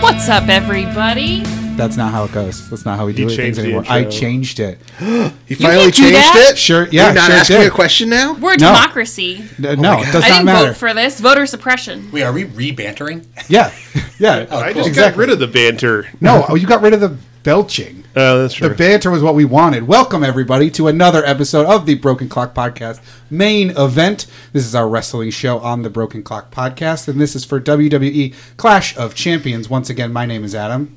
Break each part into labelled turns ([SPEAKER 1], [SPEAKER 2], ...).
[SPEAKER 1] What's up, everybody?
[SPEAKER 2] That's not how it goes. That's not how we do
[SPEAKER 3] You
[SPEAKER 2] it things
[SPEAKER 3] changed the
[SPEAKER 2] anymore. I
[SPEAKER 3] intro.
[SPEAKER 2] changed it.
[SPEAKER 4] You finally
[SPEAKER 1] can't do
[SPEAKER 4] changed
[SPEAKER 1] that.
[SPEAKER 4] it?
[SPEAKER 2] Sure, yeah,
[SPEAKER 4] You're not
[SPEAKER 2] sure
[SPEAKER 4] asking
[SPEAKER 2] did.
[SPEAKER 4] a question now?
[SPEAKER 1] We're a
[SPEAKER 2] No.
[SPEAKER 1] democracy.
[SPEAKER 2] No, no,
[SPEAKER 4] my
[SPEAKER 2] it
[SPEAKER 4] God.
[SPEAKER 2] Oh does
[SPEAKER 1] I
[SPEAKER 2] not
[SPEAKER 1] didn't
[SPEAKER 2] matter.
[SPEAKER 1] vote for this. Voter suppression.
[SPEAKER 5] Wait, are we re-bantering?
[SPEAKER 2] yeah, yeah.
[SPEAKER 3] I just got
[SPEAKER 2] exactly.
[SPEAKER 3] rid of the banter.
[SPEAKER 2] No, oh, you got rid of the belching.
[SPEAKER 3] Oh, that's true.
[SPEAKER 2] The banter was what we wanted. Welcome everybody to another episode of the Broken Clock Podcast main event. This is our wrestling show on the Broken Clock Podcast, and this is for WWE Clash of Champions. Once again, my name is Adam.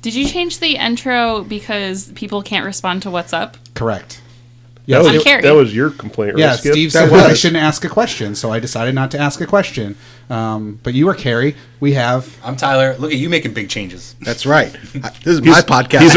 [SPEAKER 1] Did you change the intro because people can't respond to what's up?
[SPEAKER 2] Correct.
[SPEAKER 3] that,
[SPEAKER 2] Yes,
[SPEAKER 1] I'm
[SPEAKER 2] it-
[SPEAKER 3] was,
[SPEAKER 1] Carrie.
[SPEAKER 3] that was your complaint, right,
[SPEAKER 2] Yeah,
[SPEAKER 3] Skip?
[SPEAKER 2] Steve
[SPEAKER 4] That
[SPEAKER 2] said that I
[SPEAKER 4] was.
[SPEAKER 2] shouldn't ask a question, so I decided not to ask a question. Um, but you are Carrie. We have
[SPEAKER 5] I'm Tyler. Look at you making big changes.
[SPEAKER 4] That's right. I- This is my podcast.
[SPEAKER 3] He's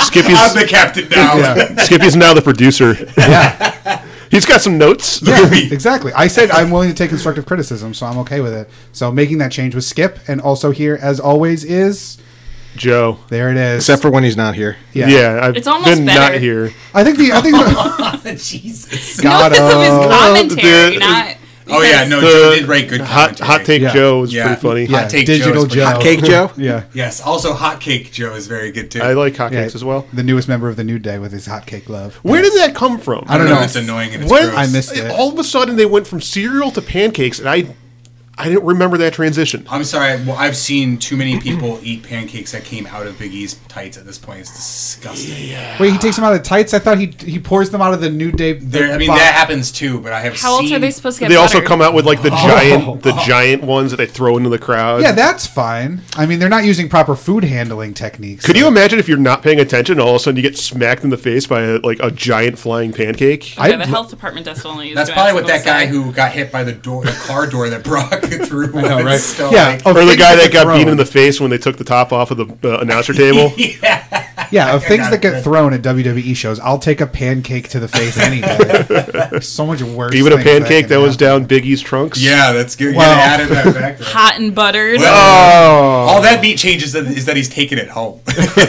[SPEAKER 3] Skippy's
[SPEAKER 5] I'm the captain now.
[SPEAKER 3] Skippy's now the producer. He's got some notes.
[SPEAKER 2] exactly. I said I'm willing to take constructive criticism, so I'm okay with it. So making that change was Skip, and also here, as always, is
[SPEAKER 3] Joe.
[SPEAKER 2] there it is.
[SPEAKER 4] Except for when he's not here.
[SPEAKER 2] yeah,
[SPEAKER 3] I've
[SPEAKER 1] It's almost
[SPEAKER 3] been
[SPEAKER 1] better.
[SPEAKER 3] not here.
[SPEAKER 2] I think the I think the,
[SPEAKER 5] Jesus.
[SPEAKER 2] God,
[SPEAKER 1] no, because of
[SPEAKER 2] uh,
[SPEAKER 1] his commentary,
[SPEAKER 3] the-
[SPEAKER 1] not.
[SPEAKER 5] Oh yeah, no, Joe did write good
[SPEAKER 3] Hot,
[SPEAKER 5] commentary.
[SPEAKER 3] hot take
[SPEAKER 2] Yeah.
[SPEAKER 3] Joe was
[SPEAKER 5] Yeah.
[SPEAKER 3] pretty funny.
[SPEAKER 2] yeah,
[SPEAKER 5] Hot Take Joe
[SPEAKER 2] digital
[SPEAKER 5] is pretty-
[SPEAKER 2] Joe,
[SPEAKER 5] Hot
[SPEAKER 4] Cake Joe?
[SPEAKER 2] yeah.
[SPEAKER 5] Yes. Also, hot cake Joe is very good too.
[SPEAKER 3] I like hotcakes
[SPEAKER 2] Yeah.
[SPEAKER 3] as well.
[SPEAKER 2] The newest member of the New Day with his hotcake love.
[SPEAKER 3] Where did that come from?
[SPEAKER 2] I don't know.
[SPEAKER 5] if It's annoying and it's
[SPEAKER 3] When-
[SPEAKER 5] gross.
[SPEAKER 2] I missed it.
[SPEAKER 3] All of a sudden, they went from cereal to pancakes, and I, I didn't remember that transition.
[SPEAKER 5] I'm sorry. Well, I've seen too many people eat pancakes that came out of Big E's tights at this point. It's disgusting.
[SPEAKER 2] Wait, he takes them out of the tights. I thought he he pours them out of the New Day.
[SPEAKER 5] There, I mean,
[SPEAKER 2] box.
[SPEAKER 5] that happens too. But I have
[SPEAKER 1] How else
[SPEAKER 5] seen
[SPEAKER 1] are they supposed to get
[SPEAKER 3] They also
[SPEAKER 1] buttered?
[SPEAKER 3] come out with like the giant, the giant ones that they throw into the crowd.
[SPEAKER 2] Oh. Yeah, that's fine. I mean, they're not using proper food handling techniques.
[SPEAKER 3] Could you imagine if you're not paying attention, all of a sudden you get smacked in the face by a, like a giant flying pancake?
[SPEAKER 1] Okay,
[SPEAKER 2] I'd
[SPEAKER 1] the
[SPEAKER 2] lo-
[SPEAKER 1] health department does only use
[SPEAKER 5] That's
[SPEAKER 1] that.
[SPEAKER 5] probably what that
[SPEAKER 1] That's
[SPEAKER 5] guy
[SPEAKER 1] sad.
[SPEAKER 5] who got hit by the door, the car door that Brock threw. Was.
[SPEAKER 2] know, right?
[SPEAKER 5] So,
[SPEAKER 2] Yeah.
[SPEAKER 5] like,
[SPEAKER 2] Oh,
[SPEAKER 3] or the
[SPEAKER 2] things
[SPEAKER 3] guy
[SPEAKER 2] that
[SPEAKER 3] that
[SPEAKER 2] get
[SPEAKER 3] got beaten
[SPEAKER 2] thrown.
[SPEAKER 3] in the face when they took the top off of the uh, announcer table.
[SPEAKER 2] Yeah, of things
[SPEAKER 5] got
[SPEAKER 2] that get
[SPEAKER 5] it.
[SPEAKER 2] thrown at WWE shows, I'll take a pancake to the face any day. so much worse.
[SPEAKER 3] Even a
[SPEAKER 2] things that
[SPEAKER 3] pancake
[SPEAKER 2] can
[SPEAKER 3] that was
[SPEAKER 2] happen.
[SPEAKER 3] down Biggie's trunks.
[SPEAKER 5] yeah, that's good.
[SPEAKER 2] Wow.
[SPEAKER 5] Yeah, they added that back. there.
[SPEAKER 1] Hot and buttered.
[SPEAKER 2] Oh.
[SPEAKER 5] Well, all that meat changes that- is that he's taking it home.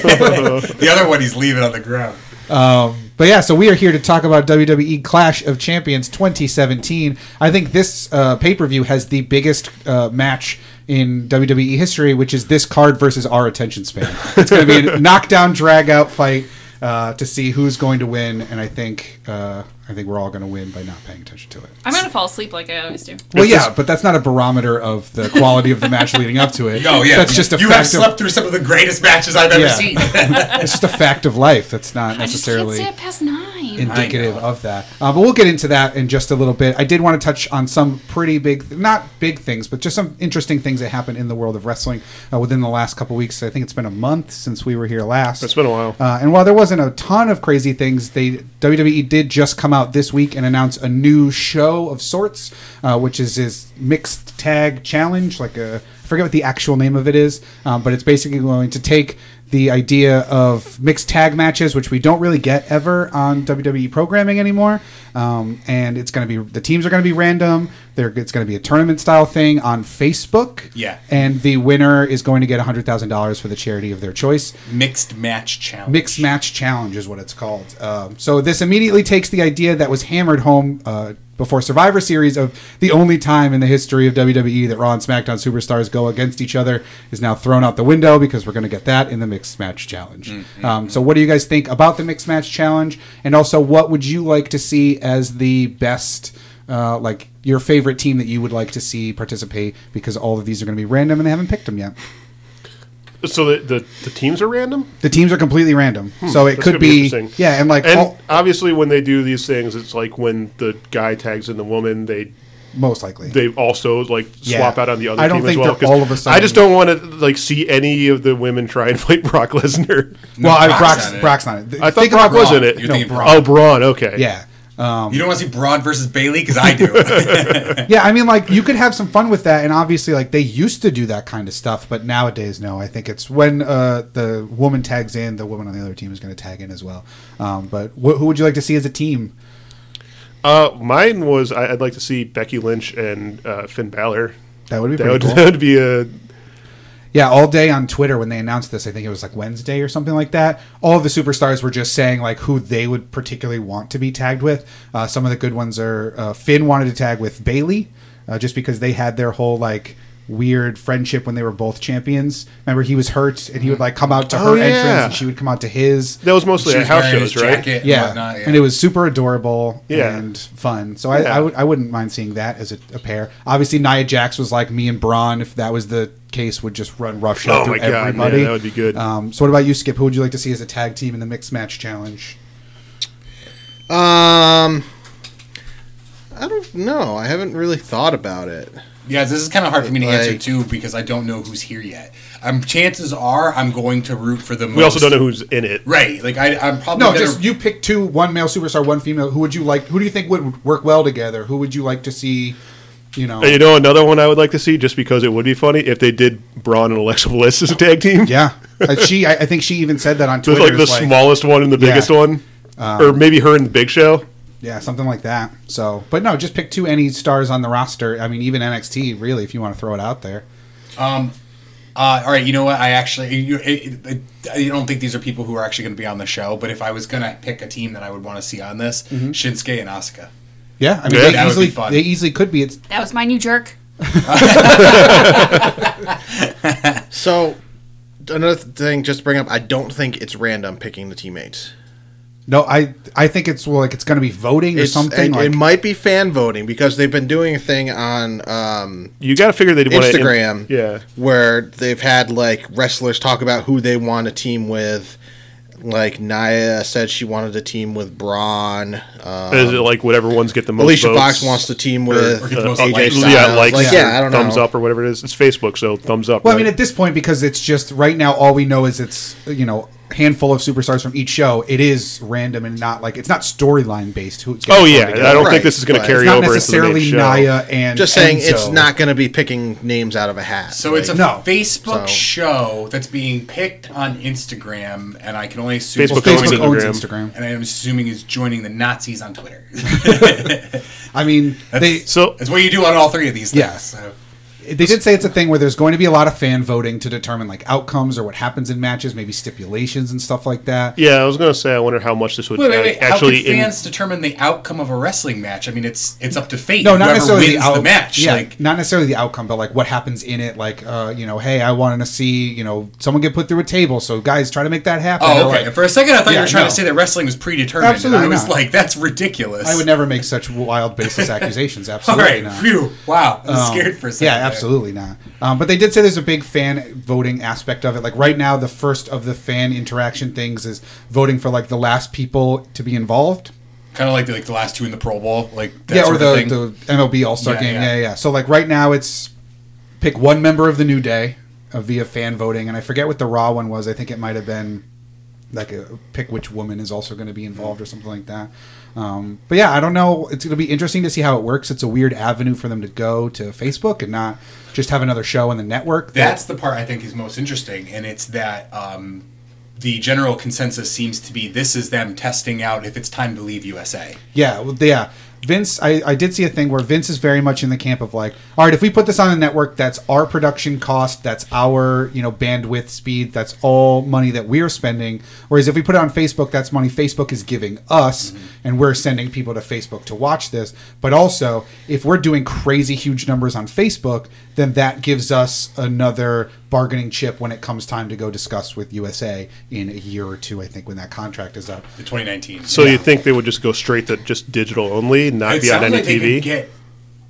[SPEAKER 5] the other one he's leaving on the ground.
[SPEAKER 2] But yeah, so we are here to talk about WWE Clash of Champions 2017. I think this uh, pay per view has the biggest uh, match in WWE history, which is this card versus our attention span. It's going to be a knockdown, drag out fight uh, to see who's going to win, and I think uh, I think we're all going to win by not paying attention to it.
[SPEAKER 1] I'm going to fall asleep like I always do.
[SPEAKER 2] Well, yeah, but that's not a barometer of the quality of the match leading up to it.
[SPEAKER 5] No, Oh, yeah,
[SPEAKER 2] that's just a
[SPEAKER 5] you have
[SPEAKER 2] fact.
[SPEAKER 5] slept
[SPEAKER 2] Of,
[SPEAKER 5] through some of the greatest matches I've ever
[SPEAKER 2] Yeah.
[SPEAKER 5] seen.
[SPEAKER 2] it's just a fact of life. That's not
[SPEAKER 1] I just can't
[SPEAKER 2] necessarily
[SPEAKER 1] stay up past nine.
[SPEAKER 2] indicative
[SPEAKER 5] I
[SPEAKER 2] of that. Uh, but we'll get into that in just a little bit. I did want to touch on some pretty big, not big things, but just some interesting things that happened in the world of wrestling uh, within the last couple weeks. I think it's been a month since we were here last.
[SPEAKER 3] It's been a while.
[SPEAKER 2] Uh, and while there wasn't a ton of crazy things, they WWE did just come out this week and announce a new show of sorts, uh, which is is mixed tag challenge. Like a I forget what the actual name of it is, um, but it's basically going to take the idea of mixed tag matches, which we don't really get ever on WWE programming anymore. Um, and it's going to be the teams are going to be random. There, it's going to be a tournament style thing on Facebook.
[SPEAKER 5] Yeah.
[SPEAKER 2] and the winner is going to get hundred thousand dollars for the charity of their choice
[SPEAKER 5] Mixed match challenge.
[SPEAKER 2] mixed match challenge is what it's called. Um, so this immediately takes the idea that was hammered home uh, before Survivor Series of the only time in the history of WWE that Raw and SmackDown superstars go against each other is now thrown out the window because we're going to get that in the mixed match challenge. Um, so what do you guys think about the mixed match challenge? And also, what would you like to see as the best? Uh, like your favorite team that you would like to see participate because all of these are going to be random and they haven't picked them yet.
[SPEAKER 3] So the, the, the teams are random?
[SPEAKER 2] The teams are completely random, so it
[SPEAKER 3] That's
[SPEAKER 2] could
[SPEAKER 3] gonna
[SPEAKER 2] be,
[SPEAKER 3] interesting.
[SPEAKER 2] yeah, and like
[SPEAKER 3] and
[SPEAKER 2] all-
[SPEAKER 3] obviously when they do these things, it's like when the guy tags in the woman, they
[SPEAKER 2] most likely.
[SPEAKER 3] they also like
[SPEAKER 2] Yeah.
[SPEAKER 3] swap out on the other
[SPEAKER 2] I don't
[SPEAKER 3] team
[SPEAKER 2] think
[SPEAKER 3] as well.
[SPEAKER 2] they're
[SPEAKER 3] 'cause
[SPEAKER 2] all of a
[SPEAKER 3] I just
[SPEAKER 2] sudden-
[SPEAKER 3] don't want to like see any of the women try and fight Brock Lesnar.
[SPEAKER 2] well, I, Brock's,
[SPEAKER 5] Brock's not in it.
[SPEAKER 2] Brock's not. in it.
[SPEAKER 3] I thought
[SPEAKER 2] Think
[SPEAKER 3] Brock
[SPEAKER 2] about
[SPEAKER 3] was in it.
[SPEAKER 5] You're
[SPEAKER 2] no,
[SPEAKER 5] thinking
[SPEAKER 2] Brock.
[SPEAKER 3] Oh, Braun. Okay.
[SPEAKER 2] Yeah, um,
[SPEAKER 5] You don't want to see Braun versus Bailey because I do.
[SPEAKER 2] yeah. I mean, like you could have some fun with that, and obviously, like they used to do that kind of stuff, but nowadays, no. I think it's when uh, the woman tags in, the woman on the other team is going to tag in as well. Um, but wh- who would you like to see as a team?
[SPEAKER 3] Uh, mine was I, I'd like to see Becky Lynch and uh, Finn Balor.
[SPEAKER 2] That would be
[SPEAKER 3] That
[SPEAKER 2] pretty
[SPEAKER 3] would,
[SPEAKER 2] cool.
[SPEAKER 3] that would be a
[SPEAKER 2] Yeah, all day on Twitter when they announced this, I think it was like Wednesday or something like that. All of the superstars were just saying like who they would particularly want to be tagged with. Uh, some of the good ones are uh, Finn wanted to tag with Bailey, uh, just because they had their whole like weird friendship when they were both champions. Remember, he was hurt, and he would like come out to
[SPEAKER 3] Oh,
[SPEAKER 2] her entrance,
[SPEAKER 3] yeah.
[SPEAKER 2] and she would come out to his.
[SPEAKER 3] That was mostly
[SPEAKER 5] She
[SPEAKER 3] at
[SPEAKER 5] was
[SPEAKER 3] house
[SPEAKER 5] wearing his
[SPEAKER 3] shows, right?
[SPEAKER 5] jacket
[SPEAKER 2] yeah.
[SPEAKER 5] and whatnot, yeah.
[SPEAKER 2] and it was super adorable
[SPEAKER 3] Yeah.
[SPEAKER 2] and fun. So I,
[SPEAKER 3] Yeah.
[SPEAKER 2] I, would, I wouldn't mind seeing that as a, a pair. Obviously, Nia Jax was like me and Braun. If that was the case, would just run roughshod
[SPEAKER 3] Oh
[SPEAKER 2] through
[SPEAKER 3] my God, man,
[SPEAKER 2] everybody.
[SPEAKER 3] that would be good.
[SPEAKER 2] Um, so what about you, Skip? Who would you like to see as a tag team in the mixed match challenge?
[SPEAKER 4] Um, I don't know. I haven't really thought about it.
[SPEAKER 5] Yeah, this is kind of hard for me to answer
[SPEAKER 4] Like-
[SPEAKER 5] too because I don't know who's here yet. Um, chances are I'm going to root for the. Most,
[SPEAKER 3] We also don't know who's in it.
[SPEAKER 5] Right, like I, I'm probably
[SPEAKER 2] No,
[SPEAKER 5] gonna-
[SPEAKER 2] just you pick two, one male superstar, one female. Who would you like? Who do you think would work well together? Who would you like to see? You know,
[SPEAKER 3] And you know another one I would like to see just because it would be funny if they did Braun and Alexa Bliss as a tag team.
[SPEAKER 2] yeah. Uh, she, I, I think she even said that on
[SPEAKER 3] Just
[SPEAKER 2] Twitter.
[SPEAKER 3] like the
[SPEAKER 2] It's like-
[SPEAKER 3] smallest one and the
[SPEAKER 2] Yeah. Um,
[SPEAKER 3] biggest one. or maybe her and the Big Show.
[SPEAKER 2] yeah, something like that. So, but no, just pick two any stars on the roster. I mean, even NXT, really, if you want to throw it out there.
[SPEAKER 5] Uh, all right, you know what? I actually, you, it, it, I don't think these are people who are actually going to be on the show. But if I was going to pick a team that I would want to see on this,
[SPEAKER 2] Mm-hmm.
[SPEAKER 5] Shinsuke and Asuka.
[SPEAKER 2] Yeah, I mean,
[SPEAKER 3] Yeah.
[SPEAKER 2] they
[SPEAKER 5] That would
[SPEAKER 2] easily
[SPEAKER 5] be fun.
[SPEAKER 2] they easily could be. It's
[SPEAKER 1] That was my new jerk.
[SPEAKER 4] So another thing, just to bring up, I don't think it's random picking the teammates.
[SPEAKER 2] no, I I think it's well, like it's going to be voting or
[SPEAKER 4] It's,
[SPEAKER 2] something.
[SPEAKER 4] it,
[SPEAKER 2] like,
[SPEAKER 4] it might be fan voting because they've been doing a thing on um,
[SPEAKER 3] You got to figure they'd want
[SPEAKER 4] Instagram,
[SPEAKER 3] yeah.
[SPEAKER 4] where they've had like wrestlers talk about who they want to team with. Like Naya said, she wanted a team with Braun. Um,
[SPEAKER 3] Is it like whatever ones get the most?
[SPEAKER 4] Alicia
[SPEAKER 3] votes?
[SPEAKER 4] Fox wants to team with
[SPEAKER 5] or get the most
[SPEAKER 4] AJ
[SPEAKER 5] likes.
[SPEAKER 4] Styles.
[SPEAKER 3] yeah, likes,
[SPEAKER 4] like,
[SPEAKER 3] or
[SPEAKER 4] yeah, I don't know.
[SPEAKER 3] thumbs up or whatever it is. It's Facebook, so thumbs up.
[SPEAKER 2] Well, I
[SPEAKER 3] right?
[SPEAKER 2] mean, at this point, because it's just right now, all we know is it's you know handful of superstars from each show. It is random and not like it's not storyline based. Who it's gonna
[SPEAKER 3] oh
[SPEAKER 2] throw
[SPEAKER 3] yeah,
[SPEAKER 2] together.
[SPEAKER 3] I don't
[SPEAKER 4] Right,
[SPEAKER 3] think this is going to
[SPEAKER 4] but
[SPEAKER 2] It's
[SPEAKER 3] carry
[SPEAKER 2] not
[SPEAKER 3] over into the main
[SPEAKER 2] necessarily
[SPEAKER 3] show.
[SPEAKER 2] Naya and
[SPEAKER 4] Just saying,
[SPEAKER 2] Enzo.
[SPEAKER 4] it's not going to be picking names out of a hat.
[SPEAKER 5] So it's a
[SPEAKER 4] Like,
[SPEAKER 2] No.
[SPEAKER 5] Facebook
[SPEAKER 4] So-
[SPEAKER 5] show that's being picked on Instagram, and I can only assume
[SPEAKER 3] Facebook
[SPEAKER 2] Facebook
[SPEAKER 3] Instagram.
[SPEAKER 2] owns Instagram.
[SPEAKER 5] and I am assuming is joining the Nazis on Twitter.
[SPEAKER 2] I mean, they
[SPEAKER 3] So
[SPEAKER 5] that's what you do on all three of these.
[SPEAKER 2] Yeah.
[SPEAKER 5] Things, so.
[SPEAKER 2] they did say it's a thing where there's going to be a lot of fan voting to determine like outcomes or what happens in matches, maybe stipulations and stuff like that.
[SPEAKER 3] yeah, I was going to say I wonder how much this would
[SPEAKER 5] Wait, wait, wait.
[SPEAKER 3] actually.
[SPEAKER 5] How can fans determine the outcome of a wrestling match? I mean, it's it's up to fate.
[SPEAKER 2] No, not
[SPEAKER 5] Whoever
[SPEAKER 2] necessarily
[SPEAKER 5] wins
[SPEAKER 2] the, out-
[SPEAKER 5] the match.
[SPEAKER 2] Yeah,
[SPEAKER 5] Like,
[SPEAKER 2] not necessarily the outcome, but like what happens in it. Like, uh, you know, hey, I wanted to see you know someone get put through a table, so guys, try to make that happen. They're
[SPEAKER 5] oh, okay.
[SPEAKER 2] like-
[SPEAKER 5] For a second, I thought you
[SPEAKER 2] Yeah,
[SPEAKER 5] were trying
[SPEAKER 2] no.
[SPEAKER 5] to say that wrestling was predetermined.
[SPEAKER 2] Absolutely
[SPEAKER 5] and I was
[SPEAKER 2] not.
[SPEAKER 5] like, that's ridiculous.
[SPEAKER 2] I would never make such wild, baseless accusations.
[SPEAKER 5] All
[SPEAKER 2] Absolutely
[SPEAKER 5] right.
[SPEAKER 2] not.
[SPEAKER 5] Phew. Wow. I was scared for a second.
[SPEAKER 2] Um, Yeah,
[SPEAKER 5] there.
[SPEAKER 2] absolutely not. Um, but they did say there's a big fan voting aspect of it. Like right now, the first of the fan interaction things is voting for like the last people to be involved.
[SPEAKER 5] Kind of like the, like the last two in the Pro Bowl. Like that
[SPEAKER 2] yeah,
[SPEAKER 5] sort
[SPEAKER 2] or
[SPEAKER 5] of
[SPEAKER 2] the,
[SPEAKER 5] thing.
[SPEAKER 2] the MLB All Star
[SPEAKER 5] Yeah,
[SPEAKER 2] game. Yeah.
[SPEAKER 5] yeah.
[SPEAKER 2] yeah, So like right now, it's pick one member of the New Day uh, via fan voting, and I forget what the Raw one was. I think it might have been like a pick which woman is also going to be involved or something like that. Um, but yeah, I don't know. It's going to be interesting to see how it works. It's a weird avenue for them to go to Facebook and not just have another show on the network. that-
[SPEAKER 5] That's the part I think is most interesting, and it's that um, the general consensus seems to be this is them testing out if it's time to leave USA.
[SPEAKER 2] Yeah, well, yeah. Vince, I, I did see a thing where Vince is very much in the camp of like, all right, if we put this on the network, that's our production cost, that's our you know bandwidth speed, that's all money that we're spending. Whereas if we put it on Facebook, that's money Facebook is giving us, and we're sending people to Facebook to watch this. But also, if we're doing crazy huge numbers on Facebook, then that gives us another bargaining chip when it comes time to go discuss with USA in a year or two. I think when that contract is up.
[SPEAKER 5] The 2019.
[SPEAKER 3] so you think they would just go straight to just digital only, not
[SPEAKER 5] it
[SPEAKER 3] be on
[SPEAKER 5] sounds
[SPEAKER 3] any
[SPEAKER 5] like they
[SPEAKER 3] TV?
[SPEAKER 5] could get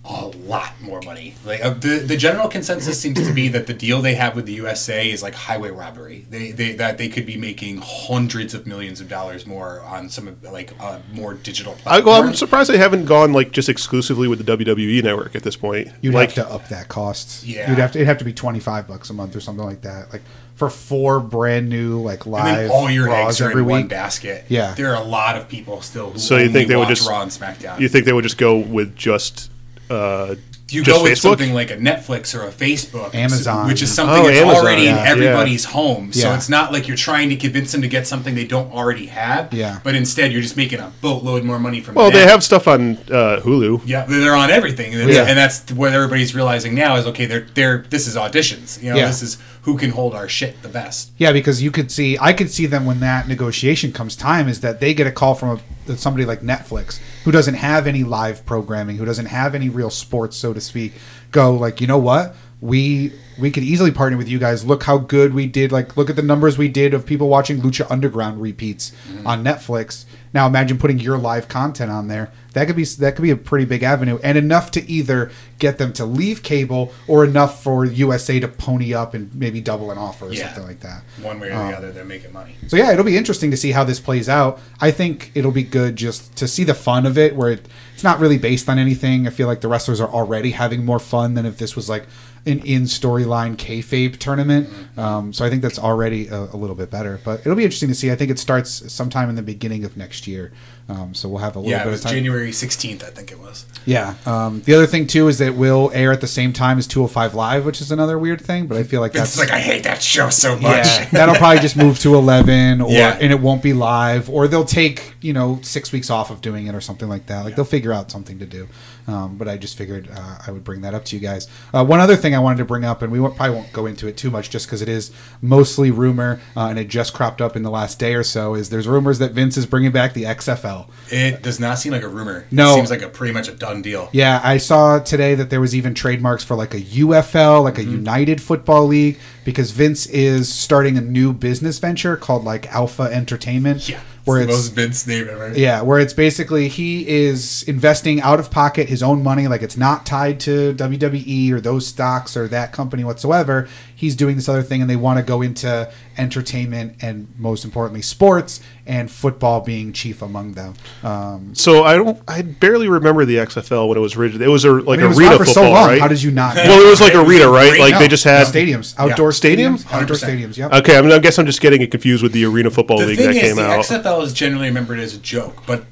[SPEAKER 5] a lot more money. Like uh, the the general consensus seems to be that the deal they have with the USA is like highway robbery. They, they that they could be making hundreds of millions of dollars more on some of like uh, more digital
[SPEAKER 3] I,
[SPEAKER 5] platforms.
[SPEAKER 3] well, I'm surprised they haven't gone like just exclusively with the WWE network at this point.
[SPEAKER 2] You'd
[SPEAKER 3] like,
[SPEAKER 2] have to up that cost.
[SPEAKER 5] Yeah.
[SPEAKER 2] you'd have to. It'd have to be twenty five bucks a month or something like that. Like for four brand new like live
[SPEAKER 5] and then all your
[SPEAKER 2] Raws
[SPEAKER 5] eggs are
[SPEAKER 2] every
[SPEAKER 5] in one
[SPEAKER 2] week.
[SPEAKER 5] basket.
[SPEAKER 2] Yeah.
[SPEAKER 5] there are a lot of people still. Who
[SPEAKER 3] So you think
[SPEAKER 5] only
[SPEAKER 3] they would
[SPEAKER 5] watch
[SPEAKER 3] just-
[SPEAKER 5] Raw and SmackDown?
[SPEAKER 3] you think they would just go with just uh,
[SPEAKER 5] you
[SPEAKER 3] just
[SPEAKER 5] go with
[SPEAKER 3] Facebook?
[SPEAKER 5] something like a Netflix or a Facebook,
[SPEAKER 2] Amazon.
[SPEAKER 5] which is something
[SPEAKER 3] Oh,
[SPEAKER 5] that's
[SPEAKER 3] Amazon,
[SPEAKER 5] already
[SPEAKER 3] yeah,
[SPEAKER 5] in everybody's home. So
[SPEAKER 2] Yeah.
[SPEAKER 5] it's not like you're trying to convince them to get something they don't already have.
[SPEAKER 2] Yeah.
[SPEAKER 5] But instead, you're just making a boatload more money from.
[SPEAKER 3] well, they
[SPEAKER 5] them.
[SPEAKER 3] have stuff on uh, Hulu.
[SPEAKER 5] Yeah, they're on everything, and,
[SPEAKER 2] Yeah.
[SPEAKER 5] and that's what everybody's realizing now is okay. They're they're this is auditions. You know,
[SPEAKER 2] Yeah.
[SPEAKER 5] this is who can hold our shit the best.
[SPEAKER 2] Yeah, because you could see, I could see them when that negotiation comes time is that they get a call from a, somebody like Netflix who doesn't have any live programming, who doesn't have any real sports, so to speak. Go like, you know what? we we could easily partner with you guys. Look how good we did. Like look at the numbers we did of people watching Lucha Underground repeats on Netflix. Now imagine putting your live content on there. That could be that could be a pretty big avenue and enough to either get them to leave cable or enough for USA to pony up and maybe double an offer or
[SPEAKER 5] Yeah.
[SPEAKER 2] something like that.
[SPEAKER 5] One way or the other, they're making money.
[SPEAKER 2] So yeah, it'll be interesting to see how this plays out. I think it'll be good just to see the fun of it, where it, it's not really based on anything. I feel like the wrestlers are already having more fun than if this was like an in storyline kayfabe tournament. Um, so I think that's already a, a little bit better. But it'll be interesting to see. I think it starts sometime in the beginning of next year. Um, so we'll have a little
[SPEAKER 5] Yeah,
[SPEAKER 2] bit
[SPEAKER 5] it
[SPEAKER 2] of
[SPEAKER 5] was
[SPEAKER 2] time.
[SPEAKER 5] January 16th, I think it was.
[SPEAKER 2] Yeah. Um, the other thing too is that it will air at the same time as 205 Live, which is another weird thing. But I feel like
[SPEAKER 5] It's
[SPEAKER 2] that's
[SPEAKER 5] like I hate that show so much.
[SPEAKER 2] yeah, that'll probably just move to eleven, or
[SPEAKER 5] Yeah.
[SPEAKER 2] and it won't be live, or they'll take you know six weeks off of doing it or something like that. Like they'll figure out something to do. Um, but I just figured uh, I would bring that up to you guys. Uh, one other thing I wanted to bring up, and we won't, probably won't go into it too much, just because it is mostly rumor, uh, and it just cropped up in the last day or so. Is there's rumors that Vince is bringing back the XFL.
[SPEAKER 5] It does not seem like a rumor.
[SPEAKER 2] No.
[SPEAKER 5] it seems like a pretty much a done deal.
[SPEAKER 2] Yeah, I saw today that there was even trademarks for like a UFL, like
[SPEAKER 5] Mm-hmm.
[SPEAKER 2] a United Football League, because Vince is starting a new business venture called like Alpha Entertainment.
[SPEAKER 5] Yeah,
[SPEAKER 2] where
[SPEAKER 5] the
[SPEAKER 2] it's
[SPEAKER 5] most Vince name ever.
[SPEAKER 2] yeah, where it's basically he is investing out of pocket his own money, like it's not tied to WWE or those stocks or that company whatsoever. He's doing this other thing, and they want to go into entertainment and most importantly sports and football being chief among them. Um,
[SPEAKER 3] So I don't. I barely remember the XFL when it was rigid. It was a like
[SPEAKER 2] I mean, it was
[SPEAKER 3] arena
[SPEAKER 2] gone for
[SPEAKER 3] football,
[SPEAKER 2] so long.
[SPEAKER 3] right?
[SPEAKER 2] How did you not?
[SPEAKER 3] well, it was like arena, right? Like
[SPEAKER 2] No,
[SPEAKER 3] they just had Uh,
[SPEAKER 2] stadiums, outdoor stadiums,
[SPEAKER 3] Stadiums?
[SPEAKER 2] outdoor
[SPEAKER 5] 100%.
[SPEAKER 2] stadiums. Yep.
[SPEAKER 3] Okay, I, mean, I guess I'm just getting it confused with the arena football
[SPEAKER 5] The
[SPEAKER 3] league
[SPEAKER 5] thing
[SPEAKER 3] that
[SPEAKER 5] is,
[SPEAKER 3] came
[SPEAKER 5] the
[SPEAKER 3] out.
[SPEAKER 5] XFL is generally remembered as a joke, but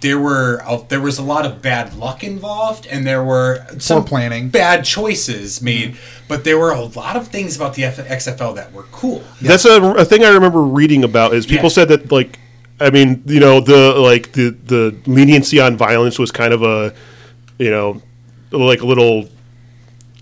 [SPEAKER 5] there were uh, there was a lot of bad luck involved, and there were some
[SPEAKER 2] planning.
[SPEAKER 5] bad choices made. But there were a lot of things about the F- XFL that were cool.
[SPEAKER 3] That's a, a thing I remember reading about. Is people
[SPEAKER 5] Yeah.
[SPEAKER 3] said that like, I mean, you know, the like the the leniency on violence was kind of a, you know, like a little.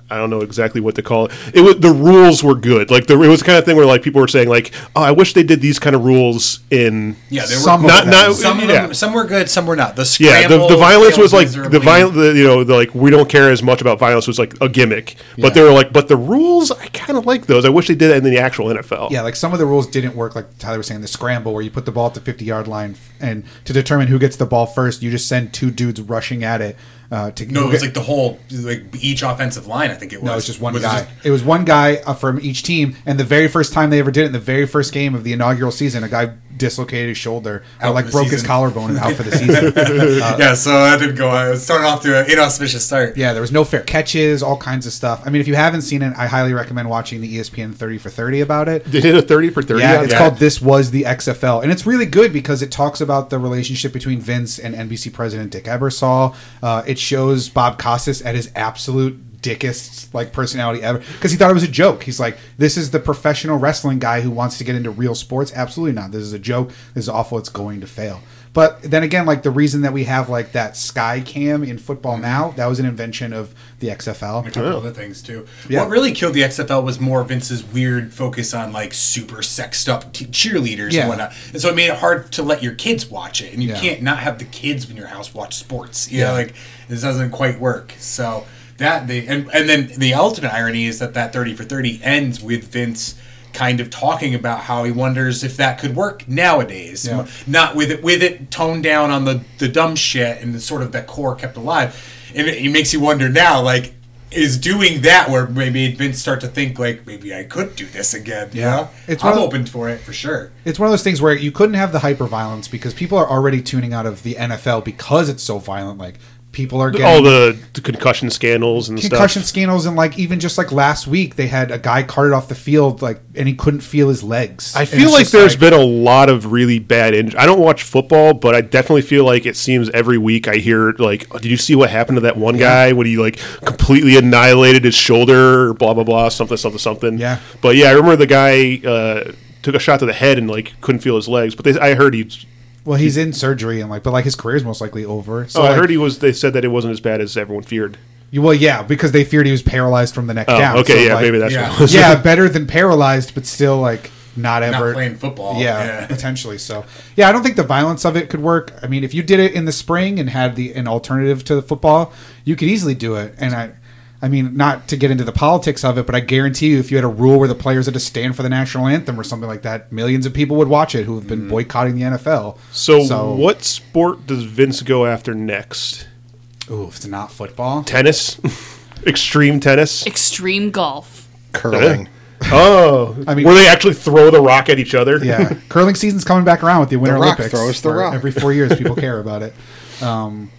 [SPEAKER 3] I don't know exactly what to call it. It was the rules were good. Like the it was the kind of thing where like people were saying like, oh, I wish they did these kind of rules in.
[SPEAKER 5] Yeah, there were
[SPEAKER 2] Some
[SPEAKER 5] cool
[SPEAKER 2] of
[SPEAKER 5] things.
[SPEAKER 2] them.
[SPEAKER 5] some, of
[SPEAKER 3] yeah.
[SPEAKER 5] them, some were good, some were not. The
[SPEAKER 3] Yeah,
[SPEAKER 5] scramble
[SPEAKER 3] the, the violence
[SPEAKER 5] failed
[SPEAKER 3] was like the
[SPEAKER 5] miserably.
[SPEAKER 3] violence. The, you know, the, like we don't care as much about violence was like a gimmick, but they were like, but the rules, I kind of like those. I wish they did it in the actual NFL.
[SPEAKER 2] Yeah, like some of the rules didn't work. Like Tyler was saying, the scramble where you put the ball at the fifty yard line, f- and to determine who gets the ball first, you just send two dudes rushing at it. Uh, to
[SPEAKER 5] No,
[SPEAKER 2] who
[SPEAKER 5] it was
[SPEAKER 2] get-
[SPEAKER 5] like the whole like each offensive line. I think it was.
[SPEAKER 2] no, it was just one
[SPEAKER 5] Was it
[SPEAKER 2] guy.
[SPEAKER 5] just-
[SPEAKER 2] it was one guy uh, from each team, and the very first time they ever did it, in the very first game of the inaugural season, a guy dislocated his shoulder, or
[SPEAKER 5] Out
[SPEAKER 2] like
[SPEAKER 5] for the
[SPEAKER 2] broke his
[SPEAKER 5] season.
[SPEAKER 2] collarbone and out for the season. Uh,
[SPEAKER 5] yeah, so that didn't go. I started off to an inauspicious start.
[SPEAKER 2] Yeah, there was no fair catches, all kinds of stuff. I mean, if you haven't seen it, I highly recommend watching the E ESPN 30 for 30 about it.
[SPEAKER 3] They did a thirty for thirty.
[SPEAKER 2] Yeah,
[SPEAKER 3] on
[SPEAKER 2] it's
[SPEAKER 3] that?
[SPEAKER 2] called This Was the XFL. And it's really good because it talks about the relationship between Vince and NBC president Dick Ebersol. Uh, it shows Bob Costas at his absolute dickest like personality ever because he thought it was a joke. He's like, this is the professional wrestling guy who wants to get into real sports. Absolutely not. This is a joke. This is awful. It's going to fail. But then again, like the reason that we have like that sky cam in football now, that was an invention of the XFL.
[SPEAKER 5] A couple other things too.
[SPEAKER 2] Oh. Yeah.
[SPEAKER 5] What really killed the XFL was more Vince's weird focus on like super sexed up t- cheerleaders
[SPEAKER 2] Yeah.
[SPEAKER 5] and whatnot, and so it made it hard to let your kids watch it. And you
[SPEAKER 2] Yeah.
[SPEAKER 5] can't not have the kids in your house watch sports. You
[SPEAKER 2] Yeah.
[SPEAKER 5] know, like this doesn't quite work. So that they and and then the ultimate irony is that that thirty for thirty ends with Vince kind of talking about how he wonders if that could work nowadays
[SPEAKER 2] Yeah.
[SPEAKER 5] not with it with it toned down on the the dumb shit and the sort of that core kept alive and it, it makes you wonder now like is doing that where maybe Vince start to think like maybe I could do this again
[SPEAKER 2] Yeah.
[SPEAKER 5] yeah
[SPEAKER 2] It's
[SPEAKER 5] I'm
[SPEAKER 2] one of-
[SPEAKER 5] open for it for sure
[SPEAKER 2] it's one of those things where you couldn't have the hyper violence because people are already tuning out of the NFL because it's so violent. Like people are getting
[SPEAKER 3] all the, the concussion scandals and
[SPEAKER 2] concussion
[SPEAKER 3] stuff.
[SPEAKER 2] scandals, and like even just like last week, they had a guy carted off the field, like, and he couldn't feel his legs.
[SPEAKER 3] I
[SPEAKER 2] And
[SPEAKER 3] feel
[SPEAKER 2] it's
[SPEAKER 3] like
[SPEAKER 2] just
[SPEAKER 3] there's been a lot of really bad injuries. I don't watch football, but I definitely feel like it seems every week I hear like, oh, "Did you see what happened to that one guy when he like completely annihilated his shoulder?" Or blah blah blah, something something something.
[SPEAKER 2] Yeah.
[SPEAKER 3] But yeah, I remember the guy uh, took a shot to the head and like couldn't feel his legs. But they, I heard he.
[SPEAKER 2] well, he's in surgery and like, but like his career is most likely over. So
[SPEAKER 3] Oh, I
[SPEAKER 2] like,
[SPEAKER 3] heard he was. They said that it wasn't as bad as everyone feared.
[SPEAKER 2] you- well, yeah, because they feared he was paralyzed from the neck
[SPEAKER 3] Oh,
[SPEAKER 2] down.
[SPEAKER 3] okay,
[SPEAKER 2] So,
[SPEAKER 3] yeah,
[SPEAKER 2] like,
[SPEAKER 3] maybe that's
[SPEAKER 5] yeah.
[SPEAKER 3] what it was.
[SPEAKER 2] yeah, better than paralyzed, but still like not
[SPEAKER 5] not
[SPEAKER 2] ever
[SPEAKER 5] playing football
[SPEAKER 2] Yeah, potentially. So, yeah, I don't think the violence of it could work. I mean, if you did it in the spring and had the an alternative to the football, you could easily do it. And I, I I mean, not to get into the politics of it, but I guarantee you, if you had a rule where the players had to stand for the national anthem or something like that, millions of people would watch it who have been boycotting the NFL.
[SPEAKER 3] So, what sport does Vince go after next?
[SPEAKER 2] Ooh, if it's not football,
[SPEAKER 3] Tennis, extreme tennis.
[SPEAKER 1] Extreme golf.
[SPEAKER 4] curling.
[SPEAKER 3] Oh,
[SPEAKER 2] I
[SPEAKER 3] I
[SPEAKER 2] mean-
[SPEAKER 3] mean, where they actually throw the rock at each other.
[SPEAKER 2] yeah, curling season's coming back around with the Winter
[SPEAKER 4] Rock
[SPEAKER 2] Olympics.
[SPEAKER 4] throws the
[SPEAKER 2] where
[SPEAKER 4] rock.
[SPEAKER 2] Every four years, people care about it. Um,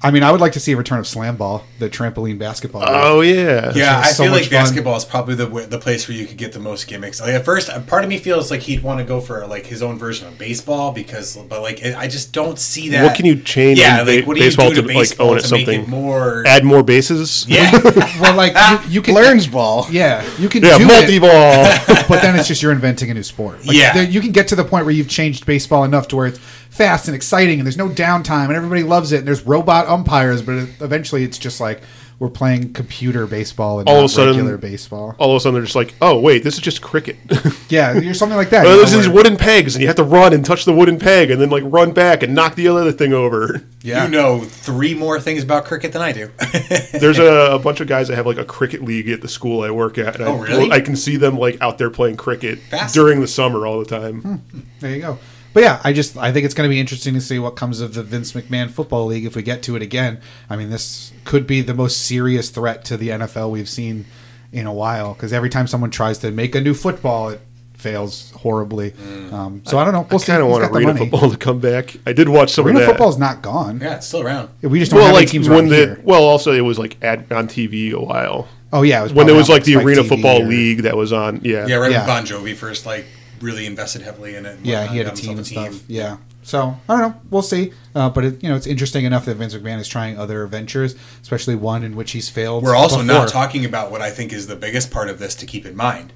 [SPEAKER 2] I mean, I would like to see a return of slam ball, the trampoline basketball.
[SPEAKER 3] Oh yeah.
[SPEAKER 5] Yeah,
[SPEAKER 2] It's
[SPEAKER 5] I
[SPEAKER 2] so
[SPEAKER 5] feel
[SPEAKER 2] much
[SPEAKER 5] like
[SPEAKER 2] fun.
[SPEAKER 5] basketball is probably the w- the place where you could get the most gimmicks. Like at first, uh, part of me feels like he'd want to go for like his own version of baseball because, but like it, I just don't see that.
[SPEAKER 3] What can you change
[SPEAKER 5] Yeah,
[SPEAKER 3] in
[SPEAKER 5] like
[SPEAKER 3] ba-
[SPEAKER 5] what do you
[SPEAKER 3] baseball
[SPEAKER 5] do to,
[SPEAKER 3] to, like,
[SPEAKER 5] baseball
[SPEAKER 3] own it
[SPEAKER 5] to make
[SPEAKER 3] something?
[SPEAKER 5] it more?
[SPEAKER 3] Add more bases.
[SPEAKER 5] yeah,
[SPEAKER 2] well, like you, you can
[SPEAKER 4] Learns ball.
[SPEAKER 2] Yeah, you can
[SPEAKER 3] Yeah,
[SPEAKER 2] do
[SPEAKER 3] multi
[SPEAKER 2] it,
[SPEAKER 3] ball.
[SPEAKER 2] but then it's just you're inventing a new sport. Like,
[SPEAKER 5] Yeah.
[SPEAKER 2] there- you can get to the point where you've changed baseball enough to where it's fast and exciting, and there's no downtime, and everybody loves it, and there's robot umpires, but it, eventually it's just like we're playing computer baseball and
[SPEAKER 3] All
[SPEAKER 2] not
[SPEAKER 3] of a sudden-
[SPEAKER 2] regular baseball.
[SPEAKER 3] All of a sudden, they're just like, "Oh wait, this is just cricket.
[SPEAKER 2] Yeah, you're something like that.
[SPEAKER 3] Oh,
[SPEAKER 2] you know,
[SPEAKER 3] this is
[SPEAKER 2] where-
[SPEAKER 3] wooden pegs, and you have to run and touch the wooden peg, and then like run back and knock the other thing over."
[SPEAKER 2] yeah.
[SPEAKER 5] you know three more things about cricket than I do.
[SPEAKER 3] There's a, a bunch of guys that have like a cricket league at the school I work at. And
[SPEAKER 5] Oh,
[SPEAKER 3] I,
[SPEAKER 5] really?
[SPEAKER 3] I can see them like out there playing cricket
[SPEAKER 5] Fascinating.
[SPEAKER 3] during the summer all the time.
[SPEAKER 2] Hmm. There you go. But yeah, I just I think it's going to be interesting to see what comes of the Vince McMahon Football League if we get to it again. I mean, this could be the most serious threat to the NFL we've seen in a while because every time someone tries to make a new football, it fails horribly.
[SPEAKER 3] Mm.
[SPEAKER 2] Um, so I don't know. We'll
[SPEAKER 3] Kind of
[SPEAKER 2] Who's
[SPEAKER 3] want
[SPEAKER 2] got
[SPEAKER 3] to
[SPEAKER 2] the
[SPEAKER 3] Arena
[SPEAKER 2] money?
[SPEAKER 3] football to come back. I did watch some
[SPEAKER 2] Arena
[SPEAKER 3] of that.
[SPEAKER 2] football's not gone.
[SPEAKER 5] yeah, it's still around.
[SPEAKER 2] We just don't
[SPEAKER 3] well,
[SPEAKER 2] have any
[SPEAKER 3] like
[SPEAKER 2] teams
[SPEAKER 3] when
[SPEAKER 2] around
[SPEAKER 3] the
[SPEAKER 2] here.
[SPEAKER 3] well, also it was like ad on TV a while
[SPEAKER 2] oh yeah, it was
[SPEAKER 3] when
[SPEAKER 2] probably
[SPEAKER 3] there was
[SPEAKER 2] on
[SPEAKER 3] like the
[SPEAKER 2] Spike
[SPEAKER 3] Arena
[SPEAKER 2] TV
[SPEAKER 3] Football
[SPEAKER 2] or-
[SPEAKER 3] League that was on. Yeah,
[SPEAKER 5] Yeah, right
[SPEAKER 2] Yeah.
[SPEAKER 5] when Bon Jovi first like really invested heavily in it. and
[SPEAKER 2] Yeah,
[SPEAKER 5] whatnot,
[SPEAKER 2] he had a
[SPEAKER 5] got
[SPEAKER 2] team and
[SPEAKER 5] himself
[SPEAKER 2] stuff. Yeah. So I don't know. We'll see. Uh, but it, you know, it's interesting enough that Vince McMahon is trying other ventures, especially one in which he's failed.
[SPEAKER 5] We're also
[SPEAKER 2] before.
[SPEAKER 5] not talking about what I think is the biggest part of this to keep in mind.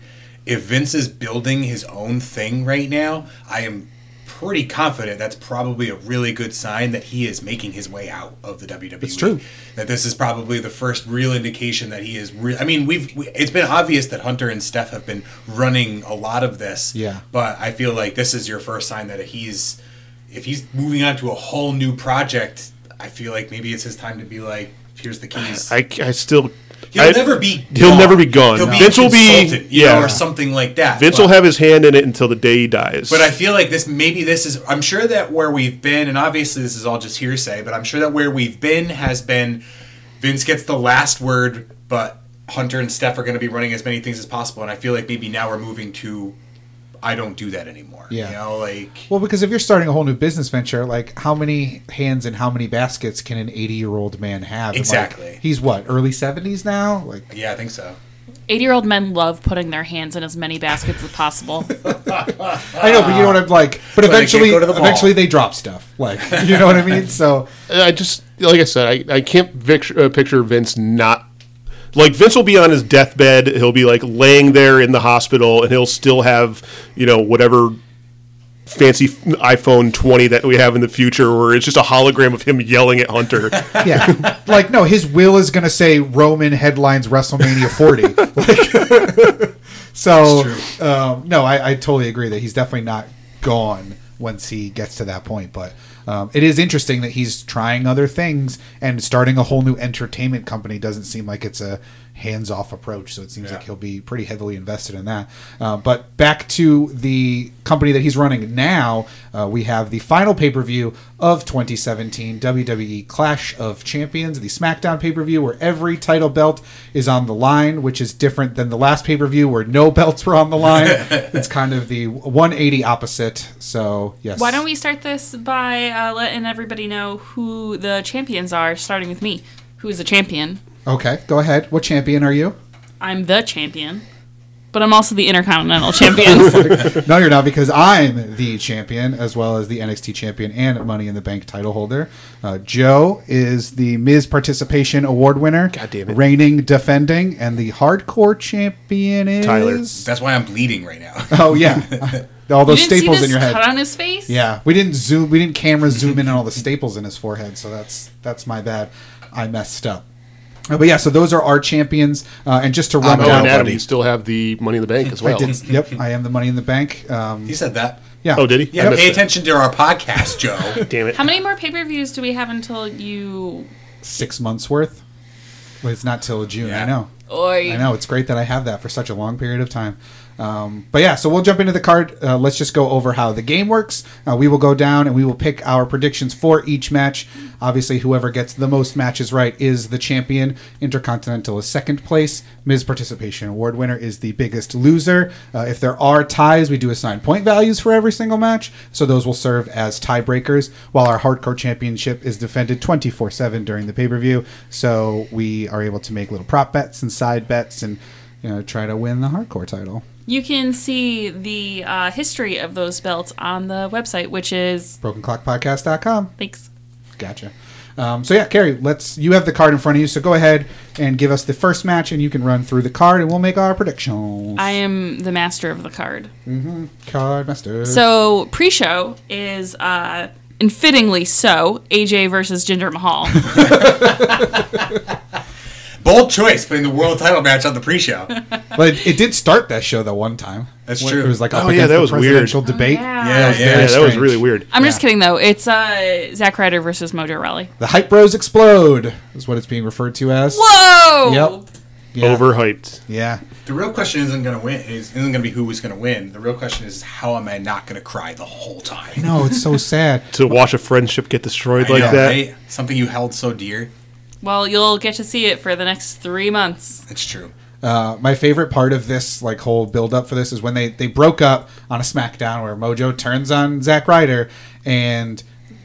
[SPEAKER 5] If Vince is building his own thing right now, I am pretty confident that's probably a really good sign that he is making his way out of the WWE.
[SPEAKER 2] It's true.
[SPEAKER 5] That this is probably the first real indication that he is re- I mean, we've we, it's been obvious that Hunter and Steph have been running a lot of this.
[SPEAKER 2] Yeah.
[SPEAKER 5] But I feel like this is your first sign that he's if he's moving on to a whole new project, I feel like maybe it's his time to be like here's the keys.
[SPEAKER 3] I, I still
[SPEAKER 5] He'll
[SPEAKER 3] I-
[SPEAKER 5] never be.
[SPEAKER 3] He'll never be gone.
[SPEAKER 5] He'll be
[SPEAKER 3] Vince will be-
[SPEAKER 5] consultant, you know,
[SPEAKER 3] yeah.
[SPEAKER 5] or something like that.
[SPEAKER 3] Vince
[SPEAKER 5] but,
[SPEAKER 3] will have his hand in it until the day he dies.
[SPEAKER 5] But I feel like this. Maybe this is. I'm sure that where we've been, and obviously this is all just hearsay, but I'm sure that where we've been has been. Vince gets the last word, but Hunter and Steph are going to be running as many things as possible, and I feel like maybe now we're moving to. I don't do that anymore.
[SPEAKER 2] Yeah.
[SPEAKER 5] You know, like.
[SPEAKER 2] Well, because if you're starting a whole new business venture, like how many hands and how many baskets can an 80 year old man have? And, like,
[SPEAKER 5] Exactly.
[SPEAKER 2] he's what early 70s now. Like
[SPEAKER 5] Yeah, I think so.
[SPEAKER 1] 80 year old men love putting their hands in as many baskets as possible.
[SPEAKER 2] I know, but you know what I'm like. But
[SPEAKER 5] Ah. they can't
[SPEAKER 2] eventually,
[SPEAKER 5] go to the mall.
[SPEAKER 2] eventually they drop stuff. Like you know what I mean? So
[SPEAKER 3] I just like I said, I, I can't picture, uh, picture Vince not like Vince will be on his deathbed. He'll be like laying there in the hospital, and he'll still have you know whatever fancy f- iPhone 20 that we have in the future, where it's just a hologram of him yelling at Hunter. Oh,
[SPEAKER 2] yeah, like no, his will is gonna say Roman headlines WrestleMania 40. Like, so um, no, I, I totally agree that he's definitely not gone once he gets to that point. But um, it is interesting that he's trying other things and starting a whole new entertainment company doesn't seem like it's a hands-off approach. So it seems like he'll be pretty heavily invested in that. Uh, but back to the company that he's running now, uh, we have the final pay-per-view of 2017 WWE E Clash of Champions, the SmackDown pay-per-view where every title belt is on the line, which is different than the last pay-per-view where no belts were on the line. it's kind of the 180 opposite. So yes,
[SPEAKER 1] Why don't we start this by uh, letting everybody know who the champions are, starting with me, who is a champion.
[SPEAKER 2] Okay, go ahead. What champion are you?
[SPEAKER 1] I'm the champion, but I'm also the intercontinental champion.
[SPEAKER 2] No, you're not, because I'm the champion as well as the NXT champion and Money in the Bank title holder. Uh, Joe is the Miz Participation Award winner, God
[SPEAKER 3] damn it.
[SPEAKER 2] reigning, defending, and the hardcore champion is
[SPEAKER 3] Tyler.
[SPEAKER 5] That's why I'm bleeding right now.
[SPEAKER 2] Oh yeah, all
[SPEAKER 1] you didn't
[SPEAKER 2] those
[SPEAKER 1] see
[SPEAKER 2] staples
[SPEAKER 1] this
[SPEAKER 2] in your head.
[SPEAKER 1] cut on his face?
[SPEAKER 2] Yeah, we didn't zoom. We didn't camera zoom in on all the staples in his forehead, so that's that's my bad. I messed up. Uh, But yeah, so those are our champions. Uh, and just to run
[SPEAKER 4] I'm
[SPEAKER 3] Oh,
[SPEAKER 2] down,
[SPEAKER 3] and Adam,
[SPEAKER 4] buddy.
[SPEAKER 3] you still have the Money in the Bank as
[SPEAKER 2] I
[SPEAKER 3] well.
[SPEAKER 2] did. Yep, I am the Money in the Bank. Um,
[SPEAKER 5] he said that.
[SPEAKER 2] yeah.
[SPEAKER 3] Oh, did he?
[SPEAKER 5] Yeah,
[SPEAKER 3] I missed
[SPEAKER 5] pay
[SPEAKER 3] that.
[SPEAKER 5] attention to our podcast, Joe.
[SPEAKER 3] Damn it!
[SPEAKER 1] How many more pay per views do we have until you?
[SPEAKER 2] Six months worth. Well, it's not till June. I
[SPEAKER 5] Yeah.
[SPEAKER 2] know.
[SPEAKER 1] Oy.
[SPEAKER 2] I know. It's great that I have that for such a long period of time. Um, but yeah, so we'll jump into the card. Uh, let's just go over how the game works. Uh, we will go down and we will pick our predictions for each match. Obviously, whoever gets the most matches right is the champion. Intercontinental is second place. Ms. Participation Award winner is the biggest loser. Uh, if there are ties, we do assign point values for every single match, so those will serve as tiebreakers. While our hardcore championship is defended 24 7 during the pay per view, so we are able to make little prop bets and side bets and you know, try to win the hardcore title.
[SPEAKER 1] You can see the uh, history of those belts on the website, which is
[SPEAKER 2] BrokenClockPodcast.com.
[SPEAKER 1] thanks.
[SPEAKER 2] Gotcha. Um, so yeah, Carrie, let's. You have the card in front of you, so go ahead and give us the first match, and you can run through the card, and we'll make our predictions.
[SPEAKER 1] I am the master of the card.
[SPEAKER 2] card master.
[SPEAKER 1] So pre-show is, uh, and fittingly so, AJ versus Jinder Mahal.
[SPEAKER 5] Bold choice putting the world title match on the pre-show.
[SPEAKER 2] But it, it did start that show that one time.
[SPEAKER 5] That's
[SPEAKER 2] When
[SPEAKER 5] true.
[SPEAKER 2] It was like up
[SPEAKER 3] Oh, yeah,
[SPEAKER 2] against
[SPEAKER 3] that
[SPEAKER 2] the
[SPEAKER 3] was weird.
[SPEAKER 2] presidential debate.
[SPEAKER 5] yeah, yeah.
[SPEAKER 3] Yeah, that was
[SPEAKER 2] strange.
[SPEAKER 3] really weird.
[SPEAKER 1] I'm just
[SPEAKER 2] Yeah.
[SPEAKER 1] kidding though. It's uh, Zack Ryder versus Mojo Raleigh.
[SPEAKER 2] The hype bros explode is what it's being referred to as.
[SPEAKER 1] Whoa!
[SPEAKER 2] Yep. Yeah.
[SPEAKER 3] Overhyped.
[SPEAKER 2] Yeah.
[SPEAKER 5] The real question isn't gonna win. Is, isn't gonna be who is gonna win. The real question is how am I not gonna cry the whole time?
[SPEAKER 2] No, it's so sad.
[SPEAKER 3] To watch a friendship get destroyed
[SPEAKER 5] I
[SPEAKER 3] like
[SPEAKER 5] know,
[SPEAKER 3] that.
[SPEAKER 5] right? Something you held so dear.
[SPEAKER 1] Well, you'll get to see it for the next three months.
[SPEAKER 5] It's true.
[SPEAKER 2] Uh, my favorite part of this like whole build up for this is when they they broke up on a SmackDown where Mojo turns on Zack Ryder and.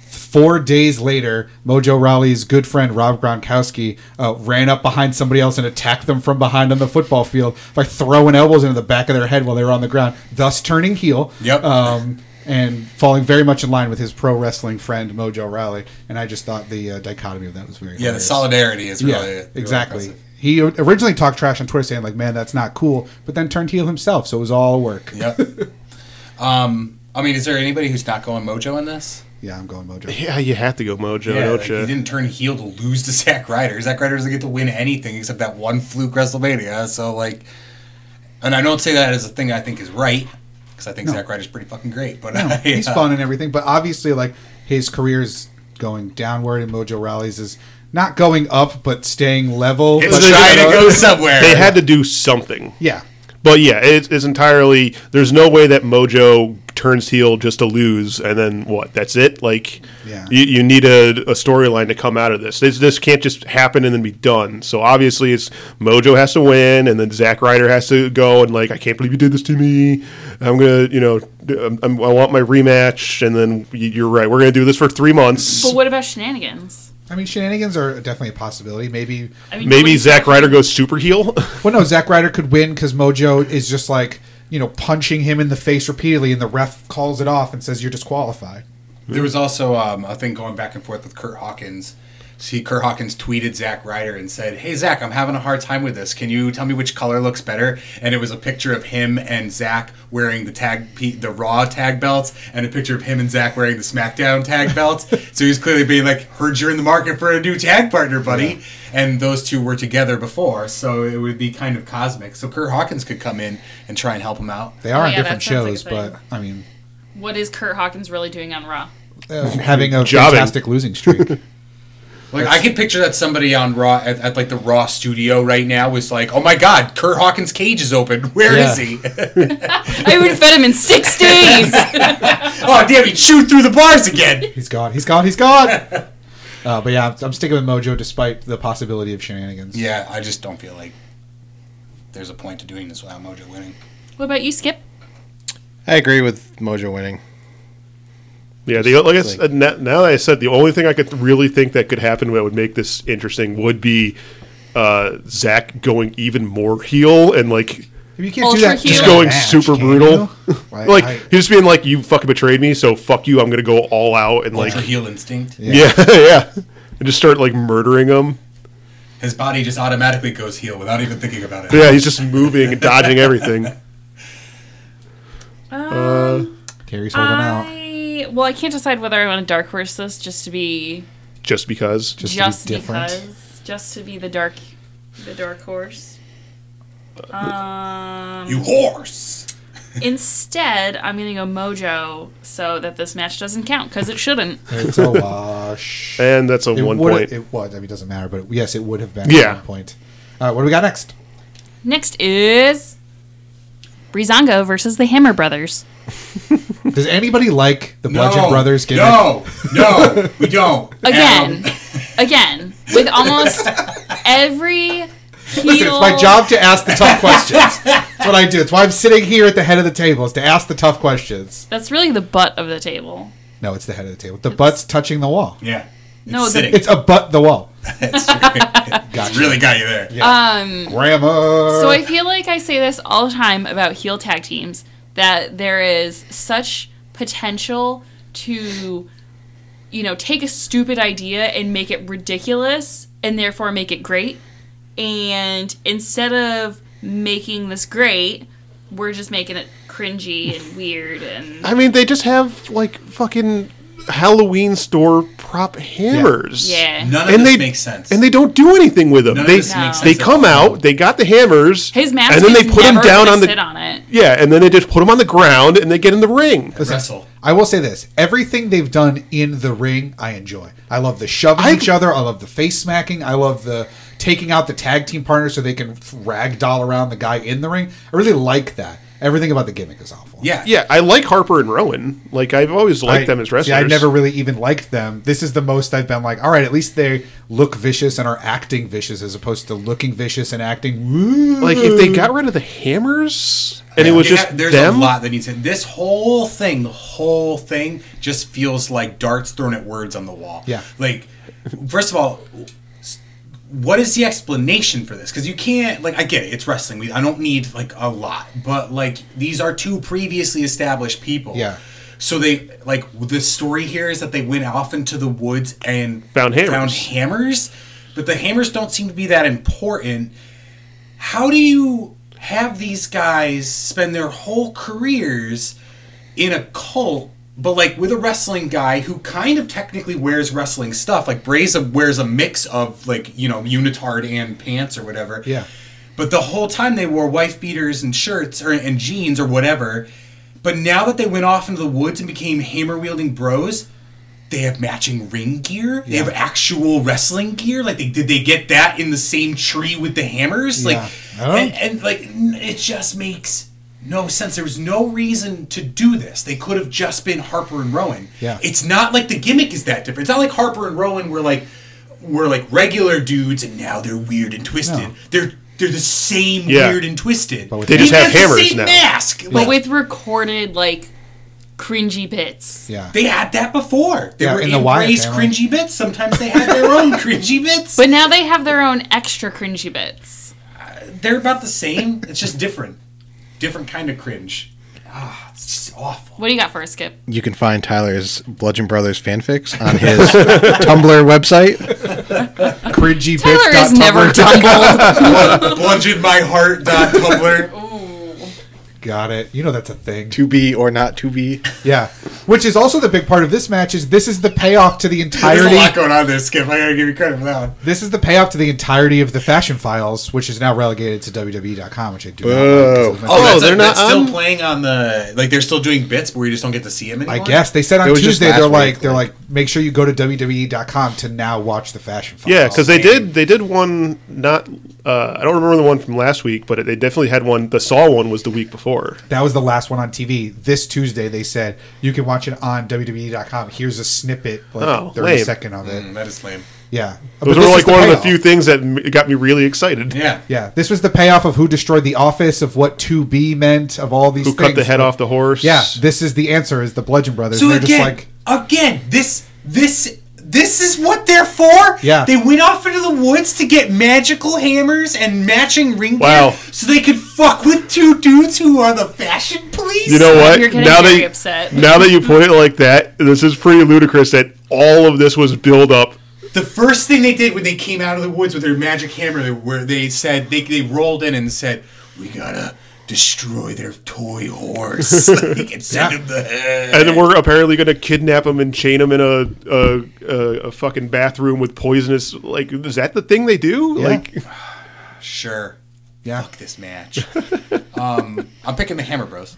[SPEAKER 2] Four days later, Mojo Rawley's good friend Rob Gronkowski uh, ran up behind somebody else and attacked them from behind on the football field by throwing elbows into the back of their head while they were on the ground, thus turning heel.
[SPEAKER 5] Yep.
[SPEAKER 2] Um, and falling very much in line with his pro wrestling friend Mojo Rawley. And I just thought the uh, dichotomy of that was very
[SPEAKER 5] Yeah, the
[SPEAKER 2] hilarious.
[SPEAKER 5] solidarity is really
[SPEAKER 2] yeah,
[SPEAKER 5] really
[SPEAKER 2] exactly.
[SPEAKER 5] impressive.
[SPEAKER 2] He o- originally talked trash on Twitter, saying like, "Man, that's not cool," but then turned heel himself, so it was all work. Yeah,
[SPEAKER 5] Yep. um, I mean, is there anybody who's not going mojo in this?
[SPEAKER 2] I'm going Mojo.
[SPEAKER 3] Yeah, you have to go Mojo,
[SPEAKER 5] Yeah,
[SPEAKER 3] don't
[SPEAKER 5] like,
[SPEAKER 3] ya?
[SPEAKER 5] he didn't turn heel to lose to Zack Ryder. Zack Ryder doesn't get to win anything except that one fluke WrestleMania. So like, and I don't say that as a thing I think is right because I think Zack Ryder's pretty fucking great. But
[SPEAKER 2] No,
[SPEAKER 5] uh,
[SPEAKER 2] He's
[SPEAKER 5] yeah.
[SPEAKER 2] fun and everything, but obviously, like his career's going downward, and Mojo Rallies is not going up, but staying level.
[SPEAKER 3] It's
[SPEAKER 2] but
[SPEAKER 3] the-
[SPEAKER 5] Trying to go somewhere.
[SPEAKER 3] They had to do something.
[SPEAKER 2] yeah,
[SPEAKER 3] But yeah, it's, it's entirely. There's no way that Mojo turns heel just to lose, and then what? That's it. Like,
[SPEAKER 2] Yeah.
[SPEAKER 3] you, you need a, a storyline to come out of this. this. This can't just happen and then be done. So obviously, it's Mojo has to win, and then Zack Ryder has to go and like, I can't believe you did this to me. I'm gonna, you know, I'm, I'm, I want my rematch, and then y- you're right. We're gonna do this for three months.
[SPEAKER 1] But what about shenanigans?
[SPEAKER 2] I mean, shenanigans are definitely a possibility. Maybe,
[SPEAKER 1] I mean,
[SPEAKER 3] Maybe
[SPEAKER 1] what-
[SPEAKER 3] Zack Ryder goes super heel.
[SPEAKER 2] well, no, Zack Ryder could win because Mojo is just like you know punching him in the face repeatedly, and the ref calls it off and says you're disqualified.
[SPEAKER 5] There was also um, a thing going back and forth with Kurt Hawkins. See, Kurt Hawkins tweeted Zack Ryder and said, "Hey Zack, I'm having a hard time with this. Can you tell me which color looks better?" And it was a picture of him and Zack wearing the tag, pe- the Raw tag belts, and a picture of him and Zack wearing the SmackDown tag belts. so he was clearly being like, "Heard you're in the market for a new tag partner, buddy." And those two were together before, so it would be kind of cosmic. So Kurt Hawkins could come in and try and help him out.
[SPEAKER 2] They are
[SPEAKER 1] Oh,
[SPEAKER 2] on
[SPEAKER 1] yeah,
[SPEAKER 2] different
[SPEAKER 1] that sounds like a
[SPEAKER 2] shows,
[SPEAKER 1] thing.
[SPEAKER 2] but I mean,
[SPEAKER 1] What is Kurt Hawkins really doing on Raw?
[SPEAKER 2] uh, having a
[SPEAKER 3] Jobbing.
[SPEAKER 2] fantastic losing streak.
[SPEAKER 5] Like I can picture that somebody on Raw at, at like the Raw studio right now was like, "Oh my God, Kurt Hawkins' cage is open. Where is
[SPEAKER 2] Yeah.
[SPEAKER 5] he?
[SPEAKER 1] I would have fed him in six days.
[SPEAKER 5] oh damn, he chewed through the bars again."
[SPEAKER 2] he's gone. He's gone. He's gone. Uh, but yeah, I'm, I'm sticking with Mojo despite the possibility of shenanigans.
[SPEAKER 5] Yeah, I just don't feel like there's a point to doing this without Mojo winning.
[SPEAKER 1] what about you, Skip?
[SPEAKER 4] I agree with Mojo winning.
[SPEAKER 3] Yeah, the, like I said, now, now that I said, the only thing I could really think that could happen that would make this interesting would be uh, Zach going even more heel and like
[SPEAKER 2] You can't
[SPEAKER 1] Ultra
[SPEAKER 2] do that.
[SPEAKER 1] heel.
[SPEAKER 3] just
[SPEAKER 1] Yeah.
[SPEAKER 3] going
[SPEAKER 2] Match,
[SPEAKER 3] super
[SPEAKER 2] can
[SPEAKER 3] brutal.
[SPEAKER 2] you?
[SPEAKER 3] like
[SPEAKER 2] I-
[SPEAKER 3] he's just being like, "You fucking betrayed me, so fuck you. I'm gonna go all out and like,
[SPEAKER 5] Ultra heel instinct.
[SPEAKER 3] yeah, yeah, and just start like murdering him.
[SPEAKER 5] His body just automatically goes heel without even thinking about it.
[SPEAKER 3] Yeah, he's just moving and dodging everything.
[SPEAKER 2] Terry's holding out.
[SPEAKER 1] I well, I can't decide whether I want to dark horse this just to be
[SPEAKER 3] Just because,
[SPEAKER 2] Just,
[SPEAKER 1] just,
[SPEAKER 2] to be different.
[SPEAKER 1] because, just to be the dark, the dark horse. Um,
[SPEAKER 5] You horse.
[SPEAKER 1] instead, I'm gonna go Mojo so that this match doesn't count because it shouldn't.
[SPEAKER 2] It's a Rush.
[SPEAKER 3] And that's a
[SPEAKER 2] It
[SPEAKER 3] one
[SPEAKER 2] would-
[SPEAKER 3] point.
[SPEAKER 2] It was. I mean, it doesn't matter, but yes, it would have been
[SPEAKER 3] Yeah.
[SPEAKER 2] at one point. Uh, what do we got next?
[SPEAKER 1] Next is Brizongo versus the Hammer Brothers.
[SPEAKER 2] Does anybody like the Bludgeon Brothers gimmick?
[SPEAKER 5] No, no, we don't.
[SPEAKER 1] Again,
[SPEAKER 5] Um,
[SPEAKER 1] again, with almost every heel.
[SPEAKER 2] Listen, it's my job to ask the tough questions. That's what I do. It's why I'm sitting here at the head of the table is to ask the tough questions.
[SPEAKER 1] That's really the butt of the table.
[SPEAKER 2] No, it's the head of the table. The butt's touching the wall.
[SPEAKER 5] yeah. It's
[SPEAKER 1] No, the-
[SPEAKER 5] sitting.
[SPEAKER 2] It's a butt the wall.
[SPEAKER 5] It's it's really got you there.
[SPEAKER 2] Grammar.
[SPEAKER 1] So I feel like I say this all the time about heel tag teams that there is such potential to, you know, take a stupid idea and make it ridiculous and therefore make it great. And instead of making this great, we're just making it cringy and weird and
[SPEAKER 3] I mean, they just have like fucking Halloween store prop hammers.
[SPEAKER 1] yeah.
[SPEAKER 5] None of
[SPEAKER 3] And
[SPEAKER 5] this
[SPEAKER 3] they
[SPEAKER 5] makes sense.
[SPEAKER 3] And they don't do anything with them.
[SPEAKER 5] None of
[SPEAKER 3] they
[SPEAKER 5] this makes
[SPEAKER 3] they
[SPEAKER 5] sense at
[SPEAKER 3] come
[SPEAKER 5] all.
[SPEAKER 3] out, they got the hammers,
[SPEAKER 1] His mask
[SPEAKER 3] and then they
[SPEAKER 1] is
[SPEAKER 3] put them
[SPEAKER 1] never
[SPEAKER 3] down
[SPEAKER 1] gonna
[SPEAKER 3] on the
[SPEAKER 1] sit on it.
[SPEAKER 3] yeah, and then they just put them on the ground and they get in the ring.
[SPEAKER 5] wrestle.
[SPEAKER 2] I will say this: everything they've done in the ring, I enjoy. I love the shoving
[SPEAKER 3] I-
[SPEAKER 2] each other. I love the face smacking. I love the taking out the tag team partner so they can ragdoll around the guy in the ring. I really like that. Everything about the gimmick is awful.
[SPEAKER 5] Yeah.
[SPEAKER 3] Yeah, I like Harper and Rowan. Like I've always liked
[SPEAKER 2] I-
[SPEAKER 3] them as wrestlers.
[SPEAKER 2] Yeah, I never really even liked them. This is the most I've been like, all right, at least they look vicious and are acting vicious as opposed to looking vicious and acting. Woo.
[SPEAKER 3] like if they got rid of the hammers and it was
[SPEAKER 5] Yeah,
[SPEAKER 3] just
[SPEAKER 5] there's
[SPEAKER 3] them.
[SPEAKER 5] a lot that needs to this whole thing the whole thing just feels like darts thrown at words on the wall
[SPEAKER 2] Yeah.
[SPEAKER 5] like first of all s- what is the explanation for this because you can't like i get it it's wrestling we, i don't need like a lot but like these are two previously established people
[SPEAKER 2] Yeah.
[SPEAKER 5] so they like the story here is that they went off into the woods and
[SPEAKER 3] Found hammers.
[SPEAKER 5] found hammers but the hammers don't seem to be that important how do you have these guys spend their whole careers in a cult but like with a wrestling guy who kind of technically wears wrestling stuff like Braza wears a mix of like you know unitard and pants or whatever
[SPEAKER 2] Yeah.
[SPEAKER 5] but the whole time they wore wife beaters and shirts or and jeans or whatever but now that they went off into the woods and became hammer wielding bros they have matching ring gear. They have actual wrestling gear. Like, they, did they get that in the same tree with the hammers?
[SPEAKER 2] Yeah.
[SPEAKER 5] Like,
[SPEAKER 2] I don't
[SPEAKER 5] and,
[SPEAKER 2] know.
[SPEAKER 5] and like, n- it just makes no sense. There was no reason to do this. They could have just been Harper and Rowan.
[SPEAKER 2] Yeah.
[SPEAKER 5] It's not like the gimmick is that different. It's not like Harper and Rowan were like were like regular dudes, and now they're weird and twisted.
[SPEAKER 2] No.
[SPEAKER 5] They're they're the same
[SPEAKER 3] Yeah.
[SPEAKER 5] weird and twisted. But
[SPEAKER 2] with
[SPEAKER 3] They just
[SPEAKER 5] even
[SPEAKER 3] have
[SPEAKER 5] has the
[SPEAKER 3] hammers
[SPEAKER 5] same
[SPEAKER 3] now.
[SPEAKER 5] Mask.
[SPEAKER 1] But
[SPEAKER 5] Like,
[SPEAKER 1] with recorded like cringy bits.
[SPEAKER 2] Yeah.
[SPEAKER 5] they had that before. They
[SPEAKER 2] Yeah,
[SPEAKER 5] were
[SPEAKER 2] in
[SPEAKER 5] in
[SPEAKER 2] the Wyatt family.
[SPEAKER 5] cringy bits. Sometimes they had their own cringy bits.
[SPEAKER 1] But now they have their own extra cringy bits.
[SPEAKER 5] they're about the same. It's just different. Different kind of cringe. Ah, it's just awful.
[SPEAKER 1] What do you got for a skip?
[SPEAKER 4] You can find Tyler's Bludgeon Brothers fanfics on his Tumblr website.
[SPEAKER 2] Cringy
[SPEAKER 1] Tyler
[SPEAKER 2] bitch.
[SPEAKER 1] is never tumbled.
[SPEAKER 5] Bludgeon my heart. Tumblr.
[SPEAKER 2] Got it. You know that's a thing.
[SPEAKER 4] To be or not to be.
[SPEAKER 2] Yeah. Which is also the big part of this match is this is the payoff to the
[SPEAKER 5] There's a
[SPEAKER 2] entirety.
[SPEAKER 5] lot going on there, Skip. I gotta give you credit for that. one.
[SPEAKER 2] This is the payoff to the entirety of the Fashion Files, which is now relegated to WWE.com, which I do. Not um, like 'cause it was my-
[SPEAKER 3] Oh, that's- they're not
[SPEAKER 5] still
[SPEAKER 3] on-
[SPEAKER 5] playing on the like. They're still doing bits, but we just don't get to see them
[SPEAKER 2] I
[SPEAKER 5] anymore.
[SPEAKER 2] guess they said
[SPEAKER 4] Oh. It
[SPEAKER 2] on
[SPEAKER 4] was just
[SPEAKER 2] Tuesday
[SPEAKER 4] last
[SPEAKER 2] they're
[SPEAKER 4] week,
[SPEAKER 2] like they're
[SPEAKER 4] like-
[SPEAKER 2] like make sure you go to WWE.com to now watch the Fashion Files.
[SPEAKER 3] Yeah, because they did. They did one. Not uh, I don't remember the one from last week, but they definitely had one. The Saw one was the week before.
[SPEAKER 2] That was the last one on TV. This Tuesday, they said you can watch it on WWE.com. Here's a snippet, like
[SPEAKER 3] Oh,
[SPEAKER 2] thirty
[SPEAKER 3] lame.
[SPEAKER 2] second of it.
[SPEAKER 5] Mm, that is lame.
[SPEAKER 2] Yeah, Uh,
[SPEAKER 3] Those
[SPEAKER 2] But
[SPEAKER 3] were
[SPEAKER 2] this is
[SPEAKER 3] like
[SPEAKER 2] the
[SPEAKER 3] one of the
[SPEAKER 2] payoff.
[SPEAKER 3] few things that m- got me really excited.
[SPEAKER 5] Yeah.
[SPEAKER 2] Yeah, this was the payoff of who destroyed the office, of what to be meant, of all these.
[SPEAKER 3] Who
[SPEAKER 2] things.
[SPEAKER 3] cut the head off the horse?
[SPEAKER 2] Yeah, this is the answer. Is the Bludgeon Brothers?
[SPEAKER 5] So
[SPEAKER 2] they're
[SPEAKER 5] again,
[SPEAKER 2] just like
[SPEAKER 5] again, this this this is what they're for.
[SPEAKER 2] Yeah.
[SPEAKER 5] They went off into the woods to get magical hammers and matching ring gear
[SPEAKER 3] Wow.
[SPEAKER 5] so they could fuck with two dudes who are the fashion police.
[SPEAKER 3] You know what?
[SPEAKER 1] You're getting
[SPEAKER 3] now
[SPEAKER 1] very
[SPEAKER 3] that
[SPEAKER 1] upset.
[SPEAKER 3] now that you put it like that, this is pretty ludicrous that all of this was build up.
[SPEAKER 5] The first thing they did when they came out of the woods with their magic hammer, where they said they, they rolled in and said, "We gotta destroy their toy horse like, and send him the head."
[SPEAKER 3] And then we're apparently going to kidnap him and chain him in a a, a a fucking bathroom with poisonous. Like, is that the thing they do?
[SPEAKER 2] Yeah.
[SPEAKER 3] Like,
[SPEAKER 5] Sure.
[SPEAKER 2] Yeah.
[SPEAKER 5] Fuck this match. um, I'm picking the Hammer Bros.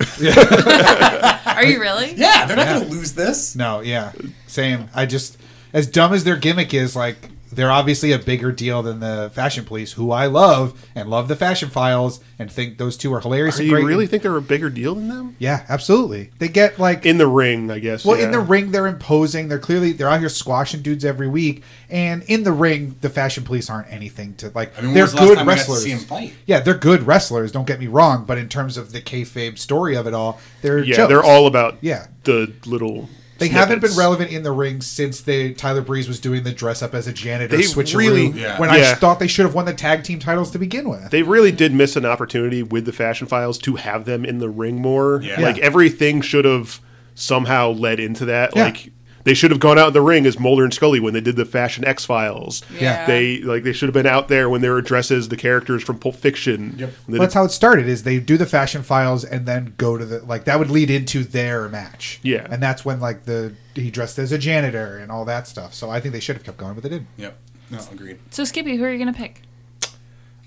[SPEAKER 1] Are you really?
[SPEAKER 5] Yeah, they're not gonna lose this.
[SPEAKER 2] no, yeah, same. I just as dumb as their gimmick is, like they're obviously a bigger deal than the Fashion Police, who I love and love the Fashion Files, and think those two are hilarious.
[SPEAKER 3] Do
[SPEAKER 2] and
[SPEAKER 3] you
[SPEAKER 2] great.
[SPEAKER 3] really think they're a bigger deal than them?
[SPEAKER 2] Yeah, absolutely. They get like
[SPEAKER 3] In the ring, I guess.
[SPEAKER 2] well,
[SPEAKER 3] yeah.
[SPEAKER 2] in the ring, they're imposing. They're clearly they're out here squashing dudes every week, and in the ring, the Fashion Police aren't anything to like.
[SPEAKER 5] I mean, when
[SPEAKER 2] they're
[SPEAKER 5] was the last
[SPEAKER 2] good
[SPEAKER 5] time we got to
[SPEAKER 2] wrestlers.
[SPEAKER 5] see 'em fight?
[SPEAKER 2] Yeah, they're good wrestlers. Don't get me wrong, but in terms of the kayfabe story of it all, they're
[SPEAKER 3] Yeah,
[SPEAKER 2] jokes.
[SPEAKER 3] they're all about
[SPEAKER 2] Yeah.
[SPEAKER 3] the little.
[SPEAKER 2] They haven't been
[SPEAKER 3] snippets.
[SPEAKER 2] relevant in the ring since they Tyler Breeze was doing the dress up as a janitor
[SPEAKER 3] They
[SPEAKER 2] switcheroo.
[SPEAKER 3] really-
[SPEAKER 5] Yeah.
[SPEAKER 2] When I
[SPEAKER 3] Yeah.
[SPEAKER 2] thought they should have won the tag team titles to begin with.
[SPEAKER 3] They really did miss an opportunity with the Fashion Files to have them in the ring more.
[SPEAKER 5] Yeah.
[SPEAKER 3] Like
[SPEAKER 2] Yeah.
[SPEAKER 3] everything should have somehow led into that.
[SPEAKER 2] Yeah.
[SPEAKER 3] Like they should have gone out in the ring as Mulder and Scully when they did the Fashion X Files.
[SPEAKER 1] Yeah.
[SPEAKER 3] They like they should have been out there when they were dressed as the characters from Pulp Fiction.
[SPEAKER 5] Yep.
[SPEAKER 3] When they
[SPEAKER 2] Well, that's how it started. Is they do the fashion files and then go to the like that would lead into their match.
[SPEAKER 3] Yeah.
[SPEAKER 2] and that's when like the he dressed as a janitor and all that stuff. So I think they should have kept going, but they didn't.
[SPEAKER 5] Yep. No, agreed.
[SPEAKER 1] So Skippy, who are you gonna pick?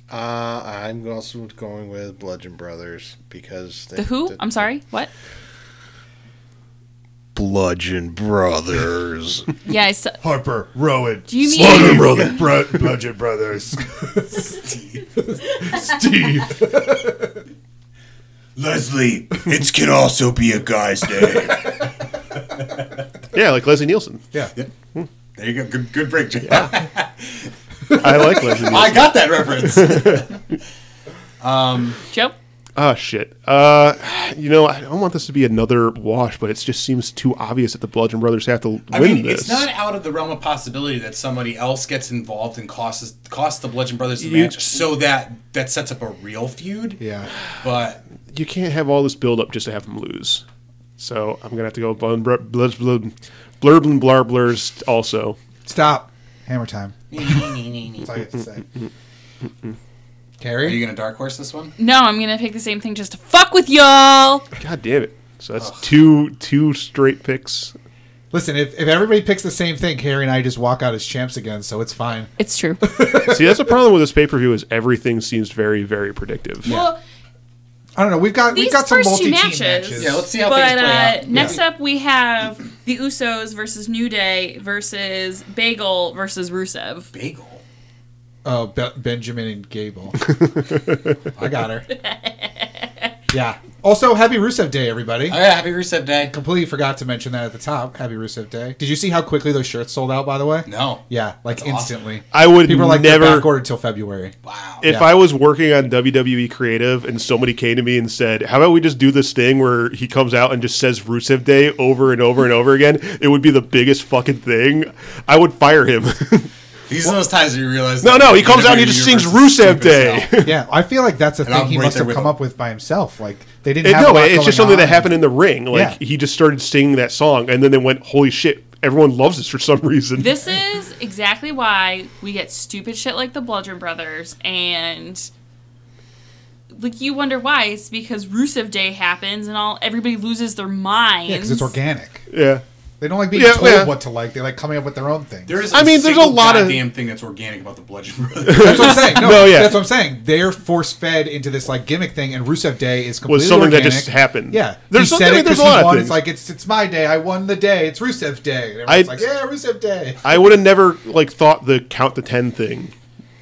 [SPEAKER 4] Uh, I'm also going with Bludgeon Brothers because they
[SPEAKER 1] The who? I'm sorry. What?
[SPEAKER 4] Bludgeon Brothers.
[SPEAKER 1] Yeah. I s-
[SPEAKER 2] Harper, Rowan,
[SPEAKER 1] do you mean?
[SPEAKER 2] Brother, Bro- Bludgeon Brothers, Steve.
[SPEAKER 5] Leslie, it can also be a guy's name.
[SPEAKER 3] Yeah, like Leslie Nielsen.
[SPEAKER 2] Yeah,
[SPEAKER 5] there you go. Good, good break, Jay.
[SPEAKER 3] I like Leslie
[SPEAKER 5] I
[SPEAKER 3] Nielsen.
[SPEAKER 5] got that reference.
[SPEAKER 1] Joe.
[SPEAKER 3] Ah, shit. Uh, you know, I don't want this to be another wash, but it just seems too obvious that the Bludgeon Brothers have to
[SPEAKER 5] I
[SPEAKER 3] win
[SPEAKER 5] mean,
[SPEAKER 3] this.
[SPEAKER 5] it's not out of the realm of possibility that somebody else gets involved and costs costs the Bludgeon Brothers the
[SPEAKER 3] You-
[SPEAKER 5] match, so that that sets up a real feud.
[SPEAKER 2] yeah.
[SPEAKER 5] But
[SPEAKER 3] you can't have all this build up just to have them lose. So I'm gonna have to go blub blub blub blub blurb and blarblers also.
[SPEAKER 2] Stop. Hammer time. That's
[SPEAKER 5] are
[SPEAKER 2] all you have to say.
[SPEAKER 5] you
[SPEAKER 2] Carrie,
[SPEAKER 5] gonna dark horse this one?
[SPEAKER 1] No, I'm gonna pick the same thing just to fuck with y'all.
[SPEAKER 3] God damn it. So that's two two straight picks.
[SPEAKER 2] listen. If, if everybody picks the same thing, Carrie and I just walk out as champs again, so it's fine.
[SPEAKER 1] It's true.
[SPEAKER 3] See, that's the problem with this pay per view is everything seems very very predictive.
[SPEAKER 1] Well,
[SPEAKER 2] I don't know. We've got we've
[SPEAKER 1] these
[SPEAKER 2] got some
[SPEAKER 1] first two
[SPEAKER 2] multi-team
[SPEAKER 1] matches.
[SPEAKER 2] matches.
[SPEAKER 5] Yeah, let's see how
[SPEAKER 1] but
[SPEAKER 5] things
[SPEAKER 1] uh,
[SPEAKER 5] play out.
[SPEAKER 1] next
[SPEAKER 5] Yeah.
[SPEAKER 1] up, we have the Usos versus New Day versus Bagel versus Rusev.
[SPEAKER 5] Bagel.
[SPEAKER 2] Oh, Be- Benjamin and Gable. I got her. Yeah. Also, happy Rusev Day, everybody.
[SPEAKER 5] Oh yeah, happy Rusev Day.
[SPEAKER 2] Completely forgot to mention that at the top. Happy Rusev Day. Did you see how quickly those shirts sold out? By the way.
[SPEAKER 5] No.
[SPEAKER 2] Yeah, like
[SPEAKER 5] That's awesome.
[SPEAKER 2] instantly.
[SPEAKER 3] I would
[SPEAKER 2] People are like never
[SPEAKER 3] never
[SPEAKER 2] back ordered till February.
[SPEAKER 5] Wow.
[SPEAKER 3] if
[SPEAKER 2] Yeah.
[SPEAKER 3] I was working on WWE Creative and somebody came to me and said, How about we just do this thing where he comes out and just says Rusev Day over and over and over again? It would be the biggest fucking thing. I would fire him.
[SPEAKER 5] These are those times you realize.
[SPEAKER 3] no,
[SPEAKER 5] that
[SPEAKER 3] no, he
[SPEAKER 5] the
[SPEAKER 3] comes out and he
[SPEAKER 5] WWE
[SPEAKER 3] just sings
[SPEAKER 5] universe is
[SPEAKER 3] Rusev
[SPEAKER 5] stupid as
[SPEAKER 3] Day.
[SPEAKER 5] hell.
[SPEAKER 2] Yeah, I feel like that's a thing
[SPEAKER 5] I'm
[SPEAKER 2] he
[SPEAKER 5] right
[SPEAKER 2] must
[SPEAKER 5] there
[SPEAKER 2] have
[SPEAKER 5] with
[SPEAKER 2] come
[SPEAKER 5] him.
[SPEAKER 2] up with by himself. Like they didn't.
[SPEAKER 3] It-
[SPEAKER 2] have a
[SPEAKER 3] no,
[SPEAKER 2] lot
[SPEAKER 3] it's
[SPEAKER 2] going
[SPEAKER 3] just something that
[SPEAKER 2] on.
[SPEAKER 3] happened in the ring. Like
[SPEAKER 2] Yeah.
[SPEAKER 3] he just started singing that song, and then they went, "Holy shit! Everyone loves this for some reason."
[SPEAKER 1] This is exactly why we get stupid shit like the Bludgeon Brothers, and like you wonder why. It's because Rusev Day happens, and all everybody loses their minds.
[SPEAKER 2] Yeah, because it's organic.
[SPEAKER 3] yeah,
[SPEAKER 2] They don't like being
[SPEAKER 3] Yeah,
[SPEAKER 2] told
[SPEAKER 3] yeah.
[SPEAKER 2] what to like. They like coming up with their own thing.
[SPEAKER 5] There is.
[SPEAKER 3] I mean, there's a
[SPEAKER 5] single
[SPEAKER 3] lot of-
[SPEAKER 5] goddamn thing that's organic about the Bludgeon Brothers.
[SPEAKER 2] That's what I'm saying. No,
[SPEAKER 3] No, yeah.
[SPEAKER 2] that's what I'm saying. They're force fed into this like gimmick thing, and Rusev Day is completely
[SPEAKER 3] something that
[SPEAKER 2] organic.
[SPEAKER 3] just happened.
[SPEAKER 2] Yeah,
[SPEAKER 3] There's
[SPEAKER 2] he
[SPEAKER 3] something-
[SPEAKER 2] said it
[SPEAKER 3] there's
[SPEAKER 2] because
[SPEAKER 3] a lot
[SPEAKER 2] he
[SPEAKER 3] of
[SPEAKER 2] won.
[SPEAKER 3] things.
[SPEAKER 2] It's like it's it's my day. I won the day. It's Rusev Day. And
[SPEAKER 3] I-
[SPEAKER 2] everyone's like, yeah, Rusev Day.
[SPEAKER 3] I would have never like thought the count the ten thing.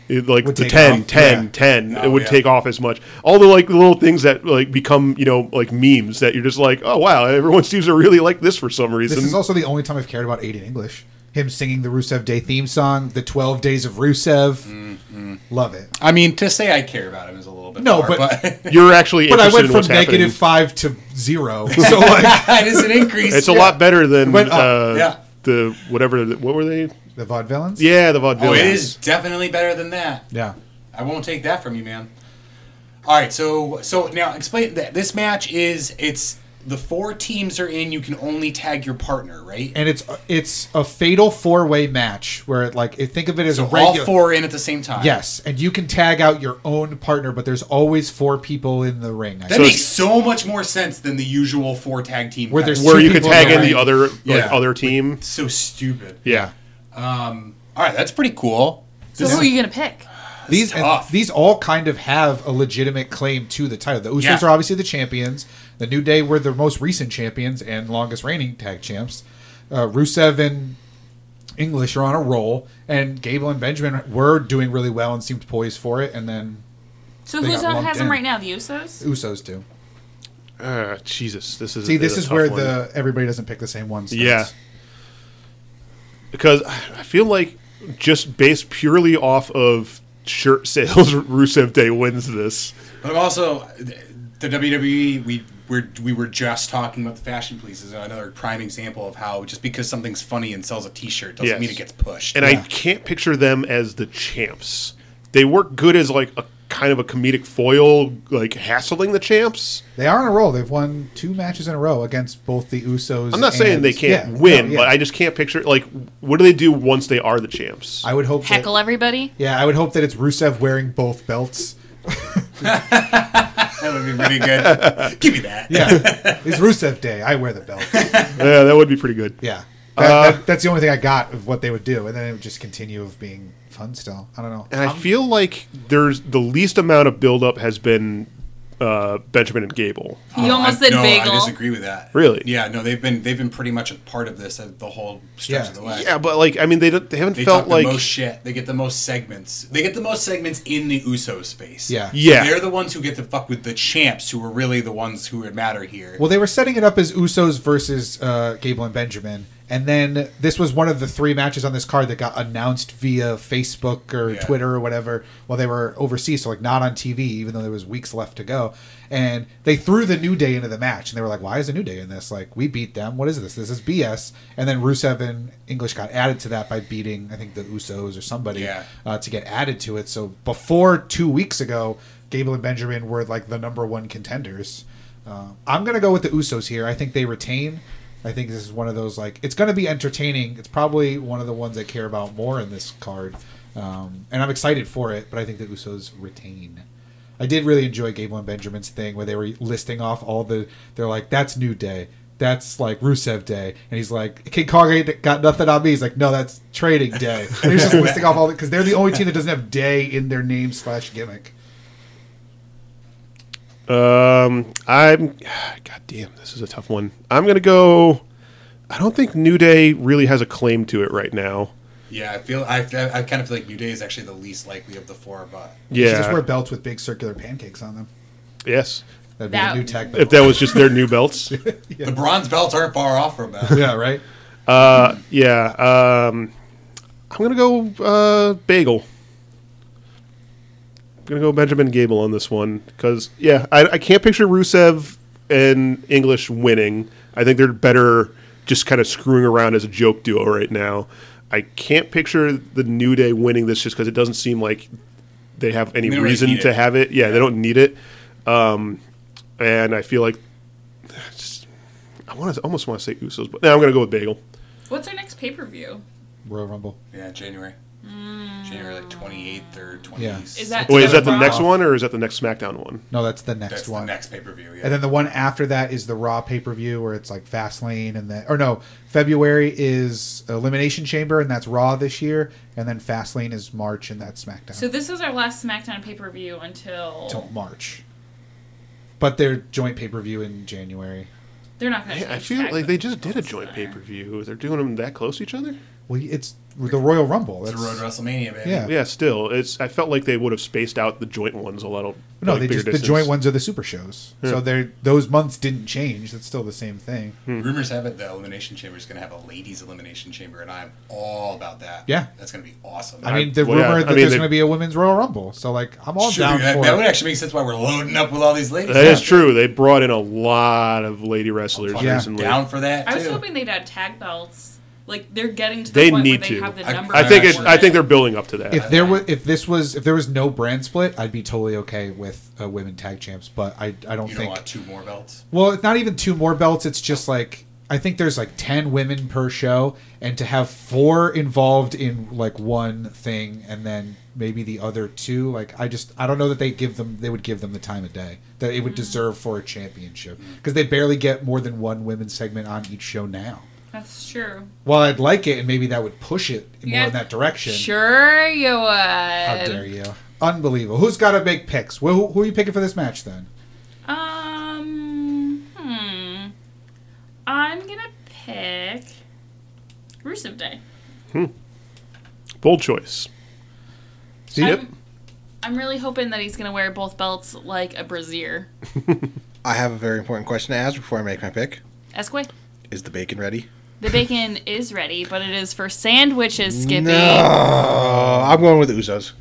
[SPEAKER 3] It, like
[SPEAKER 2] Would
[SPEAKER 3] the
[SPEAKER 2] take
[SPEAKER 3] 10,
[SPEAKER 2] off,
[SPEAKER 3] 10,
[SPEAKER 2] yeah.
[SPEAKER 3] 10, it
[SPEAKER 5] Oh,
[SPEAKER 3] would
[SPEAKER 5] yeah.
[SPEAKER 3] take off as much. All the like little things that like become you know like memes that you're just like, oh wow, everyone seems to really like this for some reason.
[SPEAKER 2] This is also the only time I've cared about Aiden English. Him singing the Rusev Day theme song, the Twelve Days of Rusev.
[SPEAKER 3] Mm-hmm.
[SPEAKER 2] Love it.
[SPEAKER 5] I mean, to say I care about him is a little bit.
[SPEAKER 2] No,
[SPEAKER 5] far,
[SPEAKER 2] but-
[SPEAKER 3] you're actually
[SPEAKER 2] But I
[SPEAKER 3] interested
[SPEAKER 2] went
[SPEAKER 3] in
[SPEAKER 2] from
[SPEAKER 3] what's
[SPEAKER 2] negative
[SPEAKER 3] happening.
[SPEAKER 2] five to zero. So like
[SPEAKER 5] it is an increase.
[SPEAKER 3] It's a lot better than
[SPEAKER 2] Went up,
[SPEAKER 3] uh,
[SPEAKER 5] yeah.
[SPEAKER 3] the whatever. The, what were they?
[SPEAKER 2] the vaudevillains.
[SPEAKER 3] Yeah, the vaudevillains.
[SPEAKER 5] Oh, it is definitely better than that.
[SPEAKER 2] Yeah.
[SPEAKER 5] I won't take that from you, man. All right, so so now explain that this match is it's the four teams are in. You can only tag your partner, right?
[SPEAKER 2] And it's it's a fatal four way match where it like it, think of it as a
[SPEAKER 5] so all
[SPEAKER 2] regular
[SPEAKER 5] four in at the same time.
[SPEAKER 2] Yes, and you can tag out your own partner, but there's always four people in the ring. I
[SPEAKER 5] that
[SPEAKER 2] think.
[SPEAKER 5] makes so much more sense than the usual four tag team.
[SPEAKER 2] Where
[SPEAKER 5] match.
[SPEAKER 2] there's
[SPEAKER 3] Where
[SPEAKER 2] two
[SPEAKER 3] you could
[SPEAKER 2] people in
[SPEAKER 3] tag in
[SPEAKER 2] the
[SPEAKER 3] the
[SPEAKER 2] ring.
[SPEAKER 3] other like
[SPEAKER 5] Yeah.
[SPEAKER 3] other team.
[SPEAKER 5] so stupid.
[SPEAKER 3] Yeah.
[SPEAKER 5] All right, that's pretty cool.
[SPEAKER 1] so who are you gonna pick?
[SPEAKER 2] these and
[SPEAKER 5] tough.
[SPEAKER 2] these all kind of have a legitimate claim to the title. The Usos
[SPEAKER 5] Yeah.
[SPEAKER 2] are obviously the champions. The New Day were the most recent champions and longest reigning tag champs. Uh, Rusev and English are on a roll, and Gable and Benjamin were doing really well and seemed poised for it, and then
[SPEAKER 1] So
[SPEAKER 2] They
[SPEAKER 1] who's
[SPEAKER 2] got
[SPEAKER 1] on,
[SPEAKER 2] lumped
[SPEAKER 1] has them
[SPEAKER 2] in.
[SPEAKER 1] right now? The Usos.
[SPEAKER 2] Usos do.
[SPEAKER 3] Ah, Jesus, this is
[SPEAKER 2] See, this
[SPEAKER 3] a
[SPEAKER 2] is
[SPEAKER 3] tough
[SPEAKER 2] where
[SPEAKER 3] one.
[SPEAKER 2] the everybody doesn't pick the same ones.
[SPEAKER 3] Yeah. Because I feel like just based purely off of shirt sales, Rusev Day wins this.
[SPEAKER 5] But I'm also the WWE. We were we were just talking about the fashion police is another prime example of how just because something's funny and sells a T-shirt doesn't
[SPEAKER 3] Yes.
[SPEAKER 5] mean it gets pushed.
[SPEAKER 3] And I
[SPEAKER 2] Yeah.
[SPEAKER 3] can't picture them as the champs. They work good as like a kind of a comedic foil, like hassling the champs.
[SPEAKER 2] They are on a roll. They've won two matches in a row against both the Usos.
[SPEAKER 3] I'm not saying
[SPEAKER 2] and-
[SPEAKER 3] they can't
[SPEAKER 2] Yeah,
[SPEAKER 3] win,
[SPEAKER 2] no, yeah.
[SPEAKER 3] but I just can't picture like what do they do once they are the champs?
[SPEAKER 2] I would hope that-
[SPEAKER 1] Heckle everybody.
[SPEAKER 2] yeah, I would hope that it's Rusev wearing both belts.
[SPEAKER 5] that would be really good. Give me that.
[SPEAKER 2] Yeah, it's Rusev Day. I wear the belt.
[SPEAKER 3] yeah, that would be pretty good.
[SPEAKER 2] Yeah, that,
[SPEAKER 3] Uh,
[SPEAKER 2] that- that's the only thing I got of what they would do, and then it would just continue of being fun. Still, I don't know.
[SPEAKER 3] And I feel like there's the least amount of buildup has been uh, Benjamin and Gable.
[SPEAKER 1] You almost
[SPEAKER 5] Oh, I,
[SPEAKER 1] said
[SPEAKER 5] no,
[SPEAKER 1] bagel.
[SPEAKER 5] I disagree with that.
[SPEAKER 3] Really?
[SPEAKER 5] Yeah. No, they've been they've been pretty much a part of this uh, the whole stretch
[SPEAKER 2] Yeah.
[SPEAKER 5] of the way.
[SPEAKER 3] Yeah, but like I mean, they don't, they haven't
[SPEAKER 5] They
[SPEAKER 3] felt
[SPEAKER 5] talk
[SPEAKER 3] like
[SPEAKER 5] the most shit. They get the most segments. They get the most segments in the Usos space.
[SPEAKER 2] Yeah.
[SPEAKER 3] Yeah.
[SPEAKER 5] They're the ones who get to fuck with the champs, who are really the ones who would matter here.
[SPEAKER 2] Well, they were setting it up as Usos versus uh, Gable and Benjamin, and then this was one of the three matches on this card that got announced via Facebook or
[SPEAKER 5] Yeah.
[SPEAKER 2] Twitter or whatever while they were overseas, so like not on TV, even though there was weeks left to go. And they threw the New Day into the match, and they were like, "Why is the New Day in this? Like, we beat them. What is this? This is BS." And then Rusev and English got added to that by beating, I think, the Usos or somebody
[SPEAKER 5] Yeah.
[SPEAKER 2] uh, to get added to it. So before two weeks ago, Gable and Benjamin were like the number one contenders. Uh, I'm gonna go with the Usos here. I think they retain. I think this is one of those like it's gonna be entertaining. It's probably one of the ones I care about more in this card, um, and I'm excited for it. But I think the Usos retain. I did really enjoy Gable and Benjamin's thing where they were listing off all the. They're like, "That's New Day." That's like Rusev Day, and he's like, "King Kong ain't got nothing on me." He's like, "No, that's Trading Day." And he's just listing off all because they're the only team that doesn't have day in their name slash gimmick.
[SPEAKER 3] Um, I'm. God damn, this is a tough one. I'm gonna go. I don't think New Day really has a claim to it right now.
[SPEAKER 5] yeah, I feel I, I, I kind of feel like New Day is actually the least likely of the four, but
[SPEAKER 2] They should just wear
[SPEAKER 3] Yeah.
[SPEAKER 2] belts with big circular pancakes on them.
[SPEAKER 3] Yes.
[SPEAKER 2] That'd
[SPEAKER 1] That-
[SPEAKER 2] be a new tech.
[SPEAKER 3] If that was just their new belts.
[SPEAKER 5] the bronze belts aren't far off from that.
[SPEAKER 2] yeah, right.
[SPEAKER 3] Uh, yeah. Um, I'm gonna go uh, Bagel. I'm gonna go Benjamin Gable on this one because yeah, I, I can't picture Rusev and English winning. I think they're better just kind of screwing around as a joke duo right now. I can't picture the New Day winning this just because it doesn't seem like they have any
[SPEAKER 5] They don't really
[SPEAKER 3] reason
[SPEAKER 5] need
[SPEAKER 3] to
[SPEAKER 5] it.
[SPEAKER 3] have it. Yeah, they don't need it. Um, and I feel like just, I want to almost want to say Usos, but now I'm gonna go with Bagel.
[SPEAKER 1] What's our next pay per view?
[SPEAKER 2] Royal Rumble.
[SPEAKER 5] Yeah, January. January like twenty eighth or twenty.
[SPEAKER 2] Yeah.
[SPEAKER 1] Mm. Is that-
[SPEAKER 3] Wait, is that the
[SPEAKER 1] Raw.
[SPEAKER 3] next one or is that the next SmackDown one?
[SPEAKER 2] No, that's the next
[SPEAKER 5] That's the
[SPEAKER 2] one.
[SPEAKER 5] next pay per view. Yeah.
[SPEAKER 2] And then the one after that is the Raw pay per view where it's like Fastlane and then or no February is Elimination Chamber and that's Raw this year, and then Fastlane is March and that's SmackDown.
[SPEAKER 1] So this is our last SmackDown pay per view until
[SPEAKER 2] till March. But their joint pay per view in January.
[SPEAKER 1] they're not going to.
[SPEAKER 3] I feel like they just did a joint pay per view. They're doing them that close to each other.
[SPEAKER 2] Well, it's the Royal Rumble.
[SPEAKER 5] it's
[SPEAKER 2] That's,
[SPEAKER 5] the road to WrestleMania, baby.
[SPEAKER 2] Yeah.
[SPEAKER 3] Yeah, still, it's. I felt like they would have spaced out the joint ones a little.
[SPEAKER 2] no,
[SPEAKER 3] like,
[SPEAKER 2] they
[SPEAKER 3] bigger
[SPEAKER 2] just the
[SPEAKER 3] distance.
[SPEAKER 2] joint ones are the super shows. So they those months didn't change. That's still the same thing.
[SPEAKER 5] Mm-hmm. Rumors have it the Elimination Chamber is going to have a ladies' elimination chamber, and I'm all about that.
[SPEAKER 2] Yeah.
[SPEAKER 5] that's going to be awesome.
[SPEAKER 2] I mean, the
[SPEAKER 3] well, yeah,
[SPEAKER 2] rumor
[SPEAKER 3] I
[SPEAKER 2] that
[SPEAKER 3] mean,
[SPEAKER 2] there's
[SPEAKER 3] they-
[SPEAKER 2] going to be a women's Royal Rumble. So like, I'm all
[SPEAKER 5] Sure,
[SPEAKER 2] down
[SPEAKER 5] that,
[SPEAKER 2] for
[SPEAKER 5] that
[SPEAKER 2] it.
[SPEAKER 5] would actually make sense why we're loading up with all these ladies.
[SPEAKER 3] That is true. They brought in a lot of lady wrestlers
[SPEAKER 5] Fucking
[SPEAKER 2] Yeah.
[SPEAKER 3] recently.
[SPEAKER 5] Down for that too.
[SPEAKER 1] I was hoping they'd add tag belts. Like they're getting to the
[SPEAKER 3] They
[SPEAKER 1] point
[SPEAKER 3] need
[SPEAKER 1] where they
[SPEAKER 3] to.
[SPEAKER 1] have the
[SPEAKER 5] I-
[SPEAKER 1] number.
[SPEAKER 3] I think
[SPEAKER 1] one
[SPEAKER 3] it. I think they're building up to that.
[SPEAKER 2] if there was if this was if there was no brand split, I'd be totally okay with uh, women tag champs. But I I don't
[SPEAKER 5] you don't
[SPEAKER 2] think.
[SPEAKER 5] want two more belts.
[SPEAKER 2] Well, it's not even two more belts. It's just like I think there's like ten women per show, and to have four involved in like one thing, and then maybe the other two. Like I just I don't know that they give them they would give them the time of day that it would deserve for a championship because they barely get more than one women's segment on each show now.
[SPEAKER 1] That's true.
[SPEAKER 2] Well, I'd like it, and maybe that would push it more
[SPEAKER 1] Yeah.
[SPEAKER 2] in that direction.
[SPEAKER 1] Sure you would.
[SPEAKER 2] How dare you? Unbelievable. Who's got to make picks? Who, who are you picking for this match then?
[SPEAKER 1] Um. Hmm. I'm gonna pick Rusev Day.
[SPEAKER 3] Bold choice.
[SPEAKER 2] See,
[SPEAKER 1] I'm, I'm really hoping that he's going to wear both belts like a brazier.
[SPEAKER 4] I have a very important question to ask before I make my pick.
[SPEAKER 1] Esquay,
[SPEAKER 4] Is the bacon ready?
[SPEAKER 1] the bacon is ready, but it is for sandwiches, Skippy.
[SPEAKER 4] Uh, I'm going with Usos.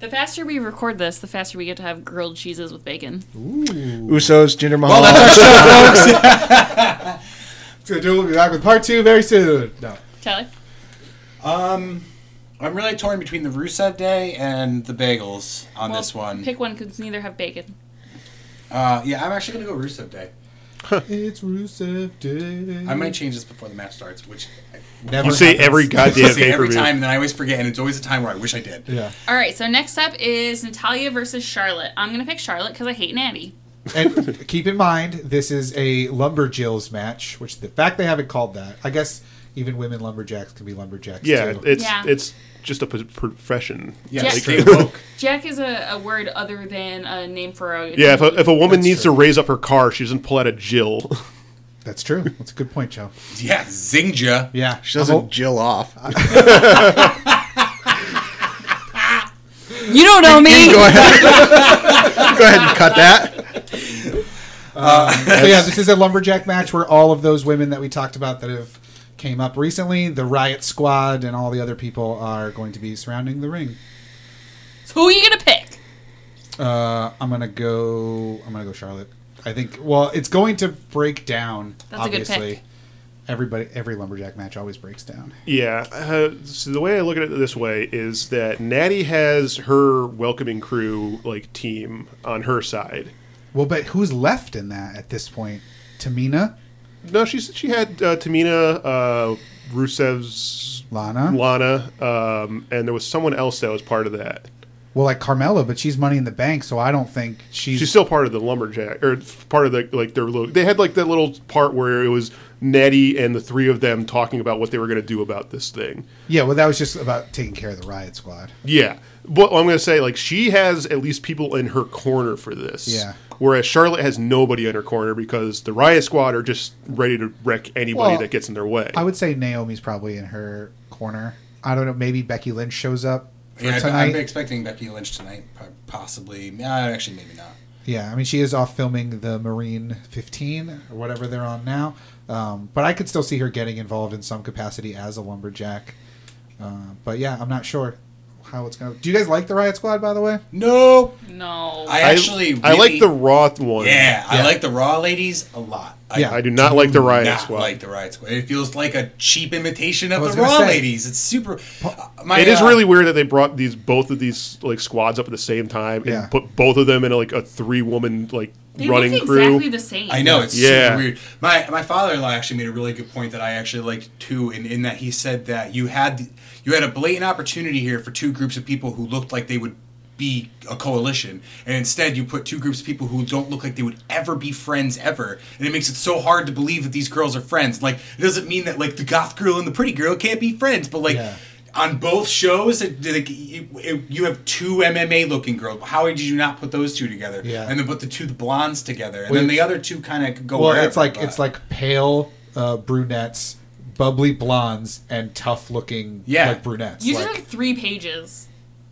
[SPEAKER 1] The faster we record this, the faster we get to have grilled cheeses with bacon.
[SPEAKER 4] Usos, Jinder Mahal.
[SPEAKER 2] So dude, we'll be back with part two very soon. No.
[SPEAKER 1] Tyler?
[SPEAKER 5] I'm really torn between the Rusev Day and the bagels on
[SPEAKER 1] Well,
[SPEAKER 5] this one.
[SPEAKER 1] Pick one because neither have bacon.
[SPEAKER 5] uh, yeah, I'm actually gonna go Rusev Day.
[SPEAKER 2] It's Rusev Day.
[SPEAKER 5] I might change this before the match starts, which I
[SPEAKER 2] never
[SPEAKER 3] You say every
[SPEAKER 5] I
[SPEAKER 3] goddamn
[SPEAKER 5] say
[SPEAKER 3] pay per
[SPEAKER 5] every time,
[SPEAKER 3] view.
[SPEAKER 5] and then I always forget, and it's always a time where I wish I did.
[SPEAKER 2] Yeah.
[SPEAKER 1] All right, so next up is Natalia versus Charlotte. I'm going to pick Charlotte because I hate Natty.
[SPEAKER 2] And keep in mind, this is a Lumberjills match, which the fact they haven't called that, I guess even women lumberjacks can be lumberjacks
[SPEAKER 3] Yeah,
[SPEAKER 2] too.
[SPEAKER 3] it's
[SPEAKER 1] Yeah.
[SPEAKER 3] it's just a p- profession.
[SPEAKER 5] Yeah,
[SPEAKER 1] Yes.
[SPEAKER 5] like they woke.
[SPEAKER 1] Jack is a, a word other than a name for a.
[SPEAKER 3] Yeah, if a, if a woman
[SPEAKER 2] That's
[SPEAKER 3] needs
[SPEAKER 2] true.
[SPEAKER 3] to raise up her car, she doesn't pull out a Jill.
[SPEAKER 2] That's true. That's a good point, Joe.
[SPEAKER 5] Yeah, Zingja.
[SPEAKER 2] Yeah.
[SPEAKER 4] She doesn't
[SPEAKER 2] I'm o-
[SPEAKER 4] jill off.
[SPEAKER 1] you don't know me!
[SPEAKER 4] Go ahead. Go ahead and cut that.
[SPEAKER 2] so yeah, this is a lumberjack match where all of those women that we talked about that have came up recently, the Riot Squad and all the other people are going to be surrounding the ring.
[SPEAKER 1] So who are you going to pick?
[SPEAKER 2] Uh, I'm gonna go. I'm gonna go Charlotte. I think. Well, it's going to break down.
[SPEAKER 1] That's a good
[SPEAKER 2] obviously,
[SPEAKER 1] pick.
[SPEAKER 2] everybody, every lumberjack match always breaks down.
[SPEAKER 3] Yeah. Uh, so the way I look at it this way is that Natty has her welcoming crew like team on her side.
[SPEAKER 2] Well, but who's left in that at this point? Tamina,
[SPEAKER 3] No, she's she had uh, Tamina, uh, Rusev's
[SPEAKER 2] Lana.
[SPEAKER 3] Lana, um, and there was someone else that was part of that.
[SPEAKER 2] Well, like Carmella, but she's Money in the Bank, so I don't think she's.
[SPEAKER 3] She's still part of the lumberjack or part of the like their little. They had like that little part where it was Natty and the three of them talking about what they were going to do about this thing.
[SPEAKER 2] yeah, well, that was just about taking care of the Riot Squad.
[SPEAKER 3] Yeah. But I'm going to say, like, she has at least people in her corner for this.
[SPEAKER 2] Yeah.
[SPEAKER 3] Whereas Charlotte has nobody in her corner because the Riot Squad are just ready to wreck anybody
[SPEAKER 2] Well,
[SPEAKER 3] that gets in their way.
[SPEAKER 2] I would say Naomi's probably in her corner. I don't know. Maybe Becky Lynch shows up for
[SPEAKER 5] Yeah, I-
[SPEAKER 2] tonight.
[SPEAKER 5] I'm expecting Becky Lynch tonight, po- possibly. Uh, actually, maybe not.
[SPEAKER 2] Yeah, I mean, she is off filming the Marine 15 or whatever they're on now. Um, but I could still see her getting involved in some capacity as a lumberjack. Uh, but yeah, I'm not sure how it's going to. Do you guys like the Riot Squad, by the way?
[SPEAKER 5] No,
[SPEAKER 1] No.
[SPEAKER 5] I
[SPEAKER 3] I-
[SPEAKER 5] actually.
[SPEAKER 3] I like
[SPEAKER 5] really-
[SPEAKER 3] the Roth one.
[SPEAKER 5] Yeah,
[SPEAKER 2] Yeah.
[SPEAKER 5] I like the Raw ladies a lot. I
[SPEAKER 2] Yeah,
[SPEAKER 3] I do not like the Riot
[SPEAKER 5] not
[SPEAKER 3] Squad.
[SPEAKER 5] like the Riot Squad. It feels like a cheap imitation
[SPEAKER 2] I
[SPEAKER 5] of
[SPEAKER 2] was
[SPEAKER 5] the
[SPEAKER 2] gonna
[SPEAKER 5] Raw
[SPEAKER 2] say.
[SPEAKER 5] ladies. It's super. uh, my,
[SPEAKER 3] it is
[SPEAKER 5] uh,
[SPEAKER 3] really weird that they brought these both of these like squads up at the same time and
[SPEAKER 2] Yeah.
[SPEAKER 3] put both of them in like a three woman like
[SPEAKER 1] they
[SPEAKER 3] running
[SPEAKER 1] look
[SPEAKER 3] crew.
[SPEAKER 1] exactly the same.
[SPEAKER 5] I know it's
[SPEAKER 3] Yeah.
[SPEAKER 5] super weird. My my father-in-law actually made a really good point that I actually liked too, in, in that he said that you had you had a blatant opportunity here for two groups of people who looked like they would be a coalition, and instead you put two groups of people who don't look like they would ever be friends ever, and it makes it so hard to believe that these girls are friends. Like it doesn't mean that like the goth girl and the pretty girl can't be friends, but like.
[SPEAKER 2] Yeah.
[SPEAKER 5] On both shows, it, it, it, you have two MMA-looking girls. How did you not put those two together?
[SPEAKER 2] Yeah.
[SPEAKER 5] And then put the two blondes together, and
[SPEAKER 2] Well,
[SPEAKER 5] then the
[SPEAKER 2] it's-
[SPEAKER 5] other two kind of go.
[SPEAKER 2] Well,
[SPEAKER 5] wherever,
[SPEAKER 2] it's like
[SPEAKER 5] but-
[SPEAKER 2] it's like pale uh, brunettes, bubbly blondes, and tough looking
[SPEAKER 5] Yeah.
[SPEAKER 2] like brunettes.
[SPEAKER 1] You
[SPEAKER 2] like,
[SPEAKER 1] just have three pages.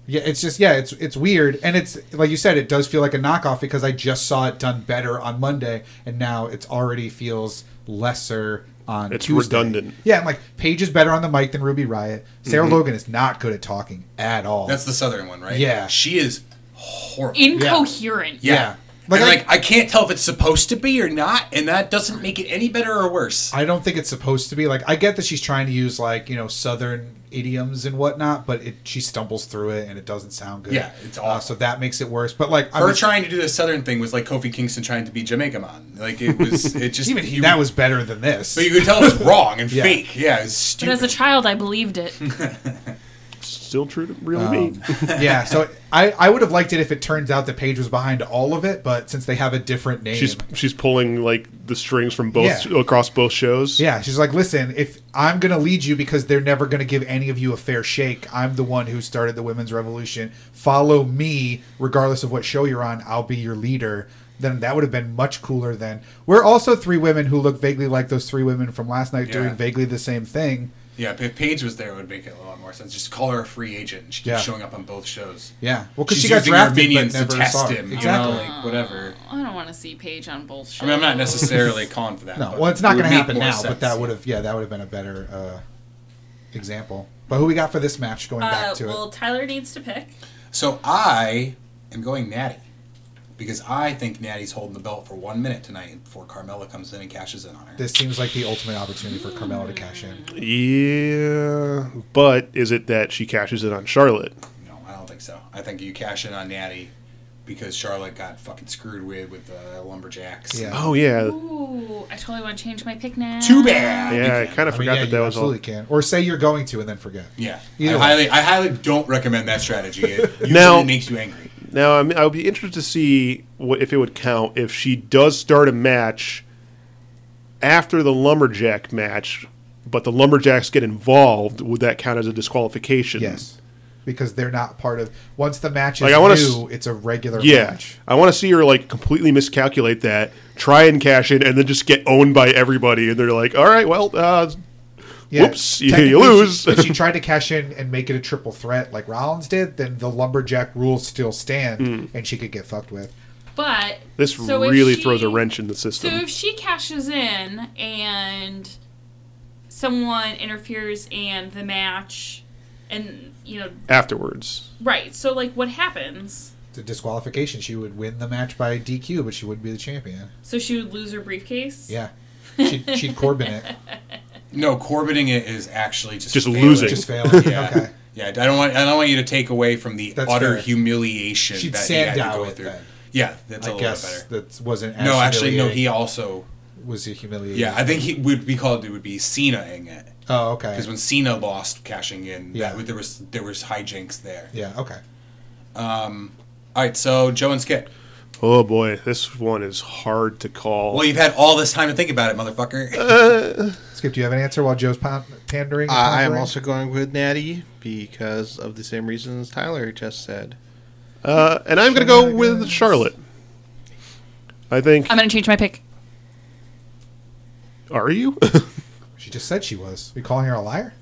[SPEAKER 2] Yeah, it's just yeah, it's it's weird, and it's like you said, it does feel like a knockoff because I just saw it done better on Monday, and now it's already feels lesser on.
[SPEAKER 3] It's
[SPEAKER 2] Tuesday.
[SPEAKER 3] redundant. Mm-hmm.
[SPEAKER 2] Yeah, I'm like Paige is better on the mic than Ruby Riot. Sarah Logan is not good at talking at all.
[SPEAKER 5] that's the southern one, right?
[SPEAKER 2] Yeah.
[SPEAKER 5] she is horrible.
[SPEAKER 1] Incoherent.
[SPEAKER 5] yeah.
[SPEAKER 2] yeah. Like,
[SPEAKER 5] Like,
[SPEAKER 2] I-
[SPEAKER 5] like I can't tell if it's supposed to be or not, and that doesn't make it any better or worse.
[SPEAKER 2] I don't think it's supposed to be like. I get that she's trying to use like you know southern idioms and whatnot, but it she stumbles through it and it doesn't sound good.
[SPEAKER 5] Yeah, it's
[SPEAKER 2] Uh,
[SPEAKER 5] awful.
[SPEAKER 2] so that makes it worse. But like,
[SPEAKER 5] Her
[SPEAKER 2] I'm
[SPEAKER 5] trying to do the southern thing was like Kofi Kingston trying to be Jamaica man. Like it was, it just
[SPEAKER 2] even he,
[SPEAKER 5] you-
[SPEAKER 2] that was better than this.
[SPEAKER 5] But you could tell it was wrong and
[SPEAKER 2] Yeah.
[SPEAKER 5] fake. Yeah, it's
[SPEAKER 1] But as
[SPEAKER 5] stupid.
[SPEAKER 1] a child, I believed it.
[SPEAKER 3] Still true to
[SPEAKER 2] Oh,
[SPEAKER 3] real me.
[SPEAKER 2] yeah, so I, I would have liked it if it turns out that Paige was behind all of it, but since they have a different name,
[SPEAKER 3] She's she's pulling like the strings from both
[SPEAKER 2] Yeah.
[SPEAKER 3] across both shows.
[SPEAKER 2] yeah, she's like, listen, if I'm gonna lead you because they're never gonna give any of you a fair shake, I'm the one who started the women's revolution. Follow me, regardless of what show you're on. I'll be your leader. Then that would have been much cooler. Than we're also three women who look vaguely like those three women from last night
[SPEAKER 5] Yeah.
[SPEAKER 2] doing vaguely the same thing.
[SPEAKER 5] Yeah, if Paige was there, it would make it a lot more sense. Just call her a free agent. and She keeps
[SPEAKER 2] Yeah.
[SPEAKER 5] showing up on both shows.
[SPEAKER 2] Yeah, well, because
[SPEAKER 5] She's
[SPEAKER 2] she got
[SPEAKER 5] using her
[SPEAKER 2] drafted, but
[SPEAKER 5] minions to
[SPEAKER 2] never
[SPEAKER 5] test
[SPEAKER 2] saw
[SPEAKER 5] him,
[SPEAKER 2] him.
[SPEAKER 5] you
[SPEAKER 2] Exactly.
[SPEAKER 5] know, like, whatever.
[SPEAKER 1] I don't want to see Paige on both shows.
[SPEAKER 5] I mean, I'm not necessarily calling for that.
[SPEAKER 2] No,
[SPEAKER 5] but
[SPEAKER 2] well, it's not
[SPEAKER 5] it would
[SPEAKER 2] going to
[SPEAKER 5] make
[SPEAKER 2] happen
[SPEAKER 5] more
[SPEAKER 2] now,
[SPEAKER 5] sense.
[SPEAKER 2] but that would have, yeah, that would have been a better uh, example. But who we got for this match? Going
[SPEAKER 6] Uh,
[SPEAKER 2] back to
[SPEAKER 6] well,
[SPEAKER 2] it,
[SPEAKER 6] Tyler needs to pick.
[SPEAKER 5] So I am going Natty because I think Natty's holding the belt for one minute tonight before Carmella comes in and cashes in on her.
[SPEAKER 2] this seems like the ultimate opportunity for Carmella to cash in.
[SPEAKER 3] Yeah, but is it that she cashes it on Charlotte?
[SPEAKER 5] No, I don't think so. I think you cash in on Natty because Charlotte got fucking screwed with with the lumberjacks.
[SPEAKER 2] Yeah.
[SPEAKER 3] Oh yeah,
[SPEAKER 1] Ooh, I totally want to change my pick now.
[SPEAKER 5] Too bad.
[SPEAKER 3] yeah. I kind of
[SPEAKER 2] I mean,
[SPEAKER 3] forgot
[SPEAKER 2] yeah,
[SPEAKER 3] that that
[SPEAKER 2] you
[SPEAKER 3] was all.
[SPEAKER 2] absolutely can, or say you're going to and then forget.
[SPEAKER 5] Yeah.
[SPEAKER 2] Either
[SPEAKER 5] I
[SPEAKER 2] way.
[SPEAKER 5] highly, I highly don't recommend that strategy. It usually
[SPEAKER 3] Now-
[SPEAKER 5] makes you angry.
[SPEAKER 3] Now I'm, I would be interested to see what, if it would count if she does start a match after the lumberjack match, but the lumberjacks get involved. Would that count as a disqualification?
[SPEAKER 2] Yes, because they're not part of. Once the match is
[SPEAKER 3] Like, I wanna
[SPEAKER 2] new,
[SPEAKER 3] s-
[SPEAKER 2] it's a regular
[SPEAKER 3] Yeah,
[SPEAKER 2] match.
[SPEAKER 3] I want to see her like completely miscalculate that, try and cash in, and then just get owned by everybody. And they're like, "All right, well, uh,
[SPEAKER 2] Yeah,
[SPEAKER 3] whoops, you, you
[SPEAKER 2] technically,
[SPEAKER 3] lose."
[SPEAKER 2] she- if she tried to cash in and make it a triple threat like Rollins did, then the lumberjack rules still stand,
[SPEAKER 3] Hmm.
[SPEAKER 2] and she could get fucked with.
[SPEAKER 1] But
[SPEAKER 3] this
[SPEAKER 1] so if
[SPEAKER 3] really
[SPEAKER 1] she-
[SPEAKER 3] throws a wrench in the
[SPEAKER 1] So
[SPEAKER 3] system.
[SPEAKER 1] if she cashes in and someone interferes and the match, and you know,
[SPEAKER 3] afterwards.
[SPEAKER 1] right? So like, what happens?
[SPEAKER 2] It's a disqualification. She would win the match by DQ, but she wouldn't be the champion.
[SPEAKER 1] So she would lose her briefcase.
[SPEAKER 2] Yeah. She'd, she'd Corbin it.
[SPEAKER 5] No, corbetting it is actually just
[SPEAKER 3] Just
[SPEAKER 5] failing.
[SPEAKER 3] losing.
[SPEAKER 2] Just failing.
[SPEAKER 5] Yeah.
[SPEAKER 2] Okay.
[SPEAKER 5] Yeah, I don't want I don't want you to take away from the
[SPEAKER 2] That's
[SPEAKER 5] utter
[SPEAKER 2] fair.
[SPEAKER 5] humiliation
[SPEAKER 2] She'd
[SPEAKER 5] that he
[SPEAKER 2] sand
[SPEAKER 5] had to
[SPEAKER 2] down
[SPEAKER 5] go
[SPEAKER 2] with
[SPEAKER 5] through.
[SPEAKER 2] that.
[SPEAKER 5] Yeah, that's a
[SPEAKER 2] I
[SPEAKER 5] little
[SPEAKER 2] guess
[SPEAKER 5] bit better.
[SPEAKER 2] that wasn't as
[SPEAKER 5] No, actually, no.
[SPEAKER 2] humiliating.
[SPEAKER 5] He also.
[SPEAKER 2] was a humiliating.
[SPEAKER 5] Yeah, I think he would be called. It would be Cenaing it
[SPEAKER 2] Oh, okay.
[SPEAKER 5] because when Cena lost cashing in,
[SPEAKER 2] Yeah.
[SPEAKER 5] yeah. that there was there was hijinks there.
[SPEAKER 2] Yeah, okay.
[SPEAKER 5] All right, so Joe and Skip.
[SPEAKER 3] Oh boy, this one is hard to call.
[SPEAKER 5] Well, you've had all this time to think about it, motherfucker.
[SPEAKER 2] Skip, do you have an answer while Joe's pan- pandering? and
[SPEAKER 4] Uh, I am
[SPEAKER 2] pondering?
[SPEAKER 4] also going with Natty because of the same reasons Tyler just said.
[SPEAKER 3] Uh, and I'm going to go with Charlotte. I think.
[SPEAKER 1] I'm gonna change my pick.
[SPEAKER 3] Are you?
[SPEAKER 2] She just said she was. You calling her a liar?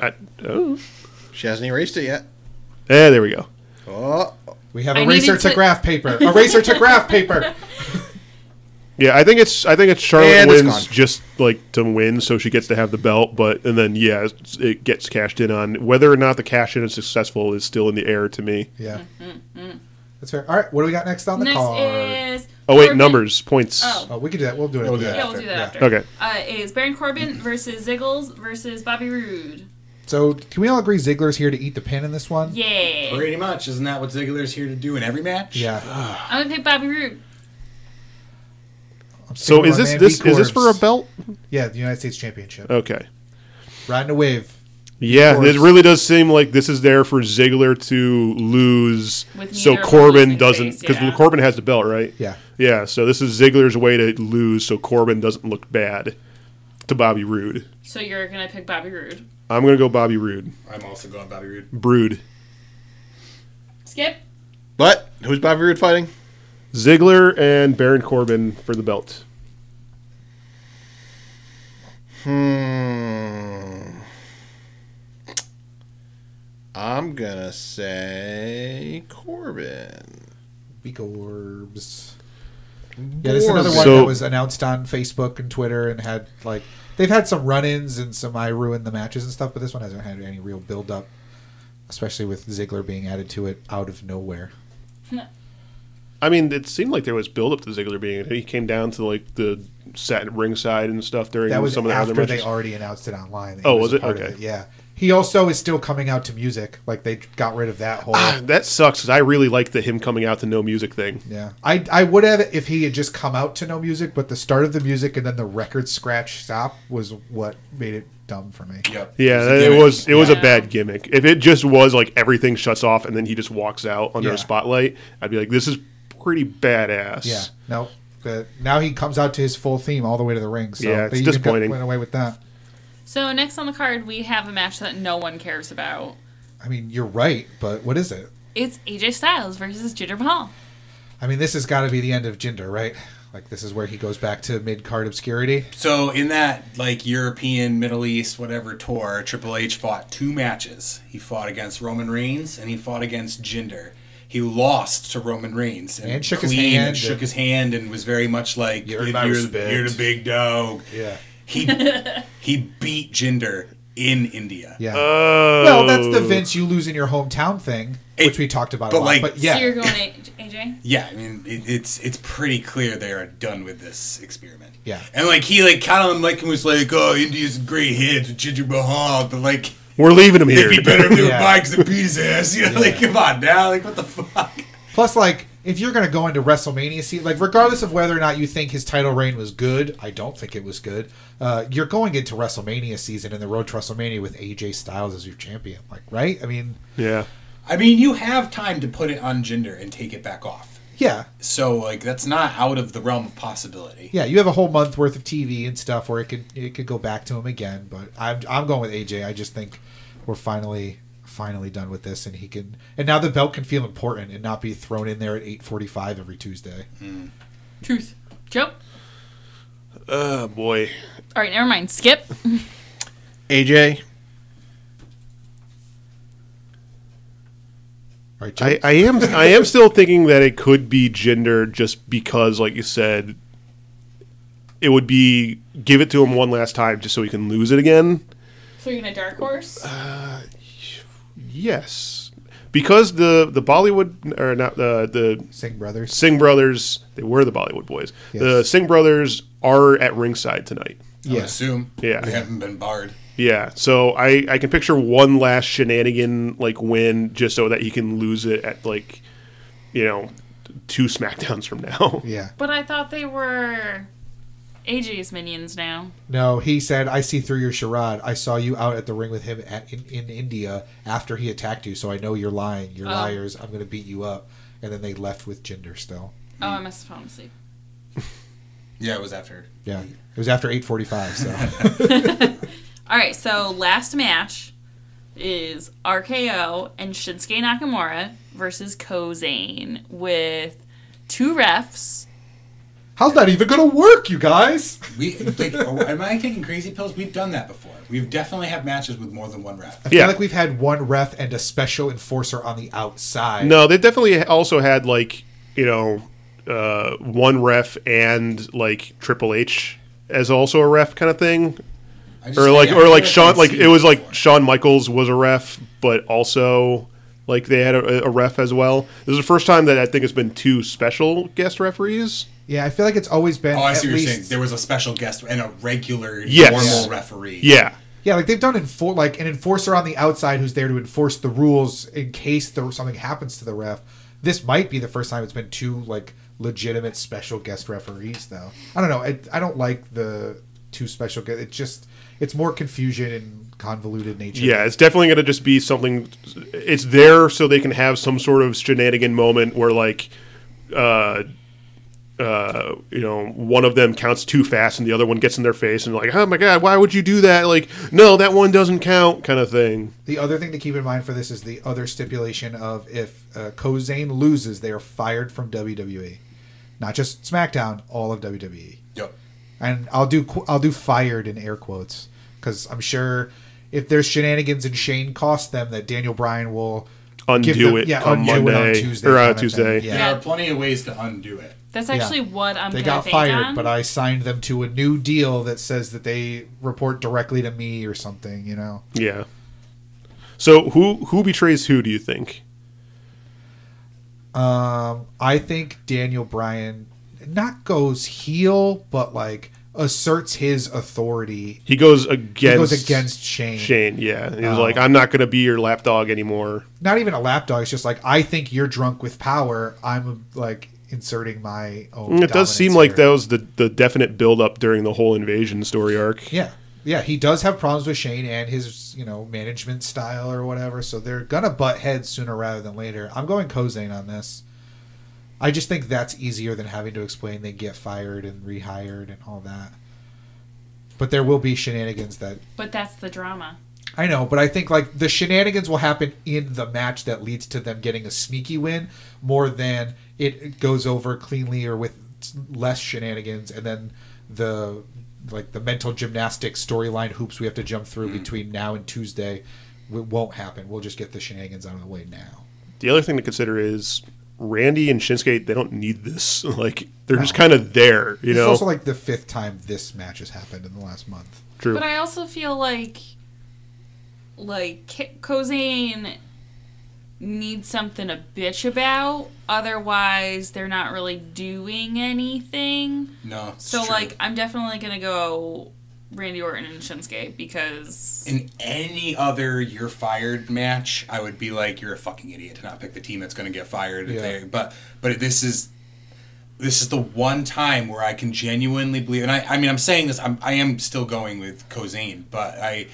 [SPEAKER 3] I, oh.
[SPEAKER 4] She hasn't erased it yet.
[SPEAKER 3] Eh, there we go.
[SPEAKER 4] Oh,
[SPEAKER 2] We have
[SPEAKER 1] I
[SPEAKER 2] eraser
[SPEAKER 1] needed
[SPEAKER 2] to
[SPEAKER 1] to-
[SPEAKER 2] graph paper. Eraser to graph paper.
[SPEAKER 3] Yeah, I think it's I think it's Charlotte
[SPEAKER 4] And it's
[SPEAKER 3] wins
[SPEAKER 4] gone.
[SPEAKER 3] just like to win, so she gets to have the belt. But and then yeah, it's- it gets cashed in on whether or not the cash in is successful is still in the air to me.
[SPEAKER 2] Yeah. That's fair. All right, what do we got next on the
[SPEAKER 1] Next
[SPEAKER 2] card?
[SPEAKER 1] is
[SPEAKER 3] Oh wait,
[SPEAKER 1] Corbin-
[SPEAKER 3] numbers points.
[SPEAKER 1] Oh.
[SPEAKER 2] Oh, we can do that. We'll do it.
[SPEAKER 5] We'll
[SPEAKER 2] after
[SPEAKER 5] do
[SPEAKER 2] that.
[SPEAKER 5] that.
[SPEAKER 1] Yeah, we'll do that
[SPEAKER 2] Yeah.
[SPEAKER 1] after.
[SPEAKER 3] Okay.
[SPEAKER 1] Uh, is Baron Corbin versus Ziggles versus Bobby Roode?
[SPEAKER 2] So, can we all agree Ziggler's here to eat the pin in this one?
[SPEAKER 1] Yay!
[SPEAKER 5] Pretty much, isn't that what Ziggler's here to do in every match?
[SPEAKER 2] Yeah.
[SPEAKER 1] I'm gonna pick Bobby Roode.
[SPEAKER 2] I'm
[SPEAKER 3] So
[SPEAKER 2] sticking with
[SPEAKER 3] is
[SPEAKER 2] my
[SPEAKER 3] this
[SPEAKER 2] man,
[SPEAKER 3] this
[SPEAKER 2] B.
[SPEAKER 3] is this for a
[SPEAKER 2] Corbs.
[SPEAKER 3] belt?
[SPEAKER 2] Yeah, the United States Championship.
[SPEAKER 3] Okay.
[SPEAKER 2] Riding a wave.
[SPEAKER 3] Yeah,
[SPEAKER 2] Corbs.
[SPEAKER 3] it really does seem like this is there for Ziggler to lose,
[SPEAKER 1] With
[SPEAKER 3] so
[SPEAKER 1] neither of them
[SPEAKER 3] Corbin
[SPEAKER 1] losing
[SPEAKER 3] doesn't
[SPEAKER 1] face,
[SPEAKER 3] because
[SPEAKER 1] yeah.
[SPEAKER 3] Corbin has the belt, right?
[SPEAKER 2] Yeah.
[SPEAKER 3] Yeah, so this is Ziggler's way to lose so Corbin doesn't look bad to Bobby Roode.
[SPEAKER 1] So you're gonna pick Bobby Roode.
[SPEAKER 3] I'm going to go Bobby Roode.
[SPEAKER 5] I'm also going Bobby Roode.
[SPEAKER 3] Brood.
[SPEAKER 1] Skip.
[SPEAKER 4] but who's Bobby Roode fighting?
[SPEAKER 3] Ziggler and Baron Corbin for the belt.
[SPEAKER 4] Hmm. I'm gonna say Corbin.
[SPEAKER 2] B. Corbs. Yeah, this is another one
[SPEAKER 3] So-
[SPEAKER 2] that was announced on Facebook and Twitter and had like they've had some run-ins and some I ruined the matches and stuff, but this one hasn't had any real build-up, especially with Ziggler being added to it out of nowhere.
[SPEAKER 3] I mean, it seemed like there was build up to Ziggler being. He came down to like the sat at ringside and stuff during
[SPEAKER 2] That was
[SPEAKER 3] some of the
[SPEAKER 2] after
[SPEAKER 3] other
[SPEAKER 2] they
[SPEAKER 3] matches.
[SPEAKER 2] already announced it online. that he
[SPEAKER 3] Oh, was
[SPEAKER 2] a
[SPEAKER 3] it?
[SPEAKER 2] part of
[SPEAKER 3] Okay.
[SPEAKER 2] Yeah. He also is still coming out to music. Like they got rid of that whole.
[SPEAKER 3] Ah, that sucks. 'cause I really liked the him coming out to no music thing.
[SPEAKER 2] Yeah, I I would have if he had just come out to no music, but the start of the music and then the record scratch stop was what made it dumb for me.
[SPEAKER 5] Yep.
[SPEAKER 3] Yeah,
[SPEAKER 5] a
[SPEAKER 3] it
[SPEAKER 5] gimmick.
[SPEAKER 3] was it was a
[SPEAKER 1] Yeah.
[SPEAKER 3] bad gimmick. If it just was like everything shuts off and then he just walks out under
[SPEAKER 2] Yeah.
[SPEAKER 3] a spotlight, I'd be like, this is pretty badass.
[SPEAKER 2] Yeah, no, but now he comes out to his full theme all the way to the ring. So
[SPEAKER 3] Yeah, it's
[SPEAKER 2] they even got-
[SPEAKER 3] disappointing.
[SPEAKER 2] went away with that.
[SPEAKER 1] So next on the card we have a match that no one cares about.
[SPEAKER 2] I mean, you're right, but what is it?
[SPEAKER 1] It's AJ Styles versus Jinder Mahal.
[SPEAKER 2] I mean, this has got to be the end of Jinder, right? Like this is where he goes back to mid card obscurity.
[SPEAKER 5] So in that like European Middle East whatever tour, Triple H fought two matches. He fought against Roman Reigns and he fought against Jinder. He lost to Roman Reigns and,
[SPEAKER 2] And shook his
[SPEAKER 5] clean
[SPEAKER 2] hand
[SPEAKER 5] and shook
[SPEAKER 2] and-
[SPEAKER 5] his hand and was very much like
[SPEAKER 2] You
[SPEAKER 5] you're,
[SPEAKER 2] earned
[SPEAKER 5] you're,
[SPEAKER 2] my
[SPEAKER 5] the,
[SPEAKER 2] respect."
[SPEAKER 5] you're the big dog.
[SPEAKER 2] Yeah.
[SPEAKER 5] He he beat Jinder in India.
[SPEAKER 2] Yeah.
[SPEAKER 3] Oh.
[SPEAKER 2] well, that's the Vince you lose in your hometown thing, which
[SPEAKER 5] It-
[SPEAKER 2] we talked about
[SPEAKER 5] but
[SPEAKER 2] a lot.
[SPEAKER 5] like-
[SPEAKER 2] but yeah,
[SPEAKER 1] So you're going A- AJ?
[SPEAKER 5] Yeah, I mean it, it's it's pretty clear they are done with this experiment.
[SPEAKER 2] Yeah.
[SPEAKER 5] and like he like kind of like was like, oh, India's a great hit, Jinder Mahal, but like
[SPEAKER 3] We're leaving him here.
[SPEAKER 5] it'd be better if they
[SPEAKER 2] Yeah.
[SPEAKER 5] were bikes and beat his ass. You know, like come on now, like what the fuck?
[SPEAKER 2] Plus, like, if you're going to go into WrestleMania, see, like, regardless of whether or not you think his title reign was good, I don't think it was good. Uh, you're going into WrestleMania season and the road to WrestleMania with AJ Styles as your champion, like, right? I mean,
[SPEAKER 3] Yeah.
[SPEAKER 5] I mean, you have time to put it on gender and take it back off.
[SPEAKER 2] yeah,
[SPEAKER 5] So like that's not out of the realm of possibility.
[SPEAKER 2] yeah, you have a whole month worth of TV and stuff where it could it could go back to him again. But I'm I'm going with AJ. I just think we're finally finally done with this, and he can and now the belt can feel important and not be thrown in there at 8:45 every Tuesday.
[SPEAKER 1] Truth. Joe?
[SPEAKER 3] Oh boy.
[SPEAKER 1] All right, never mind. Skip.
[SPEAKER 4] AJ,
[SPEAKER 2] Right, Jim?
[SPEAKER 3] I, I am I am still thinking that it could be gender just because, like you said, it would be give it to him one last time just so he can lose it again.
[SPEAKER 1] So you're going to Dark Horse?
[SPEAKER 2] Uh.
[SPEAKER 3] Yes, because the the Bollywood or not the the
[SPEAKER 2] Singh brothers.
[SPEAKER 3] Singh brothers they were the Bollywood boys. The
[SPEAKER 2] Yes.
[SPEAKER 3] Singh brothers are at ringside tonight.
[SPEAKER 5] I would
[SPEAKER 2] Yeah.
[SPEAKER 5] assume
[SPEAKER 3] Yeah.
[SPEAKER 5] they haven't been barred.
[SPEAKER 3] Yeah, so I I can picture one last shenanigan like win just so that he can lose it at like, you know, two Smackdowns from now.
[SPEAKER 2] Yeah.
[SPEAKER 1] But I thought they were AJ's minions now.
[SPEAKER 2] No, he said, "I see through your charade. I saw you out at the ring with him at, in, in India after he attacked you, so I know you're lying. You're
[SPEAKER 1] Oh.
[SPEAKER 2] liars. I'm going to beat you up." And then they left with Jinder still.
[SPEAKER 1] Oh, I must have fallen asleep.
[SPEAKER 5] Yeah, it was after.
[SPEAKER 2] Yeah, it was after 8:45. So
[SPEAKER 1] All right, so last match is RKO and Shinsuke Nakamura versus Kozane with two refs.
[SPEAKER 2] how's that even going to work, you guys?
[SPEAKER 5] We like, are- am I taking crazy pills? We've done that before. We've definitely had matches with more than one ref.
[SPEAKER 2] I
[SPEAKER 3] Yeah.
[SPEAKER 2] feel like we've had one ref and a special enforcer on the outside.
[SPEAKER 3] No, they definitely also had like you know uh, one ref and like Triple H as also a ref kind of thing,
[SPEAKER 5] I just-
[SPEAKER 3] or like
[SPEAKER 5] I
[SPEAKER 3] or
[SPEAKER 5] feel
[SPEAKER 3] like
[SPEAKER 5] I've
[SPEAKER 3] Shawn like
[SPEAKER 5] seen
[SPEAKER 3] it was
[SPEAKER 5] before.
[SPEAKER 3] like Shawn Michaels was a ref, but also like they had a, a ref as well. This is the first time that I think it's been two special guest referees.
[SPEAKER 2] Yeah, I feel like it's always been.
[SPEAKER 5] Oh, I
[SPEAKER 2] at
[SPEAKER 5] see what
[SPEAKER 2] least,
[SPEAKER 5] you're saying. There was a special guest and a regular
[SPEAKER 3] Yes.
[SPEAKER 5] normal referee.
[SPEAKER 3] Yeah,
[SPEAKER 2] Yeah, like they've done enfor- like an enforcer on the outside who's there to enforce the rules in case there something happens to the ref. This might be the first time it's been two like legitimate special guest referees though. I don't know. I, I don't like the two special guest. It's just it's more confusion and convoluted nature.
[SPEAKER 3] yeah, it's definitely going to just be something. It's there so they can have some sort of shenanigan moment where like. Uh, uh, you know, one of them counts too fast and the other one gets in their face and like, oh my god, why would you do that? Like, no, that one doesn't count, kind of thing.
[SPEAKER 2] The other thing to keep in mind for this is the other stipulation of if uh, Kozane loses, they are fired from WWE, not just SmackDown, all of WWE.
[SPEAKER 5] Yep.
[SPEAKER 2] and I'll do qu- I'll do fired in air quotes because I'm sure if there's shenanigans and Shane cost them that Daniel Bryan will
[SPEAKER 3] Undo
[SPEAKER 2] give them-
[SPEAKER 3] it come Monday or on
[SPEAKER 2] kind of
[SPEAKER 3] Tuesday.
[SPEAKER 2] thing.
[SPEAKER 5] There
[SPEAKER 2] Yeah,
[SPEAKER 5] are plenty of ways to undo it.
[SPEAKER 1] That's
[SPEAKER 2] Yeah.
[SPEAKER 1] actually what I'm
[SPEAKER 2] they
[SPEAKER 1] gonna
[SPEAKER 2] got
[SPEAKER 1] bank
[SPEAKER 2] fired,
[SPEAKER 1] on.
[SPEAKER 2] but I signed them to a new deal that says that they report directly to me or something. You know,
[SPEAKER 3] Yeah. So who who betrays who? Do you think?
[SPEAKER 2] um, I think Daniel Bryan not goes heel, but like asserts his authority.
[SPEAKER 3] He goes against.
[SPEAKER 2] He goes against Shane. Oh.
[SPEAKER 3] Shane. Yeah, he's like, I'm not going to be your lapdog anymore.
[SPEAKER 2] not even a lapdog. It's just like I think you're drunk with power. I'm like inserting my own.
[SPEAKER 3] Mm, It does
[SPEAKER 2] dominance
[SPEAKER 3] seem like that
[SPEAKER 2] here.
[SPEAKER 3] was the the definite buildup during the whole invasion story arc.
[SPEAKER 2] Yeah, yeah. He does have problems with Shane and his you know management style or whatever. So they're gonna butt heads sooner rather than later. I'm going Kozane on this. I just think that's easier than having to explain they get fired and rehired and all that. But there will be shenanigans that
[SPEAKER 1] but that's the drama.
[SPEAKER 2] I know, but I think like the shenanigans will happen in the match that leads to them getting a sneaky win more than it goes over cleanly or with less shenanigans, and then the like the mental gymnastics storyline hoops we have to jump through
[SPEAKER 5] Mm-hmm.
[SPEAKER 2] between now and Tuesday w won't happen. We'll just get the shenanigans out of the way now.
[SPEAKER 3] The other thing to consider is Randy and Shinsuke. They don't need this. Like they're just kind of there. You
[SPEAKER 2] It's
[SPEAKER 3] know,
[SPEAKER 2] also like the fifth time this match has happened in the last month.
[SPEAKER 3] true.
[SPEAKER 1] But I also feel like like K- Kozane needs something to bitch about. Otherwise, they're not really doing anything.
[SPEAKER 5] No. it's
[SPEAKER 1] So
[SPEAKER 5] true.
[SPEAKER 1] like, I'm definitely gonna go Randy Orton and Shinsuke because
[SPEAKER 5] in any other you're fired match, I would be like, you're a fucking idiot to not pick the team that's going to get fired. if
[SPEAKER 2] Yeah.
[SPEAKER 5] they- but but this is this is the one time where I can genuinely believe, and I, I mean, I'm saying this, I'm, I am still going with Cozane, but I.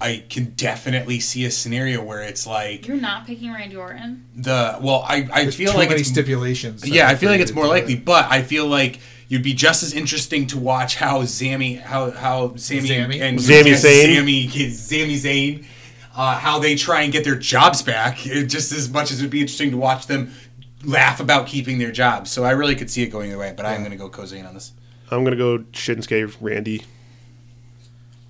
[SPEAKER 5] I can definitely see a scenario where it's like
[SPEAKER 1] you're not picking Randy Orton.
[SPEAKER 5] the well. I, I
[SPEAKER 2] There's
[SPEAKER 5] feel
[SPEAKER 2] too
[SPEAKER 5] like
[SPEAKER 2] many
[SPEAKER 5] it's
[SPEAKER 2] stipulations. that
[SPEAKER 5] yeah, I
[SPEAKER 2] have
[SPEAKER 5] feel like it's
[SPEAKER 2] created
[SPEAKER 5] more
[SPEAKER 2] to-
[SPEAKER 5] likely, but I feel like you'd be just as interesting to watch how Zammy, how how Sammy
[SPEAKER 2] Zammy?
[SPEAKER 5] and
[SPEAKER 3] Zammy
[SPEAKER 5] yes,
[SPEAKER 3] Zayn?
[SPEAKER 5] Zammy, Zammy Zayn, uh, how they try and get their jobs back, eh, just as much as it'd be interesting to watch them laugh about keeping their jobs. So I really could see it going either way, but I'm going to go Cozane on this.
[SPEAKER 3] I'm gonna go Shinsuke Randy.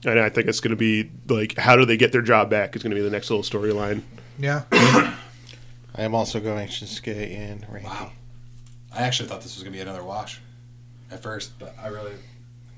[SPEAKER 3] And I think it's going to be like, how do they get their job back? Is going to be the next little storyline.
[SPEAKER 2] Yeah,
[SPEAKER 4] I am also going Shinsuke and Randy.
[SPEAKER 5] Wow, I actually thought this was going to be another wash at first, but I really,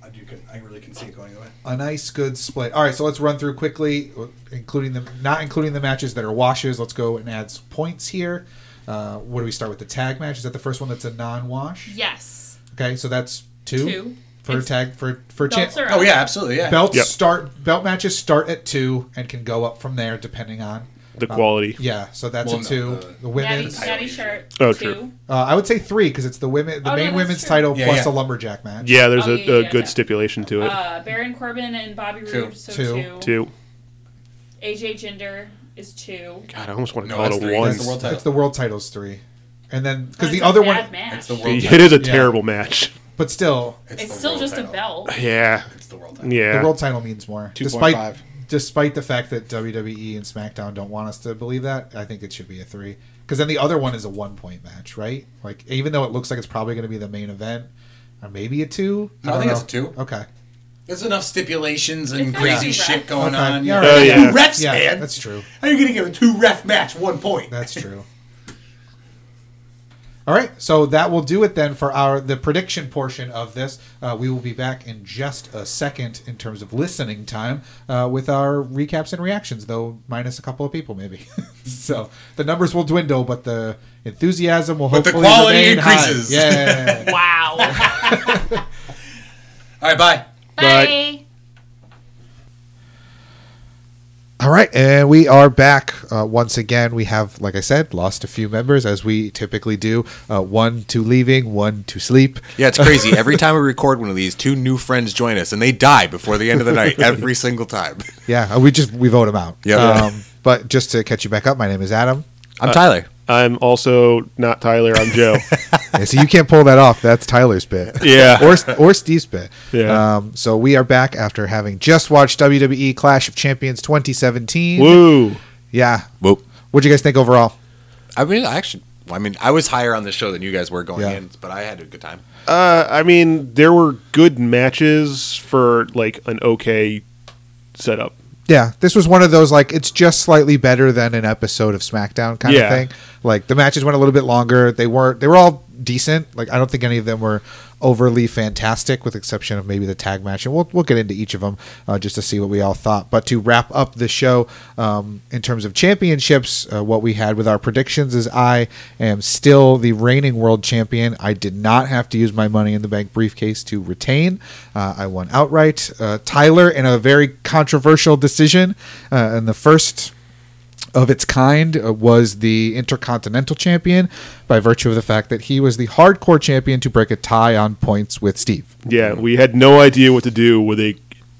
[SPEAKER 5] I do, can, I really can see it going either way.
[SPEAKER 2] a nice good split. All right, so let's run through quickly, including the not including the matches that are washes. Let's go and add some points here. Uh, what do we start with? The tag match is that the first one that's a non-wash?
[SPEAKER 1] Yes,
[SPEAKER 2] Okay, so that's two,
[SPEAKER 1] Two.
[SPEAKER 2] for
[SPEAKER 1] It's-
[SPEAKER 2] tag for for cha-
[SPEAKER 1] belts are up.
[SPEAKER 5] Oh yeah, absolutely, yeah.
[SPEAKER 2] belts
[SPEAKER 3] Yep.
[SPEAKER 2] start belt matches start at two and can go up from there depending on
[SPEAKER 3] The quality.
[SPEAKER 2] yeah. So that's a
[SPEAKER 5] Well, no, uh,
[SPEAKER 2] two.
[SPEAKER 5] the-
[SPEAKER 2] the
[SPEAKER 1] Natty,
[SPEAKER 2] women's,
[SPEAKER 5] title
[SPEAKER 1] Natty
[SPEAKER 5] issue.
[SPEAKER 1] shirt.
[SPEAKER 3] Oh,
[SPEAKER 1] two.
[SPEAKER 3] true.
[SPEAKER 2] uh, I would say three because it's the women,
[SPEAKER 1] Oh,
[SPEAKER 2] the
[SPEAKER 1] no,
[SPEAKER 2] main
[SPEAKER 1] that's
[SPEAKER 2] women's
[SPEAKER 1] true.
[SPEAKER 2] title
[SPEAKER 5] Yeah,
[SPEAKER 2] plus a
[SPEAKER 5] yeah.
[SPEAKER 2] lumberjack match.
[SPEAKER 3] Yeah, there's
[SPEAKER 1] Oh,
[SPEAKER 3] a,
[SPEAKER 1] yeah,
[SPEAKER 3] a
[SPEAKER 1] yeah,
[SPEAKER 3] good
[SPEAKER 1] yeah.
[SPEAKER 3] stipulation to it
[SPEAKER 1] Uh, Baron Corbin and Bobby
[SPEAKER 5] Two.
[SPEAKER 1] Roode, so
[SPEAKER 2] Two.
[SPEAKER 1] two.
[SPEAKER 3] too.
[SPEAKER 1] AJ Gender is two.
[SPEAKER 3] God, I almost want to
[SPEAKER 5] No,
[SPEAKER 3] call
[SPEAKER 5] that's
[SPEAKER 3] it
[SPEAKER 5] three.
[SPEAKER 3] a one.
[SPEAKER 5] That's the world title.
[SPEAKER 2] That's the world titles three, and then
[SPEAKER 1] But
[SPEAKER 2] because the
[SPEAKER 1] Oh, it's a
[SPEAKER 2] other
[SPEAKER 1] bad
[SPEAKER 2] one,
[SPEAKER 1] match.
[SPEAKER 5] It's the world.
[SPEAKER 3] It is a
[SPEAKER 2] Yeah.
[SPEAKER 3] terrible match.
[SPEAKER 2] but still
[SPEAKER 5] It's,
[SPEAKER 1] It's
[SPEAKER 5] the
[SPEAKER 1] still
[SPEAKER 5] world
[SPEAKER 1] just
[SPEAKER 5] title.
[SPEAKER 1] a belt.
[SPEAKER 3] Yeah,
[SPEAKER 5] It's the world. Title.
[SPEAKER 3] yeah.
[SPEAKER 2] The world title means more.
[SPEAKER 4] 2.5.
[SPEAKER 2] Despite despite the fact that WWE and SmackDown don't want us to believe that, I think it should be a three. Because then the other one is a one point match, right? Like even though it looks like it's probably going to be the main event, or maybe a two.
[SPEAKER 5] No, I
[SPEAKER 2] don't
[SPEAKER 5] think
[SPEAKER 2] know.
[SPEAKER 5] it's a two.
[SPEAKER 2] Okay,
[SPEAKER 5] There's enough stipulations and
[SPEAKER 1] It's
[SPEAKER 5] crazy
[SPEAKER 1] not two
[SPEAKER 5] shit
[SPEAKER 1] refs.
[SPEAKER 5] going
[SPEAKER 2] Okay.
[SPEAKER 5] on.
[SPEAKER 2] Yeah,
[SPEAKER 3] right. Oh, yeah.
[SPEAKER 5] Two refs,
[SPEAKER 2] yeah,
[SPEAKER 5] man.
[SPEAKER 2] that's true.
[SPEAKER 5] How are you going to give a two ref match one point?
[SPEAKER 2] That's true. All right, so that will do it then for our the prediction portion of this. Uh, we will be back in just a second in terms of listening time uh, with our recaps and reactions, though minus a couple of people maybe. so the numbers will dwindle, but the enthusiasm will
[SPEAKER 5] But the
[SPEAKER 2] hopefully
[SPEAKER 5] quality
[SPEAKER 2] remain high.
[SPEAKER 5] increases.
[SPEAKER 2] Yeah.
[SPEAKER 1] Wow.
[SPEAKER 5] All right, bye.
[SPEAKER 1] Bye.
[SPEAKER 2] All right, and we are back uh, once again. We have, like I said, lost a few members as we typically do. Uh, one to leaving, one to sleep.
[SPEAKER 6] Yeah, it's crazy. Every time we record one of these, two new friends join us, and they die before the end of the night every single time.
[SPEAKER 2] Yeah, uh, we just we vote them out.
[SPEAKER 6] Yeah.
[SPEAKER 2] Um, but just to catch you back up, my name is Adam.
[SPEAKER 6] I'm Tyler.
[SPEAKER 3] I'm also not Tyler. I'm Joe.
[SPEAKER 2] Yeah, so you can't pull that off. That's Tyler's bit.
[SPEAKER 3] Yeah.
[SPEAKER 2] Or or Steve's bit.
[SPEAKER 3] Yeah.
[SPEAKER 2] Um, so we are back after having just watched WWE Clash of Champions 2017.
[SPEAKER 3] Woo.
[SPEAKER 2] Yeah.
[SPEAKER 6] Whoop.
[SPEAKER 2] What'd you guys think overall?
[SPEAKER 6] I mean, I actually, well, I mean, I was higher on this show than you guys were going
[SPEAKER 2] Yeah.
[SPEAKER 6] in, but I had a good time.
[SPEAKER 3] Uh, I mean, there were good matches for like an okay setup.
[SPEAKER 2] Yeah, this was one of those like it's just slightly better than an episode of SmackDown kind
[SPEAKER 3] Yeah.
[SPEAKER 2] of thing. Like the matches went a little bit longer. They weren't. They were all decent. Like I don't think any of them were overly fantastic, with exception of maybe the tag match. And we'll we'll get into each of them uh, just to see what we all thought. But to wrap up the show um, in terms of championships, uh, what we had with our predictions is I am still the reigning world champion. I did not have to use my money in the bank briefcase to retain. Uh, I won outright. Uh, Tyler in a very controversial decision uh, in the first of its kind uh, was the Intercontinental Champion by virtue of the fact that he was the hardcore champion to break a tie on points with Steve.
[SPEAKER 3] Yeah, we had no idea what to do with a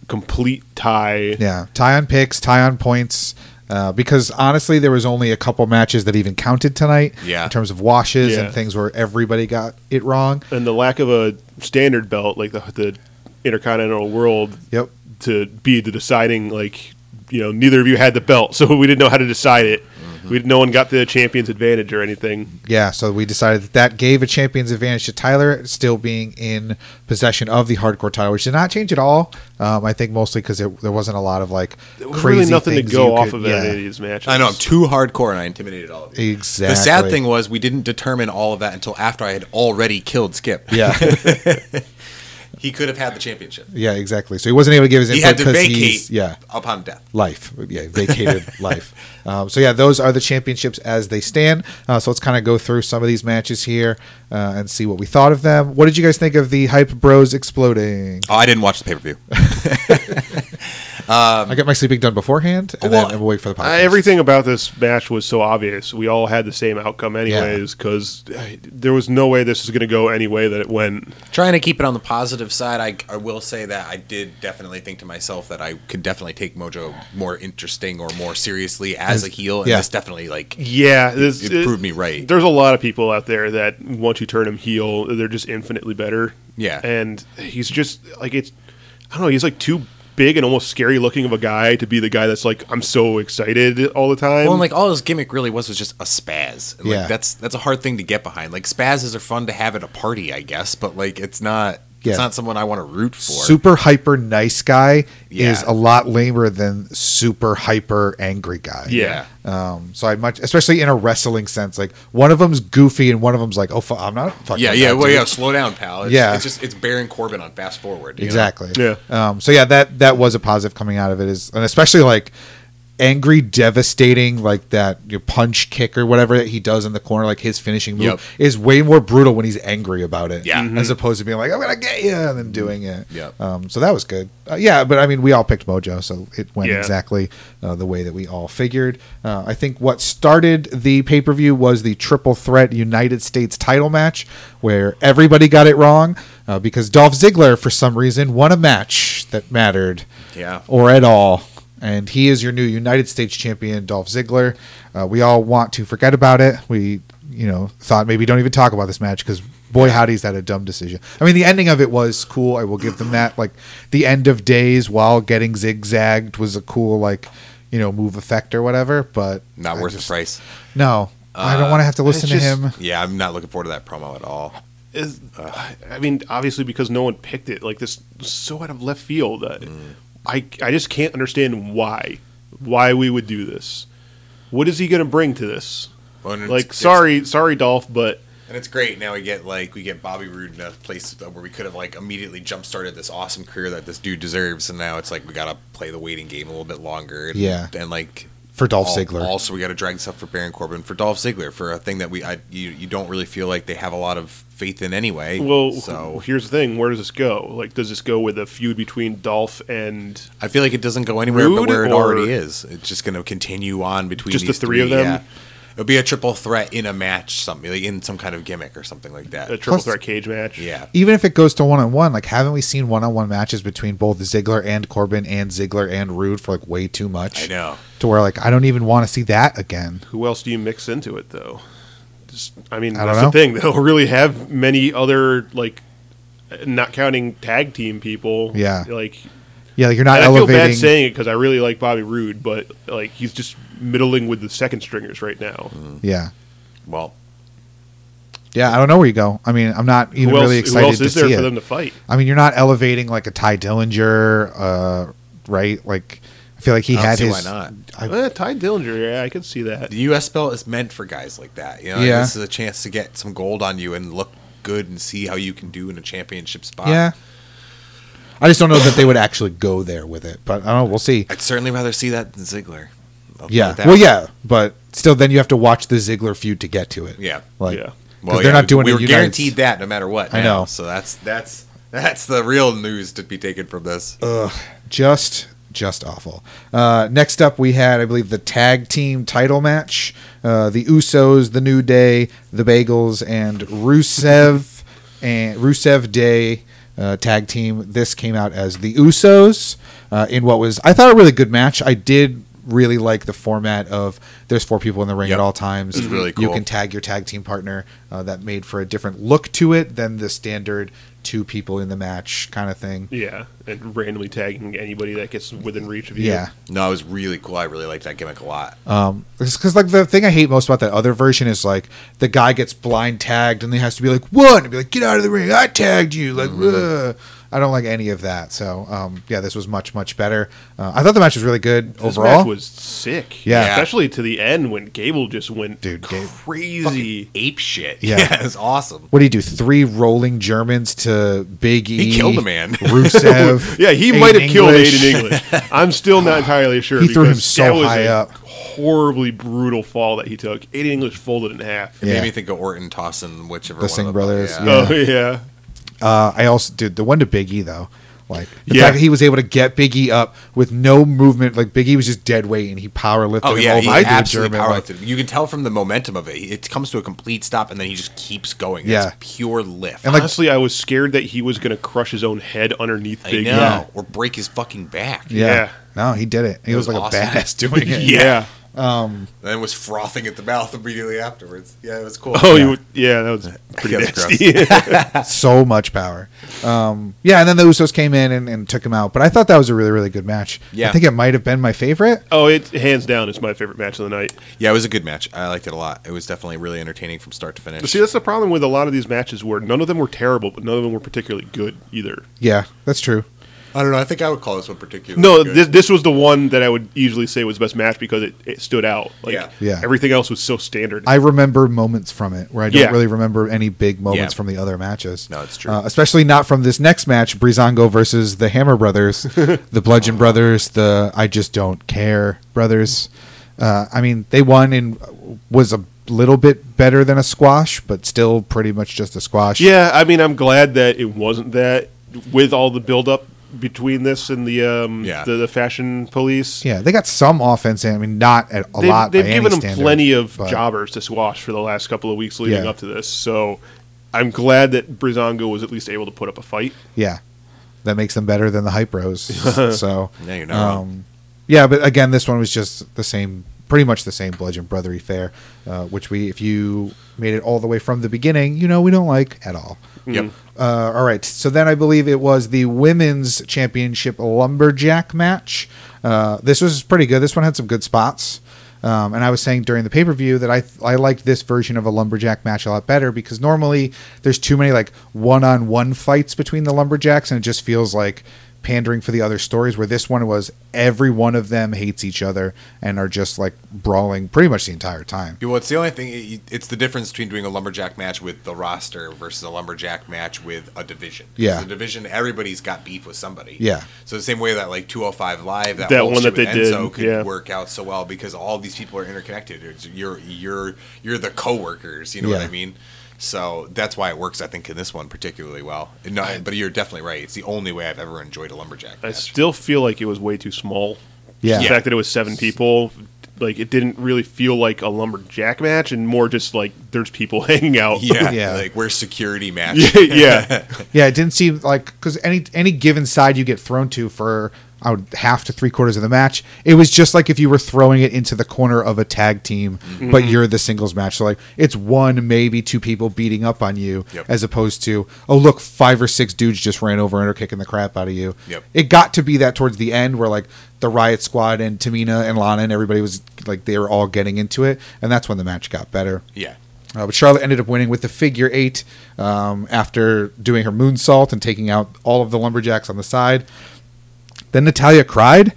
[SPEAKER 3] complete tie.
[SPEAKER 2] Yeah, tie on picks, tie on points. Uh, because honestly, there was only a couple matches that even counted tonight
[SPEAKER 6] Yeah.
[SPEAKER 2] in terms of washes
[SPEAKER 3] Yeah.
[SPEAKER 2] and things where everybody got it wrong.
[SPEAKER 3] and the lack of a standard belt like the, the intercontinental world
[SPEAKER 2] Yep.
[SPEAKER 3] to be the deciding like you know neither of you had the belt so we didn't know how to decide it
[SPEAKER 5] Mm-hmm.
[SPEAKER 3] We no one got the champions advantage or anything.
[SPEAKER 2] Yeah, so we decided that that gave a champion's advantage to Tyler, still being in possession of the hardcore title, which did not change at all. Um, I think mostly because there wasn't a lot of like
[SPEAKER 3] There was
[SPEAKER 2] crazy
[SPEAKER 3] really nothing to
[SPEAKER 2] things you
[SPEAKER 3] go off
[SPEAKER 2] could-
[SPEAKER 3] of in any
[SPEAKER 2] yeah.
[SPEAKER 3] of these matches.
[SPEAKER 5] I know I'm too hardcore and I intimidated all of you.
[SPEAKER 2] Exactly.
[SPEAKER 5] The sad thing was we didn't determine all of that until after I had already killed Skip.
[SPEAKER 2] Yeah,
[SPEAKER 5] He could have had the championship.
[SPEAKER 2] yeah, exactly. So he wasn't able to give his
[SPEAKER 5] He
[SPEAKER 2] input
[SPEAKER 5] had to
[SPEAKER 2] because
[SPEAKER 5] vacate
[SPEAKER 2] he's yeah
[SPEAKER 5] upon death.
[SPEAKER 2] life, yeah vacated life. Um, so yeah, those are the championships as they stand. Uh, so let's kind of go through some of these matches here uh, and see what we thought of them. What did you guys think of the hype bros exploding?
[SPEAKER 5] Oh, I didn't watch the pay per view.
[SPEAKER 2] I got my sleeping done beforehand, and
[SPEAKER 5] Um, Well,
[SPEAKER 2] then I'm awake for the podcast.
[SPEAKER 3] I- everything about this match was so obvious. We all had the same outcome, anyways, because there was no way this was going to go any way that it went.
[SPEAKER 5] Trying to keep it on the positive side, I, I will say that I did definitely think to myself that I could definitely take Mojo more interesting or more seriously as a heel, and
[SPEAKER 2] yeah.
[SPEAKER 5] this definitely like
[SPEAKER 3] Yeah, this,
[SPEAKER 5] it proved me right.
[SPEAKER 3] There's a lot of people out there that once you turn them heel, they're just infinitely better.
[SPEAKER 5] Yeah.
[SPEAKER 3] and he's just like it's. I don't know. He's like too big and almost scary looking of a guy to be the guy that's like I'm so excited all the time.
[SPEAKER 5] Well, and like all his gimmick really was was just a spaz. And, like,
[SPEAKER 2] Yeah.
[SPEAKER 5] that's that's a hard thing to get behind. Like spazzes are fun to have at a party, I guess, but like it's not
[SPEAKER 2] Yeah.
[SPEAKER 5] it's not someone I want to root for.
[SPEAKER 2] super hyper nice guy
[SPEAKER 5] Yeah.
[SPEAKER 2] is a lot lamer than super hyper angry guy.
[SPEAKER 3] yeah.
[SPEAKER 2] Um, so I much, especially in a wrestling sense, like one of them's goofy and one of them's like, oh, fu- I'm not fucking.
[SPEAKER 5] Yeah,
[SPEAKER 2] with
[SPEAKER 5] yeah,
[SPEAKER 2] that
[SPEAKER 5] well,
[SPEAKER 2] dude.
[SPEAKER 5] yeah. Slow down, pal. It's,
[SPEAKER 2] Yeah.
[SPEAKER 5] it's just it's Baron Corbin on fast forward. you know?
[SPEAKER 2] Exactly.
[SPEAKER 3] Yeah.
[SPEAKER 2] Um, so yeah, that that was a positive coming out of it is, and especially like angry, devastating, like that your punch kick or whatever that he does in the corner, like his finishing move
[SPEAKER 5] Yep.
[SPEAKER 2] is way more brutal when he's angry about it.
[SPEAKER 5] Yeah.
[SPEAKER 2] As opposed to being like, I'm gonna get you, and then doing it.
[SPEAKER 5] Yep.
[SPEAKER 2] Um, so that was good. Uh, yeah, but I mean, we all picked Mojo, so it went
[SPEAKER 3] Yeah.
[SPEAKER 2] exactly uh, the way that we all figured. Uh, I think what started the pay per view was the triple threat United States title match, where everybody got it wrong uh, because Dolph Ziggler, for some reason, won a match that mattered
[SPEAKER 5] Yeah.
[SPEAKER 2] or at all. And he is your new United States champion, Dolph Ziggler. Uh, we all want to forget about it. We, you know, thought maybe don't even talk about this match because boy, howdy's that a dumb decision. I mean, the ending of it was cool. I will give them that. Like the end of days while getting zigzagged was a cool, like, you know, move effect or whatever. But
[SPEAKER 5] Not
[SPEAKER 2] I
[SPEAKER 5] worth Uh,
[SPEAKER 2] just-
[SPEAKER 5] the price.
[SPEAKER 2] No, I don't want to have to listen
[SPEAKER 3] just-
[SPEAKER 2] to him.
[SPEAKER 5] Yeah, I'm not looking forward to that promo at all.
[SPEAKER 3] is, I mean, obviously because no one picked it. Like this, was so out of left field. Uh,
[SPEAKER 5] Mm.
[SPEAKER 3] I I just can't understand why why we would do this. What is he going to bring to this?
[SPEAKER 5] Well, and it's-
[SPEAKER 3] Like,
[SPEAKER 5] it's-
[SPEAKER 3] sorry, sorry, Dolph, but
[SPEAKER 5] And it's great now we get like we get Bobby Roode in a place where we could have like immediately jump started this awesome career that this dude deserves, and now it's like we gotta play the waiting game a little bit longer. And,
[SPEAKER 2] Yeah.
[SPEAKER 5] and like
[SPEAKER 2] For Dolph
[SPEAKER 5] al-
[SPEAKER 2] Ziggler.
[SPEAKER 5] Also, we gotta drag stuff for Baron Corbin for Dolph Ziggler for a thing that we I, you you don't really feel like they have a lot of faith in anyway.
[SPEAKER 3] well,
[SPEAKER 5] so
[SPEAKER 3] here's the thing. Where does this go? Like, does this go with a feud between Dolph and
[SPEAKER 5] I feel like it doesn't go anywhere
[SPEAKER 3] Roode
[SPEAKER 5] but where it
[SPEAKER 3] or-
[SPEAKER 5] already is. It's just gonna continue on between
[SPEAKER 3] Just the
[SPEAKER 5] these
[SPEAKER 3] three of them?
[SPEAKER 5] yeah. It'll be a triple threat in a match, something like in some kind of gimmick or something like that.
[SPEAKER 3] a triple
[SPEAKER 2] Uh, Plus-
[SPEAKER 3] threat cage match?
[SPEAKER 5] yeah.
[SPEAKER 2] even if it goes to one on one, like haven't we seen one on one matches between both Ziggler and Corbin and Ziggler and Rude for like way too much?
[SPEAKER 5] I know.
[SPEAKER 2] To where like I don't even want to see that again.
[SPEAKER 3] Who else do you mix into it though? Just, I mean,
[SPEAKER 2] I don't
[SPEAKER 3] that's
[SPEAKER 2] know.
[SPEAKER 3] the thing. They don't really have many other like, not counting tag team people.
[SPEAKER 2] Yeah.
[SPEAKER 3] like
[SPEAKER 2] Yeah, like you're not
[SPEAKER 3] And I feel bad
[SPEAKER 2] elevating.
[SPEAKER 3] saying it because I really like Bobby Roode, but like he's just middling with the second stringers right now.
[SPEAKER 2] yeah,
[SPEAKER 5] Well,
[SPEAKER 2] yeah. I don't know where you go. I mean, I'm not even
[SPEAKER 3] who else,
[SPEAKER 2] really
[SPEAKER 3] who
[SPEAKER 2] excited
[SPEAKER 3] else
[SPEAKER 2] to
[SPEAKER 3] is there
[SPEAKER 2] see
[SPEAKER 3] for them
[SPEAKER 2] it.
[SPEAKER 3] to fight?
[SPEAKER 2] I mean, you're not elevating like a Ty Dillinger, uh, right? Like I feel like he
[SPEAKER 5] I don't
[SPEAKER 2] had
[SPEAKER 5] see
[SPEAKER 2] his.
[SPEAKER 5] why not.
[SPEAKER 2] I-
[SPEAKER 3] Eh, Ty Dillinger, yeah, I can see that.
[SPEAKER 5] The U.S. belt is meant for guys like that. You know,
[SPEAKER 2] Yeah.
[SPEAKER 5] this is a chance to get some gold on you and look good and see how you can do in a championship spot.
[SPEAKER 2] yeah. I just don't know that they would actually go there with it, but I don't know. We'll see.
[SPEAKER 5] I'd certainly rather see that than Ziggler. I'll put
[SPEAKER 2] Yeah.
[SPEAKER 5] it that
[SPEAKER 2] well,
[SPEAKER 5] way.
[SPEAKER 2] yeah, but still, then you have to watch the Ziggler feud to get to it.
[SPEAKER 5] Yeah.
[SPEAKER 2] Like,
[SPEAKER 3] Yeah.
[SPEAKER 2] because they're
[SPEAKER 5] yeah,
[SPEAKER 2] not doing
[SPEAKER 5] We
[SPEAKER 2] it.
[SPEAKER 5] were
[SPEAKER 2] you guys-
[SPEAKER 5] guaranteed that no matter what.
[SPEAKER 2] I
[SPEAKER 5] now.
[SPEAKER 2] know.
[SPEAKER 5] So that's that's that's the real news to be taken from this.
[SPEAKER 2] just just awful. Uh, next up, we had I believe the tag team title match: uh, the Usos, the New Day, the Bagels, and Rusev and Rusev Day uh, tag team. This came out as the Usos uh, in what was I thought a really good match. I did really like the format of there's four people in the ring
[SPEAKER 5] Yep.
[SPEAKER 2] at all times.
[SPEAKER 5] It's really
[SPEAKER 2] You
[SPEAKER 5] cool.
[SPEAKER 2] can tag your tag team partner. Uh, that made for a different look to it than the standard two people in the match kind of thing.
[SPEAKER 3] Yeah, and randomly tagging anybody that gets within reach of you.
[SPEAKER 2] Yeah.
[SPEAKER 5] No, it was really cool. I really liked that gimmick a lot.
[SPEAKER 2] Uh, Because Um, like the thing I hate most about that other version is like the guy gets blind tagged and he has to be like one and be like get out of the ring I tagged you like
[SPEAKER 3] Mm-hmm.
[SPEAKER 2] ugh. I don't like any of that so um, yeah this was much much better uh, I thought the match was really good
[SPEAKER 3] This
[SPEAKER 2] overall
[SPEAKER 3] match was sick.
[SPEAKER 2] Yeah.
[SPEAKER 3] especially to the end when Gable just went
[SPEAKER 2] Dude, Gable-
[SPEAKER 3] crazy.
[SPEAKER 5] Ape shit.
[SPEAKER 2] Yeah.
[SPEAKER 5] it was awesome.
[SPEAKER 2] what do you do three rolling Germans to Big E
[SPEAKER 5] He killed a man.
[SPEAKER 2] Rusev
[SPEAKER 3] Yeah, he
[SPEAKER 2] Aiden
[SPEAKER 3] might have killed
[SPEAKER 2] English.
[SPEAKER 3] Aiden English. I'm still not entirely sure.
[SPEAKER 2] He threw him
[SPEAKER 3] because
[SPEAKER 2] so
[SPEAKER 3] that was
[SPEAKER 2] high
[SPEAKER 3] a
[SPEAKER 2] up.
[SPEAKER 3] Horribly brutal fall that he took. Aiden English folded in half.
[SPEAKER 5] It
[SPEAKER 2] Yeah.
[SPEAKER 5] made me think of Orton tossing whichever
[SPEAKER 2] The
[SPEAKER 5] one
[SPEAKER 2] Singh
[SPEAKER 5] of
[SPEAKER 2] brothers,
[SPEAKER 5] Yeah.
[SPEAKER 2] yeah.
[SPEAKER 3] Oh yeah.
[SPEAKER 2] Uh, I also dude the one to Big E though. Like the
[SPEAKER 3] Yeah.
[SPEAKER 2] fact that he was able to get Big E up with no movement, like Big E was just dead weight and he power lifted
[SPEAKER 5] Oh
[SPEAKER 2] him
[SPEAKER 5] yeah,
[SPEAKER 2] over.
[SPEAKER 5] he
[SPEAKER 2] I do a
[SPEAKER 5] absolutely
[SPEAKER 2] German, like,
[SPEAKER 5] powerlifted him. You can tell from the momentum of it. It comes to a complete stop, and then he just keeps going.
[SPEAKER 2] Yeah.
[SPEAKER 5] it's pure lift.
[SPEAKER 2] And, like-
[SPEAKER 3] Honestly, I was scared that he was going to crush his own head underneath
[SPEAKER 5] I
[SPEAKER 3] Big
[SPEAKER 5] know,
[SPEAKER 3] E.
[SPEAKER 5] or break his fucking back.
[SPEAKER 2] yeah.
[SPEAKER 3] yeah.
[SPEAKER 2] No, he did it. He was,
[SPEAKER 5] was
[SPEAKER 2] like
[SPEAKER 5] awesome.
[SPEAKER 2] a badass doing it.
[SPEAKER 3] E. Yeah.
[SPEAKER 5] and then was frothing at the mouth immediately afterwards. Yeah, it was cool.
[SPEAKER 3] Oh, you would, yeah, that was pretty
[SPEAKER 5] That was
[SPEAKER 3] nasty.
[SPEAKER 2] So much power. Um, yeah, and then the Usos came in and, and took him out. But I thought that was a really, really good match.
[SPEAKER 5] Yeah.
[SPEAKER 2] I think it might have been my favorite.
[SPEAKER 3] oh, it hands down is my favorite match of the night.
[SPEAKER 5] Yeah, it was a good match. I liked it a lot. It was definitely really entertaining from start to
[SPEAKER 3] But
[SPEAKER 5] finish.
[SPEAKER 3] see, that's the problem with a lot of these matches where none of them were terrible, but none of them were particularly good either.
[SPEAKER 2] Yeah, that's true.
[SPEAKER 5] I don't know. I think I would call this one particularly.
[SPEAKER 3] No,
[SPEAKER 5] good.
[SPEAKER 3] this this was the one that I would usually say was the best match because it, it stood out. Like
[SPEAKER 5] Yeah.
[SPEAKER 2] Yeah.
[SPEAKER 3] everything else was so standard.
[SPEAKER 2] I remember moments from it where I don't
[SPEAKER 3] Yeah.
[SPEAKER 2] really remember any big moments
[SPEAKER 5] Yeah.
[SPEAKER 2] from the other matches.
[SPEAKER 5] No, it's true.
[SPEAKER 2] Uh, especially not from this next match, Brizongo versus the Hammer Brothers, the Bludgeon Brothers, the I Just Don't Care Brothers. Uh, I mean, they won and was a little bit better than a squash, but still pretty much just a squash.
[SPEAKER 3] yeah, I mean, I'm glad that it wasn't that with all the buildup between this and the um
[SPEAKER 5] Yeah.
[SPEAKER 3] the, the fashion police.
[SPEAKER 2] Yeah, they got some offense in. I mean, not at a
[SPEAKER 3] They've,
[SPEAKER 2] lot.
[SPEAKER 3] they've
[SPEAKER 2] by
[SPEAKER 3] given
[SPEAKER 2] any
[SPEAKER 3] them
[SPEAKER 2] standard,
[SPEAKER 3] plenty of
[SPEAKER 2] but-
[SPEAKER 3] jobbers to squash for the last couple of weeks leading
[SPEAKER 2] Yeah.
[SPEAKER 3] up to this. So I'm glad that Brizongo was at least able to put up a fight.
[SPEAKER 2] Yeah, that makes them better than the hype bros. so um,
[SPEAKER 5] No, you're not wrong.
[SPEAKER 2] yeah, but again, this one was just the same, pretty much the same bludgeon brothery fair, uh, which we, if you made it all the way from the beginning, you know we don't like at all.
[SPEAKER 5] Yep.
[SPEAKER 2] Uh, all right, so then I believe it was the women's championship lumberjack match. Uh, this was pretty good. This one had some good spots. Um, and I was saying during the pay per view that I I liked this version of a lumberjack match a lot better because normally there's too many like one on one fights between the lumberjacks and it just feels like pandering for the other stories. Where this one was every one of them hates each other and are just like brawling pretty much the entire time.
[SPEAKER 5] Yeah, well, it's the only thing. it- It's the difference between doing a lumberjack match with the roster versus a lumberjack match with a division. 'Cause
[SPEAKER 2] Yeah.
[SPEAKER 5] the division. Everybody's got beef with somebody.
[SPEAKER 2] Yeah.
[SPEAKER 5] So the same way that like 205 Live, that,
[SPEAKER 3] That
[SPEAKER 5] whole
[SPEAKER 3] one
[SPEAKER 5] shit
[SPEAKER 3] that
[SPEAKER 5] with
[SPEAKER 3] they did,
[SPEAKER 5] Enzo could
[SPEAKER 3] yeah.
[SPEAKER 5] work out so well because all these people are interconnected. It's, you're you're you're the coworkers. You know what
[SPEAKER 2] Yeah.
[SPEAKER 5] I mean? So that's why it works, I think, in this one particularly well. No, but you're definitely right. It's the only way I've ever enjoyed a lumberjack
[SPEAKER 3] I
[SPEAKER 5] match.
[SPEAKER 3] still feel like it was way too small.
[SPEAKER 2] Yeah.
[SPEAKER 3] The
[SPEAKER 2] Yeah.
[SPEAKER 3] fact that it was seven people, like it didn't really feel like a lumberjack match, and more just like there's people hanging out.
[SPEAKER 5] yeah,
[SPEAKER 2] Yeah.
[SPEAKER 5] like we're security match.
[SPEAKER 3] yeah.
[SPEAKER 2] Yeah, it didn't seem like because any any given side you get thrown to for I would half to three quarters of the match, it was just like if you were throwing it into the corner of a tag team,
[SPEAKER 5] Mm-hmm.
[SPEAKER 2] but you're the singles match. So like it's one maybe two people beating up on you,
[SPEAKER 5] Yep.
[SPEAKER 2] as opposed to oh look five or six dudes just ran over and are kicking the crap out of you.
[SPEAKER 5] Yep.
[SPEAKER 2] It got to be that towards the end where like the Riot Squad and Tamina and Lana and everybody was like they were all getting into it, and that's when the match got better.
[SPEAKER 5] yeah.
[SPEAKER 2] Uh, but Charlotte ended up winning with the figure eight um, after doing her moonsault and taking out all of the lumberjacks on the side. Then Natalia cried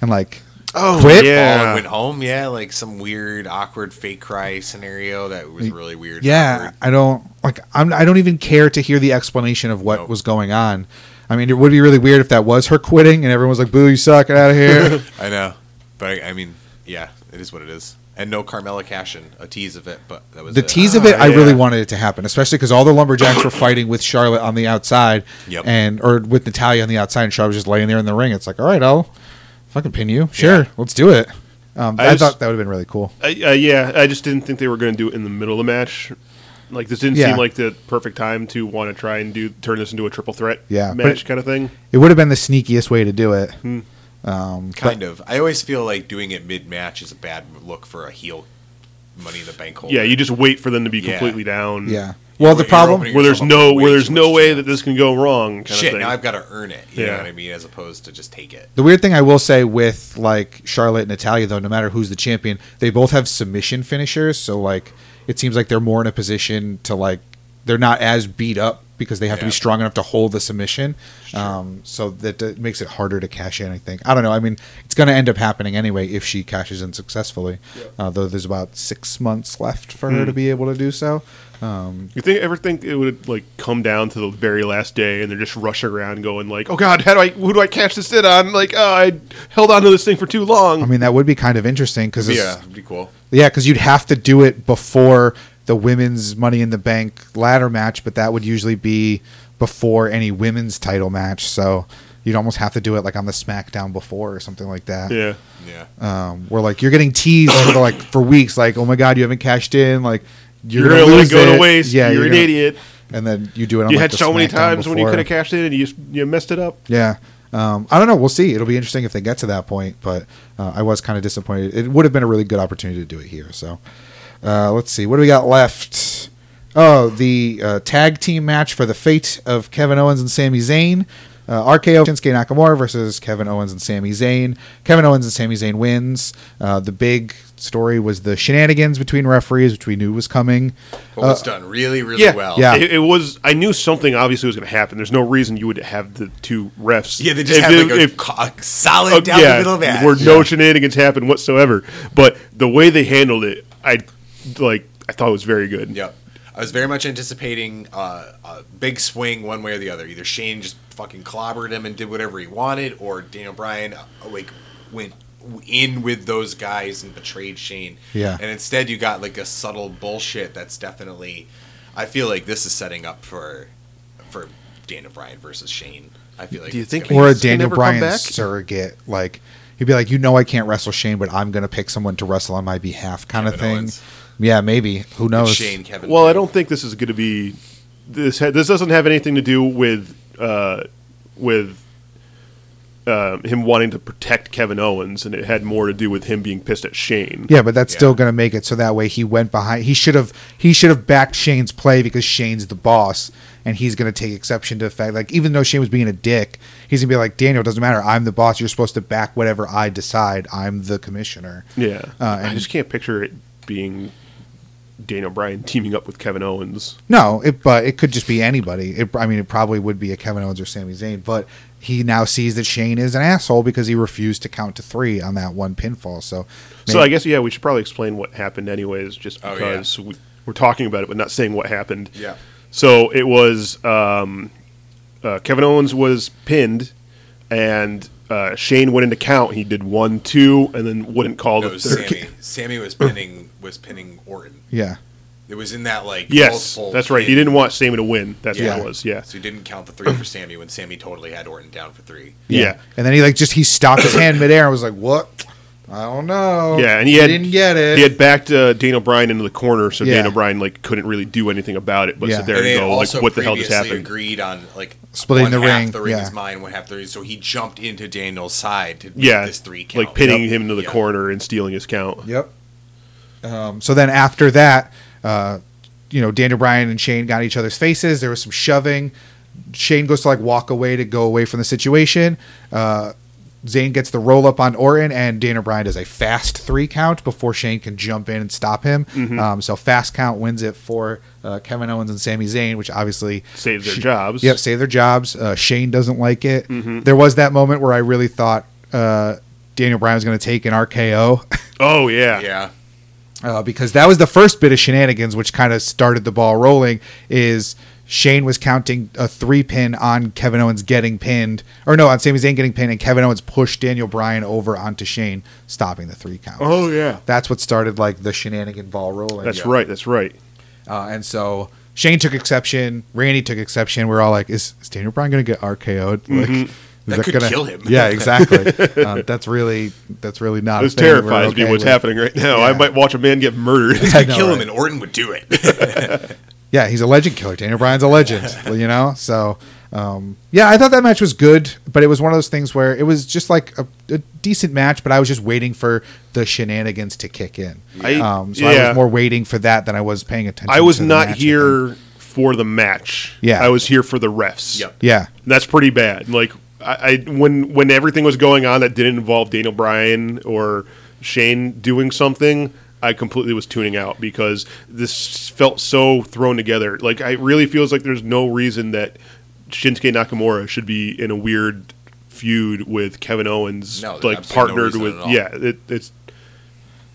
[SPEAKER 2] and like
[SPEAKER 5] Oh,
[SPEAKER 2] quit.
[SPEAKER 3] yeah.
[SPEAKER 5] and went home. Yeah, like some weird, awkward fake cry scenario that was really weird. and
[SPEAKER 2] Yeah,
[SPEAKER 5] awkward.
[SPEAKER 2] I don't like. I'm. I don't even care to hear the explanation of what
[SPEAKER 5] Nope.
[SPEAKER 2] was going on. I mean, it would be really weird if that was her quitting and everyone was like, "Boo, you suck, get out of here."
[SPEAKER 5] I know, but I, I mean, yeah, it is what it is. And no Carmella Cashin, a tease of it, but that was
[SPEAKER 2] the
[SPEAKER 5] it.
[SPEAKER 2] tease of it, I
[SPEAKER 3] yeah.
[SPEAKER 2] really wanted it to happen, especially because all the lumberjacks were fighting with Charlotte on the outside,
[SPEAKER 5] Yep.
[SPEAKER 2] and or with Natalia on the outside, and Charlotte was just laying there in the ring. It's like, all right, I'll fucking pin you. Sure, let's do it. Um, I,
[SPEAKER 3] I just-
[SPEAKER 2] thought that would have been really cool.
[SPEAKER 3] I, uh, yeah. I just didn't think they were going to do it in the middle of the match. Like this didn't
[SPEAKER 2] Yeah.
[SPEAKER 3] seem like the perfect time to want to try and do turn this into a triple threat
[SPEAKER 2] Yeah, but
[SPEAKER 3] match
[SPEAKER 2] it-
[SPEAKER 3] kind of thing.
[SPEAKER 2] It would have been the sneakiest way to do it. Um,
[SPEAKER 5] kind of. I always feel like doing it mid-match is a bad look for a heel Money in the Bank holder.
[SPEAKER 3] Yeah, you just wait for them to be
[SPEAKER 5] Yeah.
[SPEAKER 3] completely down.
[SPEAKER 2] Yeah. Well, the
[SPEAKER 5] you're
[SPEAKER 2] problem-
[SPEAKER 5] opening
[SPEAKER 3] where there's
[SPEAKER 5] yourself up
[SPEAKER 3] no
[SPEAKER 5] way
[SPEAKER 3] where there's
[SPEAKER 5] too
[SPEAKER 3] no
[SPEAKER 5] much
[SPEAKER 3] way
[SPEAKER 5] chance.
[SPEAKER 3] that this can go wrong. Kind
[SPEAKER 5] shit.
[SPEAKER 3] of thing.
[SPEAKER 5] Now I've got to earn it. You
[SPEAKER 3] Yeah.
[SPEAKER 5] know what I mean? As opposed to just take it.
[SPEAKER 2] The weird thing I will say with like Charlotte and Natalia though, no matter who's the champion, they both have submission finishers. So like, it seems like they're more in a position to like, they're not as beat up because they have to be
[SPEAKER 5] Yeah.
[SPEAKER 2] strong enough to hold the submission. Um, so that uh, makes it harder to cash in. I think I don't know. I mean, it's going to end up happening anyway if she cashes in successfully. Uh, though there's about six months left for her to
[SPEAKER 5] Hmm.
[SPEAKER 2] be able to do so. Um,
[SPEAKER 3] You think ever think it would like come down to the very last day and they're just rushing around going like, "Oh God, how do I? Who do I catch this in on? Like, oh, I held on to this thing for too long."
[SPEAKER 2] I mean, that would be kind of interesting because
[SPEAKER 5] Yeah, it'd be cool.
[SPEAKER 2] Yeah, because you'd have to do it before the women's Money in the Bank ladder match, but that would usually be before any women's title match. So you'd almost have to do it like on the SmackDown before or something like that.
[SPEAKER 3] yeah,
[SPEAKER 5] Yeah.
[SPEAKER 2] Um, where like you're getting teased for the, like for weeks, like oh my god, you haven't cashed in, like
[SPEAKER 3] you're, gonna, let it
[SPEAKER 2] lose
[SPEAKER 3] go to waste.
[SPEAKER 2] Yeah,
[SPEAKER 3] you're, an
[SPEAKER 2] gonna-
[SPEAKER 3] idiot.
[SPEAKER 2] And then you do it. on
[SPEAKER 3] You
[SPEAKER 2] like,
[SPEAKER 3] had
[SPEAKER 2] the
[SPEAKER 3] so many
[SPEAKER 2] SmackDown
[SPEAKER 3] times when you
[SPEAKER 2] before.
[SPEAKER 3] could have cashed in and you just, you messed it up.
[SPEAKER 2] Yeah. Um, I don't know. We'll see. It'll be interesting if they get to that point, but uh, I was kind of disappointed. It would have been a really good opportunity to do it here. So uh, let's see. What do we got left? Oh, the uh, tag team match for the fate of Kevin Owens and Sami Zayn. Uh, RKO Shinsuke Nakamura versus Kevin Owens and Sami Zayn. Kevin Owens and Sami Zayn wins. Uh, the big story was the shenanigans between referees, which we knew was coming.
[SPEAKER 5] But it was done really, really
[SPEAKER 3] yeah,
[SPEAKER 5] well.
[SPEAKER 2] uh, yeah.
[SPEAKER 3] It, it was. I knew something obviously was going to happen. There's no reason you would have the two refs.
[SPEAKER 5] Yeah, they just
[SPEAKER 3] If
[SPEAKER 5] had like a,
[SPEAKER 3] if-
[SPEAKER 5] co- a solid
[SPEAKER 3] uh,
[SPEAKER 5] down the middle match.
[SPEAKER 3] where no shenanigans happened whatsoever. But the way they handled it, I like. I thought it was very good.
[SPEAKER 5] Yep. I was very much anticipating uh, a big swing one way or the other. Either Shane just fucking clobbered him and did whatever he wanted, or Daniel Bryan uh, like went in with those guys and betrayed Shane.
[SPEAKER 2] Yeah.
[SPEAKER 5] And instead, you got like a subtle bullshit that's definitely. I feel like this is setting up for for Daniel Bryan versus Shane. I feel like
[SPEAKER 3] Do you
[SPEAKER 5] it's
[SPEAKER 3] think
[SPEAKER 5] gonna
[SPEAKER 2] or a
[SPEAKER 3] He's- he
[SPEAKER 2] Daniel
[SPEAKER 3] never come
[SPEAKER 2] Bryan
[SPEAKER 3] back?
[SPEAKER 2] surrogate. Like he'd be like, you know, I can't wrestle Shane, but I'm gonna pick someone to wrestle on my behalf, kind of
[SPEAKER 5] Kevin
[SPEAKER 2] thing.
[SPEAKER 5] Owens.
[SPEAKER 2] Yeah, maybe. Who
[SPEAKER 5] be
[SPEAKER 2] knows?
[SPEAKER 5] Shane Kevin?
[SPEAKER 3] Well, I don't think this is going to be this. Ha- this doesn't have anything to do with uh, with uh, him wanting to protect Kevin Owens, and it had more to do with him being pissed at Shane.
[SPEAKER 2] Yeah, but that's still
[SPEAKER 5] Yeah.
[SPEAKER 2] gonna make it so that way he went behind. He should have he should have backed Shane's play because Shane's the boss, and he's gonna take exception to the fact like even though Shane was being a dick, he's gonna be like Daniel. It doesn't matter. I'm the boss. You're supposed to back whatever I decide. I'm the commissioner.
[SPEAKER 3] Yeah,
[SPEAKER 2] Uh,
[SPEAKER 3] I
[SPEAKER 2] and-
[SPEAKER 3] just can't picture it being Daniel Bryan teaming up with Kevin Owens.
[SPEAKER 2] No, it, but it could just be anybody. It, I mean, it probably would be a Kevin Owens or Sami Zayn, but he now sees that Shane is an asshole because he refused to count to three on that one pinfall. So,
[SPEAKER 3] So I guess yeah, we should probably explain what happened anyways, just
[SPEAKER 5] Oh, yeah.
[SPEAKER 3] because we, we're talking about it but not saying what happened.
[SPEAKER 5] Yeah.
[SPEAKER 3] So it was um, uh, Kevin Owens was pinned, and uh, Shane went into count. He did one, two, and then wouldn't call
[SPEAKER 5] No,
[SPEAKER 3] the third.
[SPEAKER 5] Sammy. Sammy was pinning was pinning Orton.
[SPEAKER 2] yeah,
[SPEAKER 5] It was in that like
[SPEAKER 3] Yes,
[SPEAKER 5] multiple
[SPEAKER 3] that's right. He
[SPEAKER 5] pin-
[SPEAKER 3] didn't want Sammy to win. That's
[SPEAKER 2] Yeah.
[SPEAKER 3] what it was. Yeah.
[SPEAKER 5] So he didn't count the three for Sammy when Sammy totally had Orton down for three.
[SPEAKER 3] Yeah.
[SPEAKER 2] And then he like just he stopped his hand midair and was like, "What? I don't know."
[SPEAKER 3] Yeah, and he had
[SPEAKER 2] didn't get it.
[SPEAKER 3] He had backed uh, Daniel Bryan into the corner, so
[SPEAKER 2] Yeah.
[SPEAKER 3] Daniel Bryan like couldn't really do anything about it. But
[SPEAKER 2] Yeah.
[SPEAKER 3] sit there and,
[SPEAKER 5] and they had
[SPEAKER 3] go like,
[SPEAKER 5] also
[SPEAKER 3] what the hell just
[SPEAKER 5] previously
[SPEAKER 3] happened?
[SPEAKER 5] Agreed on like
[SPEAKER 2] Splitting
[SPEAKER 5] one
[SPEAKER 2] the
[SPEAKER 5] half
[SPEAKER 2] ring,
[SPEAKER 5] The ring
[SPEAKER 2] yeah.
[SPEAKER 5] is mine. One half the ring. So he jumped into Daniel's side to make
[SPEAKER 3] Yeah,
[SPEAKER 5] this three count.
[SPEAKER 3] like pinning him into the
[SPEAKER 5] Yeah.
[SPEAKER 3] corner and stealing his count.
[SPEAKER 2] Yep. Um, so then after that, uh, you know, Daniel Bryan and Shane got in each other's faces. There was some shoving. Shane goes to like walk away to go away from the situation. Uh, Zayn gets the roll up on Orton, and Daniel Bryan does a fast three count before Shane can jump in and stop him. Um, so fast count wins it for uh, Kevin Owens and Sami Zayn, which obviously
[SPEAKER 3] Saves their
[SPEAKER 2] Sh-
[SPEAKER 3] jobs.
[SPEAKER 2] Yep, save their jobs. Uh, Shane doesn't like it. There was that moment where I really thought uh, Daniel Bryan was going to take an RKO.
[SPEAKER 3] Oh yeah.
[SPEAKER 5] Yeah.
[SPEAKER 2] uh, because that was the first bit of shenanigans which kind of started the ball rolling is Shane was counting a three pin on Kevin Owens getting pinned, or no, on Sami Zayn getting pinned, and Kevin Owens pushed Daniel Bryan over onto Shane, stopping the three count.
[SPEAKER 3] Oh yeah.
[SPEAKER 2] That's what started like the shenanigan ball rolling.
[SPEAKER 3] That's right. That's right.
[SPEAKER 2] Uh, and so Shane took exception. Randy took exception. We're all like, is, is Daniel Bryan going to get RKO'd?
[SPEAKER 3] Mm-hmm.
[SPEAKER 2] Like, is
[SPEAKER 5] That could kill him.
[SPEAKER 2] Yeah, exactly. uh, that's really that's really not.
[SPEAKER 3] This
[SPEAKER 2] a
[SPEAKER 3] was
[SPEAKER 2] thing we're
[SPEAKER 3] terrifies me.
[SPEAKER 2] okay
[SPEAKER 3] What's
[SPEAKER 2] with.
[SPEAKER 3] happening right now? I
[SPEAKER 2] Yeah.
[SPEAKER 3] might watch a man get murdered.
[SPEAKER 5] This could
[SPEAKER 2] know,
[SPEAKER 5] kill him,
[SPEAKER 2] right?
[SPEAKER 5] and Orton would do it.
[SPEAKER 2] yeah, he's a legend killer. Daniel Bryan's a legend, you know. So, um, yeah, I thought that match was good, but it was one of those things where it was just like a, a decent match, but I was just waiting for the shenanigans to kick in.
[SPEAKER 3] I-
[SPEAKER 2] um, so I
[SPEAKER 3] yeah.
[SPEAKER 2] was more waiting for that than I was paying attention.
[SPEAKER 3] I was
[SPEAKER 2] to the
[SPEAKER 3] not
[SPEAKER 2] match, I think.
[SPEAKER 3] here for the match.
[SPEAKER 2] Yeah.
[SPEAKER 3] I was here for the refs.
[SPEAKER 5] Yep.
[SPEAKER 2] Yeah.
[SPEAKER 3] And that's pretty bad. Like I, I when when everything was going on that didn't involve Daniel Bryan or Shane doing something, I completely was tuning out because this felt so thrown together. Like I really feels like there's no reason that Shinsuke Nakamura should be in a weird feud with Kevin Owens,
[SPEAKER 5] No, there's
[SPEAKER 3] like
[SPEAKER 5] absolutely no
[SPEAKER 3] partnered
[SPEAKER 5] reason
[SPEAKER 3] with.
[SPEAKER 5] at all.
[SPEAKER 3] Yeah, it, it's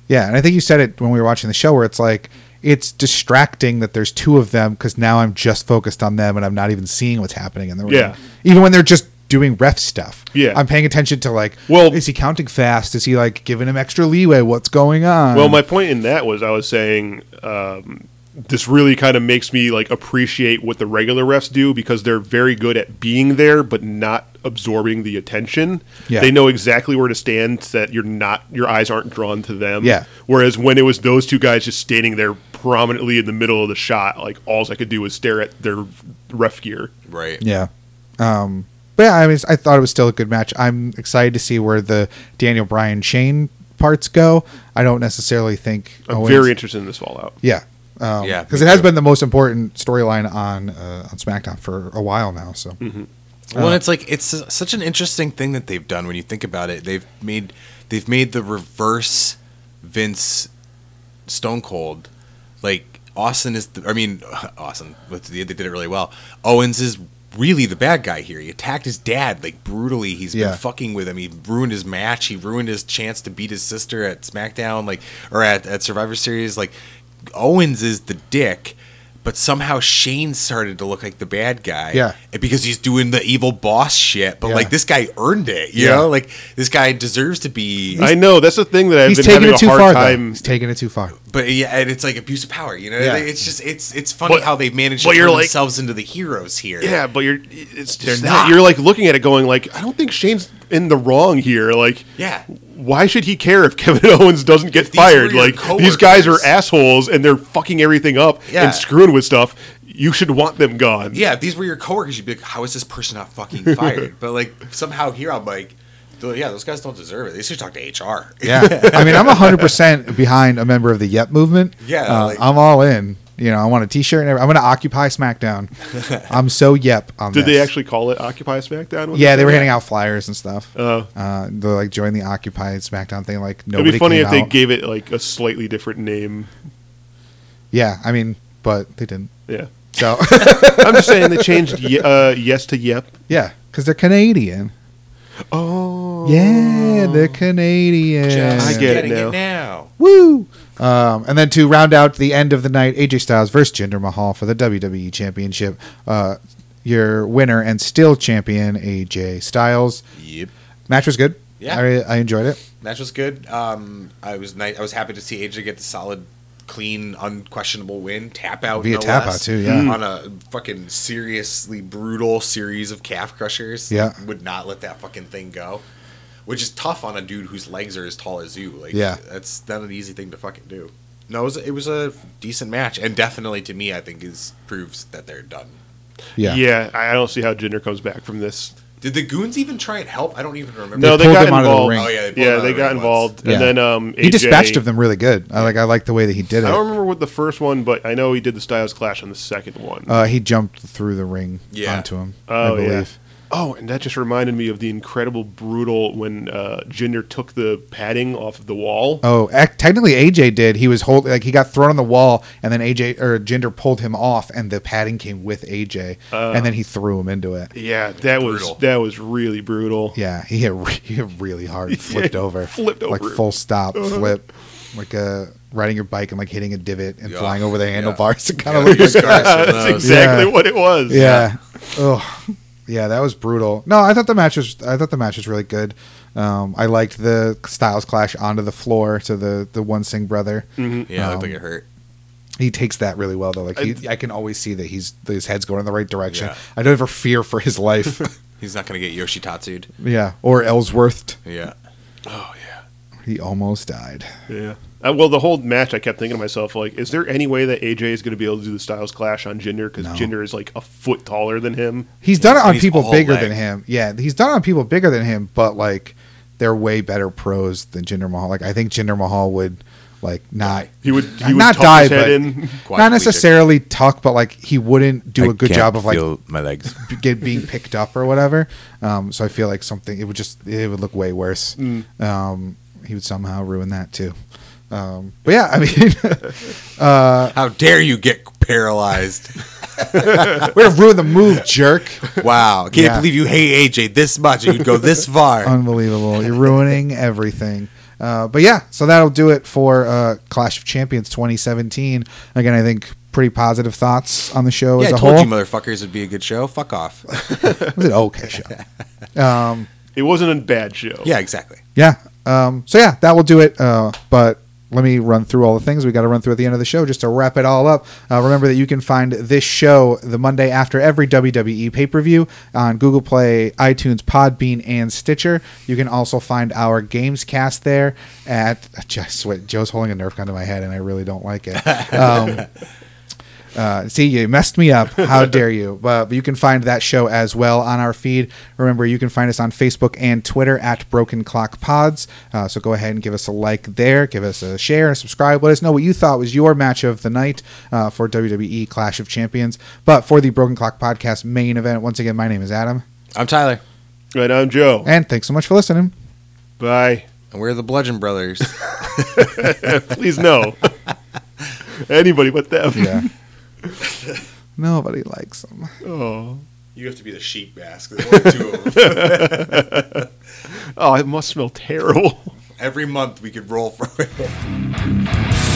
[SPEAKER 2] Yeah, and I think you said it when we were watching the show where it's like it's distracting that there's two of them because now I'm just focused on them and I'm not even seeing what's happening in the ring.
[SPEAKER 3] Yeah.
[SPEAKER 2] Even when they're just doing ref stuff.
[SPEAKER 3] Yeah.
[SPEAKER 2] I'm paying attention to like
[SPEAKER 3] Well-
[SPEAKER 2] is he counting fast? Is he like giving him extra leeway? What's going on?
[SPEAKER 3] Well, my point in that was I was saying um, this really kind of makes me like appreciate what the regular refs do because they're very good at being there but not absorbing the attention.
[SPEAKER 2] Yeah.
[SPEAKER 3] They know exactly where to stand so that you're not your eyes aren't drawn to them.
[SPEAKER 2] Yeah.
[SPEAKER 3] Whereas when it was those two guys just standing there prominently in the middle of the shot, like all I could do was stare at their ref gear.
[SPEAKER 5] Right.
[SPEAKER 2] Yeah. Um, but yeah, I mean, I thought it was still a good match. I'm excited to see where the Daniel Bryan Shane parts go. I don't necessarily think
[SPEAKER 3] I'm
[SPEAKER 2] Owens-
[SPEAKER 3] very interested in this fallout.
[SPEAKER 2] yeah. Um,
[SPEAKER 5] Yeah,
[SPEAKER 2] because
[SPEAKER 5] me
[SPEAKER 2] it has
[SPEAKER 5] too.
[SPEAKER 2] been the most important storyline on uh, on SmackDown for a while now. So
[SPEAKER 3] Mhm.
[SPEAKER 5] Well, and it's like it's s- such an interesting thing that they've done when you think about it. They've made they've made the reverse Vince Stone Cold. Like Austin is, the, I mean, Austin. but They they did it really well. Owens is really the bad guy here. He attacked his dad like brutally. He's
[SPEAKER 2] Yeah.
[SPEAKER 5] been fucking with him. He ruined his match. He ruined his chance to beat his sister at SmackDown, like or at, at Survivor Series. Like Owens is the dick. But somehow Shane started to look like the bad guy
[SPEAKER 2] Yeah.
[SPEAKER 5] because he's doing the evil boss shit. But
[SPEAKER 2] Yeah.
[SPEAKER 5] like this guy earned it, you
[SPEAKER 2] Yeah.
[SPEAKER 5] know. Like this guy deserves to be.
[SPEAKER 3] I know that's the thing that I've
[SPEAKER 2] he's
[SPEAKER 3] been
[SPEAKER 2] taking
[SPEAKER 3] having a
[SPEAKER 2] it too
[SPEAKER 3] hard
[SPEAKER 2] far. Though.
[SPEAKER 3] time.
[SPEAKER 2] He's taking it too far.
[SPEAKER 5] but yeah, and it's like abuse of power, you know.
[SPEAKER 2] Yeah.
[SPEAKER 5] It's just it's it's funny
[SPEAKER 3] But-
[SPEAKER 5] how they've managed
[SPEAKER 3] but
[SPEAKER 5] to
[SPEAKER 3] you're
[SPEAKER 5] turn
[SPEAKER 3] like-
[SPEAKER 5] themselves into the heroes here.
[SPEAKER 3] Yeah, but you're it's
[SPEAKER 5] They're
[SPEAKER 3] just that
[SPEAKER 5] not.
[SPEAKER 3] you're like looking at it going like I don't think Shane's in the wrong here. Like
[SPEAKER 5] Yeah.
[SPEAKER 3] Why should he care if Kevin Owens doesn't get
[SPEAKER 5] these were
[SPEAKER 3] fired?
[SPEAKER 5] your
[SPEAKER 3] Like these guys are
[SPEAKER 5] coworkers.
[SPEAKER 3] assholes and they're fucking everything up
[SPEAKER 5] Yeah.
[SPEAKER 3] and screwing with stuff. You should want them gone.
[SPEAKER 5] yeah. If these were your coworkers, you'd be like, "How is this person not fucking fired?" but like somehow here, I'm like, "Dude, "Yeah, those guys don't deserve it. They should talk to HR."
[SPEAKER 2] Yeah, I mean, I'm 100 percent behind a member of the Yep movement.
[SPEAKER 5] Yeah,
[SPEAKER 2] Uh,
[SPEAKER 5] like-
[SPEAKER 2] I'm all in. You know, I want a T-shirt. and every- I'm going to occupy SmackDown. I'm so Yep on.
[SPEAKER 3] Did
[SPEAKER 2] this.
[SPEAKER 3] they actually call it Occupy SmackDown? Was
[SPEAKER 2] Yeah,
[SPEAKER 3] it-
[SPEAKER 2] they were handing out flyers and stuff.
[SPEAKER 3] Oh.
[SPEAKER 2] uh, they like join the Occupy SmackDown thing. Like nobody.
[SPEAKER 3] It'd be funny
[SPEAKER 2] came
[SPEAKER 3] if they
[SPEAKER 2] out.
[SPEAKER 3] gave it like a slightly different name.
[SPEAKER 2] Yeah, I mean, but they didn't.
[SPEAKER 3] Yeah,
[SPEAKER 2] So
[SPEAKER 3] I'm just saying they changed ye- uh, yes to yep.
[SPEAKER 2] yeah, because they're Canadian.
[SPEAKER 3] Oh,
[SPEAKER 2] Yeah, they're Canadian.
[SPEAKER 5] Just
[SPEAKER 3] I get it
[SPEAKER 5] getting
[SPEAKER 3] now.
[SPEAKER 5] it now.
[SPEAKER 2] Woo! Um, and then to round out the end of the night, AJ Styles versus Jinder Mahal for the WWE Championship. Uh, your winner and still champion, AJ Styles.
[SPEAKER 5] Yep.
[SPEAKER 2] Match was good.
[SPEAKER 5] Yeah.
[SPEAKER 2] I, I enjoyed it.
[SPEAKER 5] Match was good. Um, I was nice. I was happy to see AJ get the solid, clean, unquestionable win. Tap out
[SPEAKER 2] Via
[SPEAKER 5] no
[SPEAKER 2] tap
[SPEAKER 5] less,
[SPEAKER 2] out, too, yeah.
[SPEAKER 5] on a fucking seriously brutal series of calf crushers.
[SPEAKER 2] Yeah.
[SPEAKER 5] would not let that fucking thing go, which is tough on a dude whose legs are as tall as you. Like,
[SPEAKER 2] Yeah.
[SPEAKER 5] that's not an easy thing to fucking do. No, it was, it was a decent match, and definitely to me, I think is proves that they're done.
[SPEAKER 2] Yeah.
[SPEAKER 3] yeah. I I don't see how Jinder comes back from this.
[SPEAKER 5] Did the goons even try and help? I don't even remember.
[SPEAKER 3] No, they
[SPEAKER 2] pulled
[SPEAKER 3] got
[SPEAKER 2] him out of the
[SPEAKER 3] involved.
[SPEAKER 2] ring.
[SPEAKER 5] Oh, yeah, they pulled him out
[SPEAKER 3] yeah,
[SPEAKER 5] of
[SPEAKER 3] they
[SPEAKER 5] the
[SPEAKER 3] got
[SPEAKER 5] ring
[SPEAKER 3] involved,
[SPEAKER 2] Yeah.
[SPEAKER 3] and then um,
[SPEAKER 2] he
[SPEAKER 3] AJ
[SPEAKER 2] dispatched of them really good. I like. I like the way that he did
[SPEAKER 3] I don't
[SPEAKER 2] it.
[SPEAKER 3] remember what the first one, but I know he did the Styles Clash on the second one.
[SPEAKER 2] Uh, he jumped through the ring
[SPEAKER 5] Yeah.
[SPEAKER 2] onto him.
[SPEAKER 3] oh
[SPEAKER 2] I believe.
[SPEAKER 3] yeah. Oh, and that just reminded me of the incredible brutal when uh, Jinder took the padding off of the wall.
[SPEAKER 2] Oh, ac- technically AJ did. He was hold like he got thrown on the wall, and then AJ or Jinder pulled him off, and the padding came with AJ, and then he threw him into it.
[SPEAKER 3] yeah, that
[SPEAKER 5] Brutal.
[SPEAKER 3] was that was really brutal.
[SPEAKER 2] Yeah, he hit, re- he hit really hard, and flipped over,
[SPEAKER 3] flipped
[SPEAKER 2] like
[SPEAKER 3] over.
[SPEAKER 2] full stop, flip, like uh, riding your bike and like hitting a divot and
[SPEAKER 5] Yeah.
[SPEAKER 2] flying over the handlebars. It kind
[SPEAKER 5] Yeah,
[SPEAKER 2] of
[SPEAKER 5] they
[SPEAKER 2] looked
[SPEAKER 5] got
[SPEAKER 2] like,
[SPEAKER 5] scars from
[SPEAKER 3] That's
[SPEAKER 5] those.
[SPEAKER 3] exactly
[SPEAKER 2] Yeah.
[SPEAKER 3] what it was.
[SPEAKER 2] yeah, oh, yeah, that was brutal. No, I thought the match was I thought the match was really good. Um, I liked the Styles clash onto the floor to the the one Sing brother.
[SPEAKER 5] Yeah, it looked
[SPEAKER 2] um,
[SPEAKER 5] like it hurt.
[SPEAKER 2] He takes that really well though. Like he, I, can always see that he's that his head's going in the right direction. I don't ever fear for his life.
[SPEAKER 5] He's not gonna get Yoshitatsu'd.
[SPEAKER 2] yeah, or Ellsworth.
[SPEAKER 5] Yeah.
[SPEAKER 2] He almost died.
[SPEAKER 3] Yeah. Uh, well, the whole match, I kept thinking to myself, like, is there any way that AJ is going to be able to do the Styles Clash on Jinder because Jinder is like a foot taller than him?
[SPEAKER 2] He's done it on
[SPEAKER 5] he's
[SPEAKER 2] people
[SPEAKER 5] all
[SPEAKER 2] bigger
[SPEAKER 5] leg.
[SPEAKER 2] than him. Yeah, he's done it on people bigger than him, but like they're way better pros than Jinder Mahal. Like I think Jinder Mahal would like not
[SPEAKER 3] He would he would
[SPEAKER 2] not
[SPEAKER 3] tuck
[SPEAKER 2] die,
[SPEAKER 3] his head
[SPEAKER 2] but
[SPEAKER 3] in.
[SPEAKER 2] not necessarily tuck, but like he wouldn't do
[SPEAKER 7] a
[SPEAKER 2] a good job of like
[SPEAKER 7] my legs.
[SPEAKER 2] b- get being picked up or whatever. Um, so I feel like something it would just it would look way worse.
[SPEAKER 5] Mm.
[SPEAKER 2] Um, he would somehow ruin that too. Um, but yeah, I mean, Uh,
[SPEAKER 5] How dare you get paralyzed?
[SPEAKER 2] we have ruined the move, jerk.
[SPEAKER 5] Wow. Can't
[SPEAKER 2] Yeah.
[SPEAKER 5] believe you hate AJ this much and you'd go this far.
[SPEAKER 2] Unbelievable! You're ruining everything. Uh, but yeah, so that'll do it for uh, Clash of Champions 2017. Again, I think pretty positive thoughts on the show
[SPEAKER 5] yeah, I
[SPEAKER 2] as a
[SPEAKER 5] told
[SPEAKER 2] whole.
[SPEAKER 5] you motherfuckers it'd be a good show. Fuck off.
[SPEAKER 2] it was an okay show. Um,
[SPEAKER 3] It wasn't a bad show.
[SPEAKER 5] yeah, exactly.
[SPEAKER 2] Yeah. Um, so yeah, that will do it. Uh, but let me run through all the things we got to run through at the end of the show just to wrap it all up. Uh, remember that you can find this show the Monday after every WWE pay per view on Google Play, iTunes, Podbean, and Stitcher. You can also find our games cast there at. Just wait, Joe's holding a Nerf gun to my head, and I really don't like it. Um, Uh, see, you messed me up. How dare you? But but you can find that show as well on our feed. Remember, you can find us on Facebook and Twitter at Broken Clock Pods. Uh, so go ahead and give us a like there, give us a share, and subscribe. Let us know what you thought was your match of the night uh, for WWE Clash of Champions. But for the Broken Clock Podcast main event, once again, my name is Adam,
[SPEAKER 5] I'm Tyler,
[SPEAKER 3] Right on, Joe.
[SPEAKER 2] and thanks so much for listening.
[SPEAKER 3] Bye.
[SPEAKER 5] and we're the Bludgeon Brothers.
[SPEAKER 3] Please no. Anybody but them.
[SPEAKER 2] Yeah. Nobody likes them.
[SPEAKER 3] Oh.
[SPEAKER 5] you have to be the sheep mask. There's only two of them.
[SPEAKER 3] Oh, it must smell terrible.
[SPEAKER 5] Every month we could roll for it.